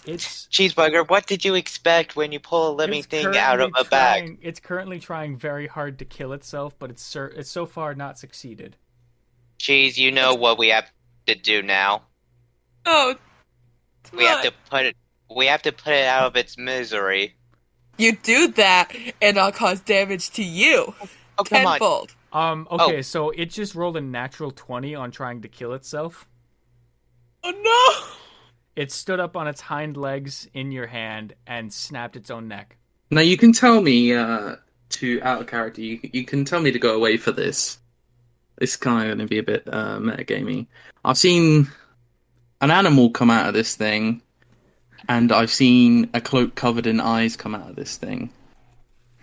Speaker 2: It's
Speaker 4: Cheeseburger. What did you expect when you pull a living
Speaker 2: it's
Speaker 4: thing out of
Speaker 2: currently
Speaker 4: a bag?
Speaker 2: trying- It's currently trying very hard to kill itself, but it's cer- it's so far not succeeded.
Speaker 4: Cheese. You know what we have to do now.
Speaker 5: No.
Speaker 4: We have to put it. We have to put it out of its misery.
Speaker 5: You do that, and I'll cause damage to you.
Speaker 4: Oh come on.
Speaker 5: Tenfold.
Speaker 2: Um.
Speaker 4: Oh.
Speaker 2: Okay, so it just rolled a natural twenty on trying to kill itself.
Speaker 5: Oh no.
Speaker 2: It stood up on its hind legs in your hand and snapped its own neck.
Speaker 1: Now you can tell me uh, to out of character. You, you can tell me to go away for this. It's kind of going to be a bit uh, metagamey. I've seen an animal come out of this thing, and I've seen a cloak covered in eyes come out of this thing.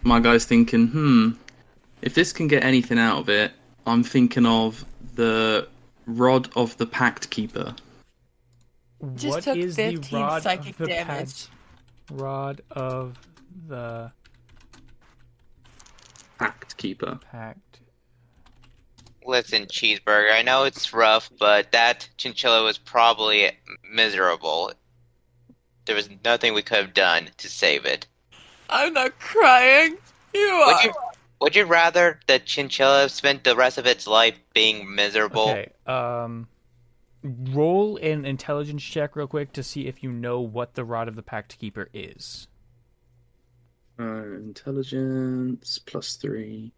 Speaker 1: My guy's thinking, hmm, if this can get anything out of it, I'm thinking of the rod of the pact keeper.
Speaker 5: Just
Speaker 2: What
Speaker 5: took
Speaker 2: is the
Speaker 5: 15
Speaker 2: rod
Speaker 5: psychic
Speaker 2: of the
Speaker 5: damage.
Speaker 2: pact? Rod of the
Speaker 1: Pact keeper.
Speaker 2: pact.
Speaker 4: Listen, cheeseburger. I know it's rough, but that chinchilla was probably miserable. There was nothing we could have done to save it.
Speaker 5: I'm not crying. You
Speaker 4: Would
Speaker 5: are.
Speaker 4: you would you rather the chinchilla spent the rest of its life being miserable?
Speaker 2: Okay. Um, roll an intelligence check real quick to see if you know what the rod of the pact keeper is.
Speaker 1: Uh, intelligence plus three.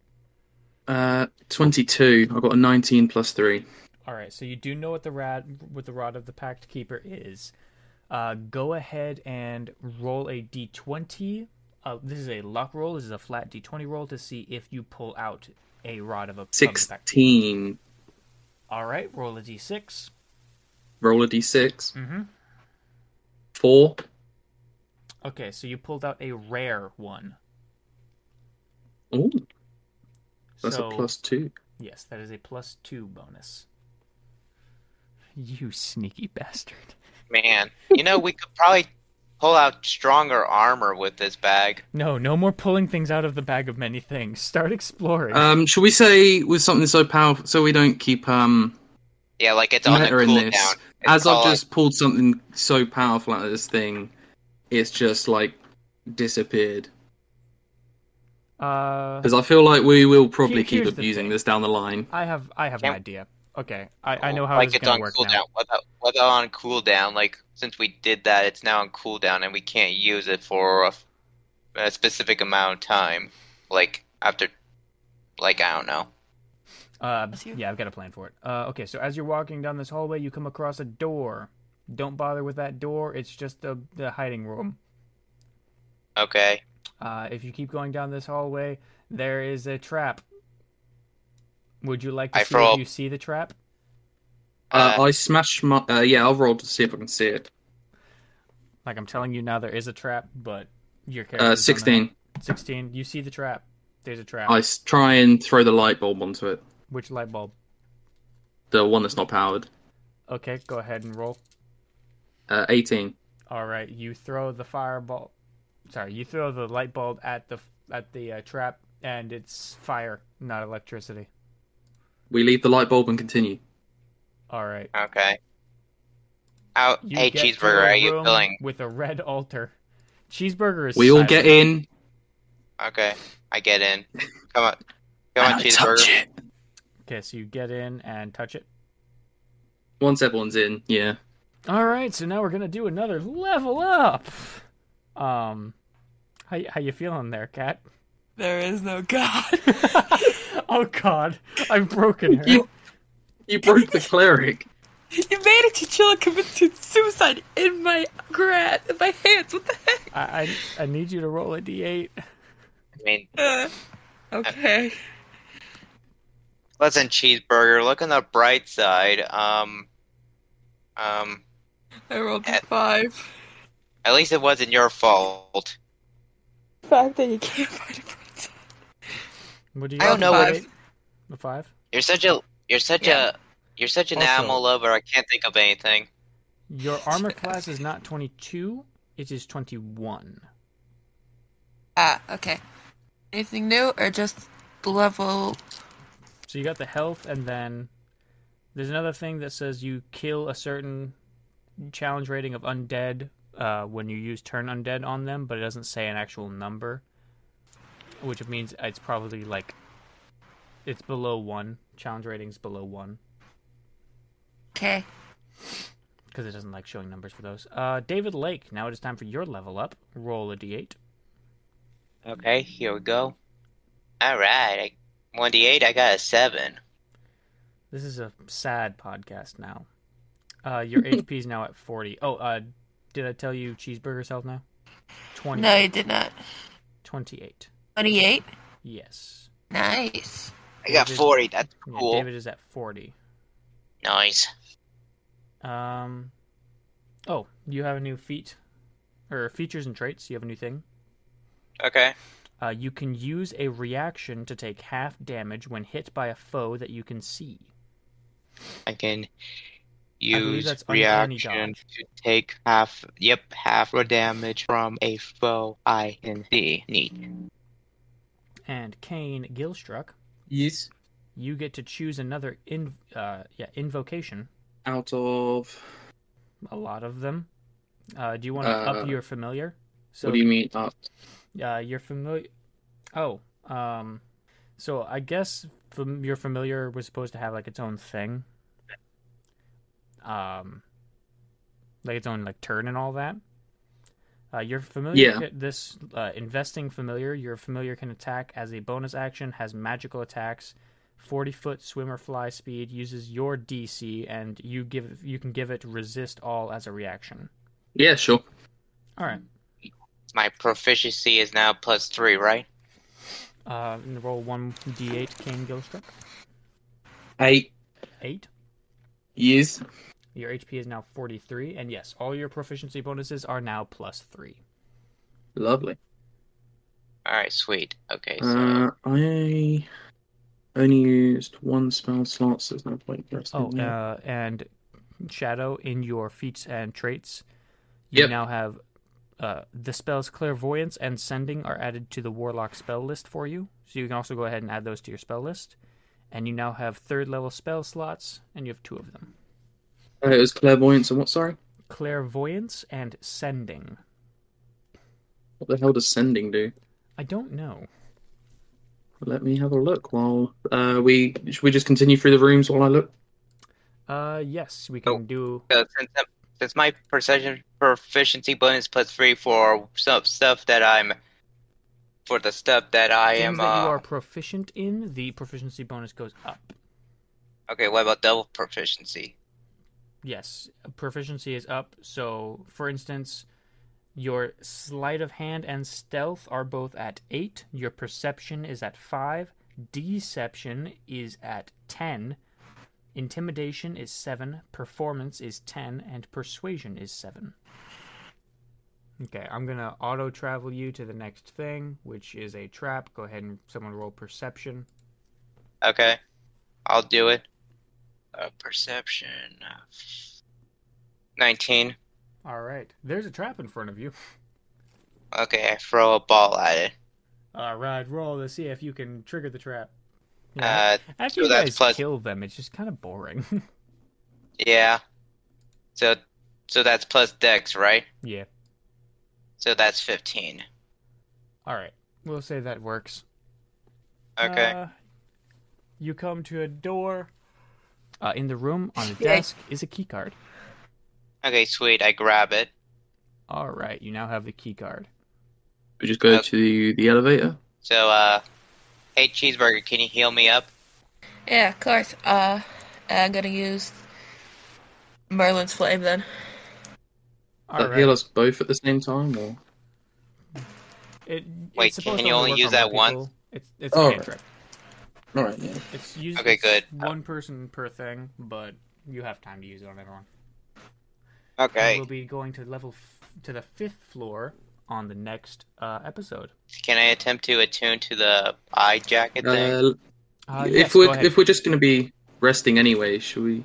Speaker 1: Uh, twenty-two. I got a nineteen plus three.
Speaker 2: All right, so you do know what the rad what the rod of the pact keeper is. Uh, go ahead and roll a d20. Uh, this is a luck roll. This is a flat d20 roll to see if you pull out a rod of a of the pact keeper.
Speaker 1: Sixteen.
Speaker 2: All right, roll a d6.
Speaker 1: Roll a d6.
Speaker 2: Mhm.
Speaker 1: Four.
Speaker 2: Okay, so you pulled out a rare one.
Speaker 1: Ooh, that's
Speaker 2: so
Speaker 1: a plus two.
Speaker 2: yes, that is a plus two bonus. You sneaky bastard.
Speaker 4: Man, you know we could probably pull out stronger armor with this bag.
Speaker 2: No, no more pulling things out of the bag of many things. Start exploring.
Speaker 1: Um, should we say with something so powerful, so we don't keep um
Speaker 4: Yeah, like it's on the
Speaker 1: meta in
Speaker 4: cooldown.
Speaker 1: this?
Speaker 4: It's
Speaker 1: As I've
Speaker 4: called-
Speaker 1: just pulled something so powerful out of this thing, it's just like disappeared.
Speaker 2: uh,
Speaker 1: Because I feel like we will probably keep
Speaker 2: here's the
Speaker 1: abusing
Speaker 2: thing.
Speaker 1: this down the line.
Speaker 2: I have I have an
Speaker 4: Can't-
Speaker 2: idea. Okay, I, I know how
Speaker 4: like
Speaker 2: this is
Speaker 4: it's
Speaker 2: gonna
Speaker 4: on
Speaker 2: work
Speaker 4: cooldown.
Speaker 2: now.
Speaker 4: Whether, whether on cooldown, like since we did that, it's now on cooldown, and we can't use it for a, a specific amount of time. Like after, like I don't know.
Speaker 2: Uh,
Speaker 5: Bless you.
Speaker 2: yeah, I've got a plan for it. Uh, okay, so as you're walking down this hallway, you come across a door. Don't bother with that door. It's just a the hiding room.
Speaker 4: Okay,
Speaker 2: Uh, if you keep going down this hallway, there is a trap. Would you like to
Speaker 4: I
Speaker 2: see
Speaker 4: throw
Speaker 2: if
Speaker 4: up-
Speaker 2: you see the trap?
Speaker 1: Uh,
Speaker 4: Uh,
Speaker 1: I smashed my. Uh, yeah, I'll roll to see if I can see it.
Speaker 2: Like I'm telling you now, there is a trap, but your character.
Speaker 1: Uh,
Speaker 2: doesn't know.
Speaker 1: 16.
Speaker 2: Sixteen. You see the trap. There's a trap.
Speaker 1: I s- try and throw the light bulb onto it.
Speaker 2: Which light bulb?
Speaker 1: The one that's not powered.
Speaker 2: Okay, go ahead and roll.
Speaker 1: Uh, 18.
Speaker 2: All right, you throw the fireball. Sorry, you throw the light bulb at the at the uh, trap, and it's fire, not electricity.
Speaker 1: We leave the light bulb and continue.
Speaker 2: All right.
Speaker 4: okay. Out,
Speaker 2: You
Speaker 4: hey
Speaker 2: get to
Speaker 4: cheeseburger,
Speaker 2: a
Speaker 4: how you
Speaker 2: room
Speaker 4: feeling?
Speaker 2: With a red altar. Cheeseburger is.
Speaker 1: We all get in.
Speaker 4: Okay, I get in. Come on, come on,
Speaker 1: and I touch
Speaker 4: cheeseburger.
Speaker 1: it.
Speaker 2: Okay, so you get in and touch it.
Speaker 1: Once everyone's in, yeah.
Speaker 2: All right, so now we're gonna do another level up. Um, how y- how you feeling there, cat?
Speaker 5: There is no God.
Speaker 2: oh God, I've broken her.
Speaker 1: You, you broke the cleric.
Speaker 5: You made a chinchilla commit to suicide in my grad, in my hands. What the heck?
Speaker 2: I, I I need you to roll a d8.
Speaker 4: I mean,
Speaker 5: Uh,
Speaker 3: okay.
Speaker 4: pleasant cheeseburger. Look on the bright side. Um, um,
Speaker 6: I rolled a five.
Speaker 4: at least it wasn't your fault.
Speaker 5: The fact that you can't find a princess.
Speaker 2: What do you
Speaker 4: I don't know what
Speaker 2: Five? A five?
Speaker 4: You're such a you're such
Speaker 5: Yeah.
Speaker 4: a you're such an
Speaker 2: Also-
Speaker 4: animal lover. I can't think of anything.
Speaker 2: Your armor class is not 22, it is 21.
Speaker 6: Ah, okay. Anything new or just the level?
Speaker 2: So you got the health, and then there's another thing that says you kill a certain challenge rating of undead uh, when you use turn undead on them, but it doesn't say an actual number, which means it's probably like it's below one. Challenge ratings below one
Speaker 6: Okay.
Speaker 2: because it doesn't like showing numbers for those. Uh, David Lake, now it is time for your level up. Roll a d8.
Speaker 4: Okay, here we go. All right, one d eight. I got a seven.
Speaker 2: This is a sad podcast now. Uh, your HP is now at 40. Oh, uh, did I tell you cheeseburger's health now? 20.
Speaker 6: No, you did not.
Speaker 2: 28.
Speaker 6: 28?
Speaker 2: Yes.
Speaker 6: Nice.
Speaker 4: I got
Speaker 2: David-
Speaker 4: forty. That's
Speaker 2: Yeah,
Speaker 4: cool.
Speaker 2: David is at 40.
Speaker 4: Nice.
Speaker 2: Um, oh, you have a new feat, or features and traits. You have a new thing.
Speaker 4: Okay.
Speaker 2: Uh, you can use a reaction to take half damage when hit by a foe that you can see.
Speaker 4: I can
Speaker 2: believe
Speaker 4: use
Speaker 2: that's uncanny
Speaker 4: reaction
Speaker 2: dodge.
Speaker 4: to take half, yep, half the damage from a foe I can see. Neat.
Speaker 2: And Kane Gilstruck,
Speaker 1: Yes.
Speaker 2: you get to choose another in, uh, yeah, invocation.
Speaker 1: Out of
Speaker 2: A lot of them. Uh, do you want to
Speaker 1: Uh,
Speaker 2: up your familiar? So
Speaker 1: what do you mean up?
Speaker 2: Uh, you're familiar. Oh, um, so I guess fam- your familiar was supposed to have like its own thing, um, like its own like turn and all that. Uh, your familiar,
Speaker 1: Yeah.
Speaker 2: ca- this uh, investing familiar, your familiar can attack as a bonus action, has magical attacks, forty foot swim or fly speed, uses your DC, and you give you can give it resist all as a reaction.
Speaker 1: Yeah, sure.
Speaker 2: All right,
Speaker 4: My proficiency is now plus three, right?
Speaker 2: uh, and roll one d8, King Gilstruck.
Speaker 1: Eight.
Speaker 2: Eight.
Speaker 1: Yes.
Speaker 2: Your HP is now 43, and yes, all your proficiency bonuses are now plus three.
Speaker 1: Lovely.
Speaker 4: All right, sweet. Okay, so
Speaker 1: Uh, I only used one spell slot, so there's no point in resting
Speaker 2: Oh,
Speaker 4: Mm-hmm.
Speaker 1: there.
Speaker 2: uh, and Shadow, in your feats and traits, you
Speaker 1: Yep.
Speaker 2: now have uh, the spells Clairvoyance and Sending are added to the Warlock spell list for you, so you can also go ahead and add those to your spell list. And you now have third level spell slots, and you have two of them
Speaker 1: Uh, it was clairvoyance and what? Sorry,
Speaker 2: Clairvoyance and Sending.
Speaker 1: what the hell does sending do?
Speaker 2: I don't know.
Speaker 1: Let me have a look while uh, we should we just continue through the rooms while I look.
Speaker 2: Uh, yes, we can
Speaker 4: Oh.
Speaker 2: do.
Speaker 4: so since I'm, since my perception proficiency bonus plus three for some stuff that I'm for the stuff that I
Speaker 2: Things
Speaker 4: am.
Speaker 2: that
Speaker 4: uh,
Speaker 2: you are proficient in, the proficiency bonus goes up.
Speaker 4: Okay, what about double proficiency?
Speaker 2: Yes, proficiency is up. So, for instance, your sleight of hand and stealth are both at 8, your perception is at 5, deception is at 10, intimidation is 7, performance is 10, and persuasion is 7. Okay, I'm going to auto travel you to the next thing, which is a trap. Go ahead and someone roll perception.
Speaker 4: Okay, I'll do it. Uh, perception. uh, Nineteen.
Speaker 2: All right. There's a trap in front of you.
Speaker 4: Okay, I throw a ball at it.
Speaker 2: All right, roll to see if you can trigger the trap.
Speaker 4: Uh,
Speaker 2: After
Speaker 4: so
Speaker 2: you
Speaker 4: that's
Speaker 2: guys
Speaker 4: plus-
Speaker 2: kill them, it's just kind of boring.
Speaker 4: yeah. So, so that's plus dex, right?
Speaker 2: yeah.
Speaker 4: So that's fifteen.
Speaker 2: All right. We'll say that works.
Speaker 4: Okay.
Speaker 2: Uh, you come to a door. Uh, in the room on the
Speaker 5: Yay.
Speaker 2: desk is a key card.
Speaker 4: okay, sweet. I grab it.
Speaker 2: All right, you now have the key card.
Speaker 1: We just go
Speaker 4: Uh,
Speaker 1: to the, the elevator.
Speaker 4: So, uh, hey, cheeseburger, can you heal me up?
Speaker 3: Yeah, of course. Uh, I'm gonna use Merlin's flame then.
Speaker 2: All
Speaker 1: Does that
Speaker 2: right.
Speaker 1: heal us both at the same time, or
Speaker 2: It,
Speaker 4: Wait,
Speaker 2: it's supposed
Speaker 4: can
Speaker 2: to
Speaker 4: you only
Speaker 2: work
Speaker 4: use
Speaker 2: on
Speaker 4: that
Speaker 2: more
Speaker 4: once?
Speaker 2: people. It's it's
Speaker 1: Oh,
Speaker 2: okay.
Speaker 1: right. All right. Yeah.
Speaker 2: It's used.
Speaker 4: Okay,
Speaker 2: it's
Speaker 4: good.
Speaker 2: One person per thing, but you have time to use it on everyone. And
Speaker 4: Okay.
Speaker 2: We'll be going to level f- to the fifth floor on the next uh, episode.
Speaker 4: Can I attempt to attune to the eye jacket thing?
Speaker 1: Uh,
Speaker 2: Uh,
Speaker 1: if
Speaker 2: yes, go
Speaker 1: we're
Speaker 2: ahead.
Speaker 1: if we're just going to be resting anyway, should we?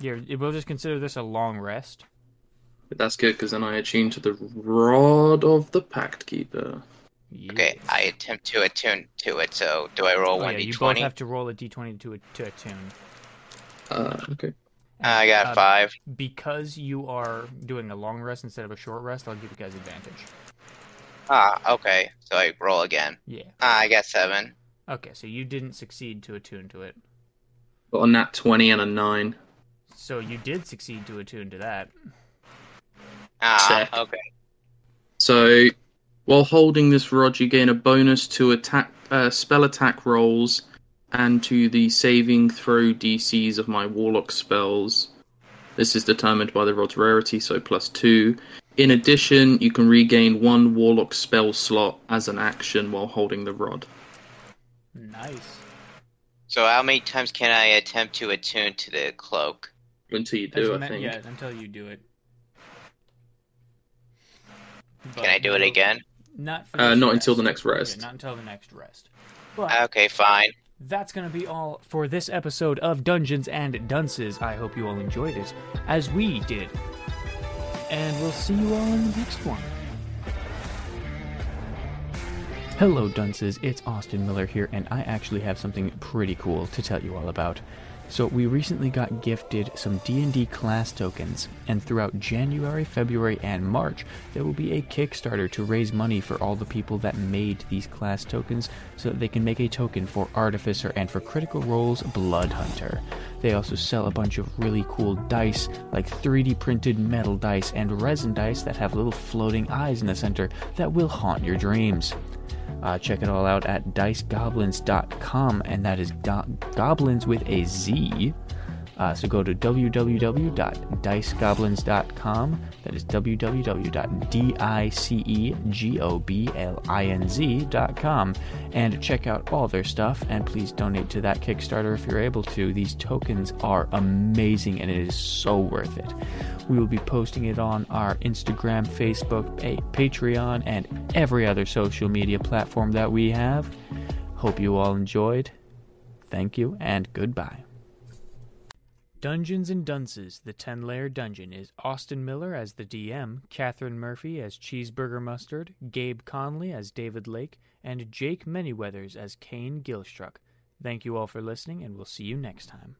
Speaker 2: Here, we'll just consider this a long rest.
Speaker 1: That's good because then I attune to the rod of the Pact Keeper.
Speaker 4: Okay,
Speaker 2: Yes.
Speaker 4: I attempt to attune to it. So do I roll
Speaker 2: Oh,
Speaker 4: one
Speaker 2: yeah,
Speaker 4: d
Speaker 2: you both
Speaker 4: twenty?
Speaker 2: have to roll a d20 to, to attune.
Speaker 1: Uh, okay.
Speaker 4: Ah, I got
Speaker 2: Uh,
Speaker 4: five.
Speaker 2: Because you are doing a long rest instead of a short rest, I'll give you guys advantage.
Speaker 4: Ah, okay. So I roll again.
Speaker 2: Yeah.
Speaker 4: Ah, I got seven.
Speaker 2: Okay, so you didn't succeed to attune to it.
Speaker 1: Got a nat twenty and a nine.
Speaker 2: So you did succeed to attune to that.
Speaker 4: Ah,
Speaker 1: Sick.
Speaker 4: okay.
Speaker 1: So, while holding this rod, you gain a bonus to attack uh, spell attack rolls and to the saving throw DCs of my warlock spells. This is determined by the rod's rarity, so plus two. In addition, you can regain one warlock spell slot as an action while holding the rod.
Speaker 2: Nice.
Speaker 4: So how many times can I attempt to attune to the cloak?
Speaker 1: Until you
Speaker 2: That's
Speaker 1: do, I
Speaker 2: meant-
Speaker 1: think.
Speaker 2: Yeah, until you do it. But
Speaker 4: Can I do it
Speaker 2: no-
Speaker 4: again?
Speaker 2: Not for
Speaker 1: Uh,
Speaker 2: this
Speaker 1: not until the next
Speaker 2: Yeah,
Speaker 1: rest.
Speaker 2: not until the next rest.
Speaker 4: Uh,
Speaker 2: But
Speaker 4: Okay, fine.
Speaker 2: that's going to be all for this episode of Dungeons and Dunces. I hope you all enjoyed it, as we did. And we'll see you all in the next one. Hello, Dunces. It's Austin Miller here, and I actually have something pretty cool to tell you all about. So we recently got gifted some D&D class tokens, and throughout January, February, and March, there will be a Kickstarter to raise money for all the people that made these class tokens so that they can make a token for Artificer and for Critical Role's Blood Hunter. They also sell a bunch of really cool dice, like 3D printed metal dice and resin dice that have little floating eyes in the center that will haunt your dreams. Uh, check it all out at dicegoblins.com, and that is do- goblins with a Z. Uh, so go to www.dicegoblins.com. That is E www.dicegoblins.com. And check out all their stuff. And please donate to that Kickstarter if you're able to. These tokens are amazing and it is so worth it. We will be posting it on our Instagram, Facebook, a Patreon, and every other social media platform that we have. Hope you all enjoyed. Thank you and goodbye. Dungeons and Dunces, the 10 layer dungeon, is Austin Miller as the DM, Catherine Murphy as Cheeseburger Mustard, Gabe Conley as David Lake, and Jake Manyweathers as Kane Gilstruck. Thank you all for listening, and we'll see you next time.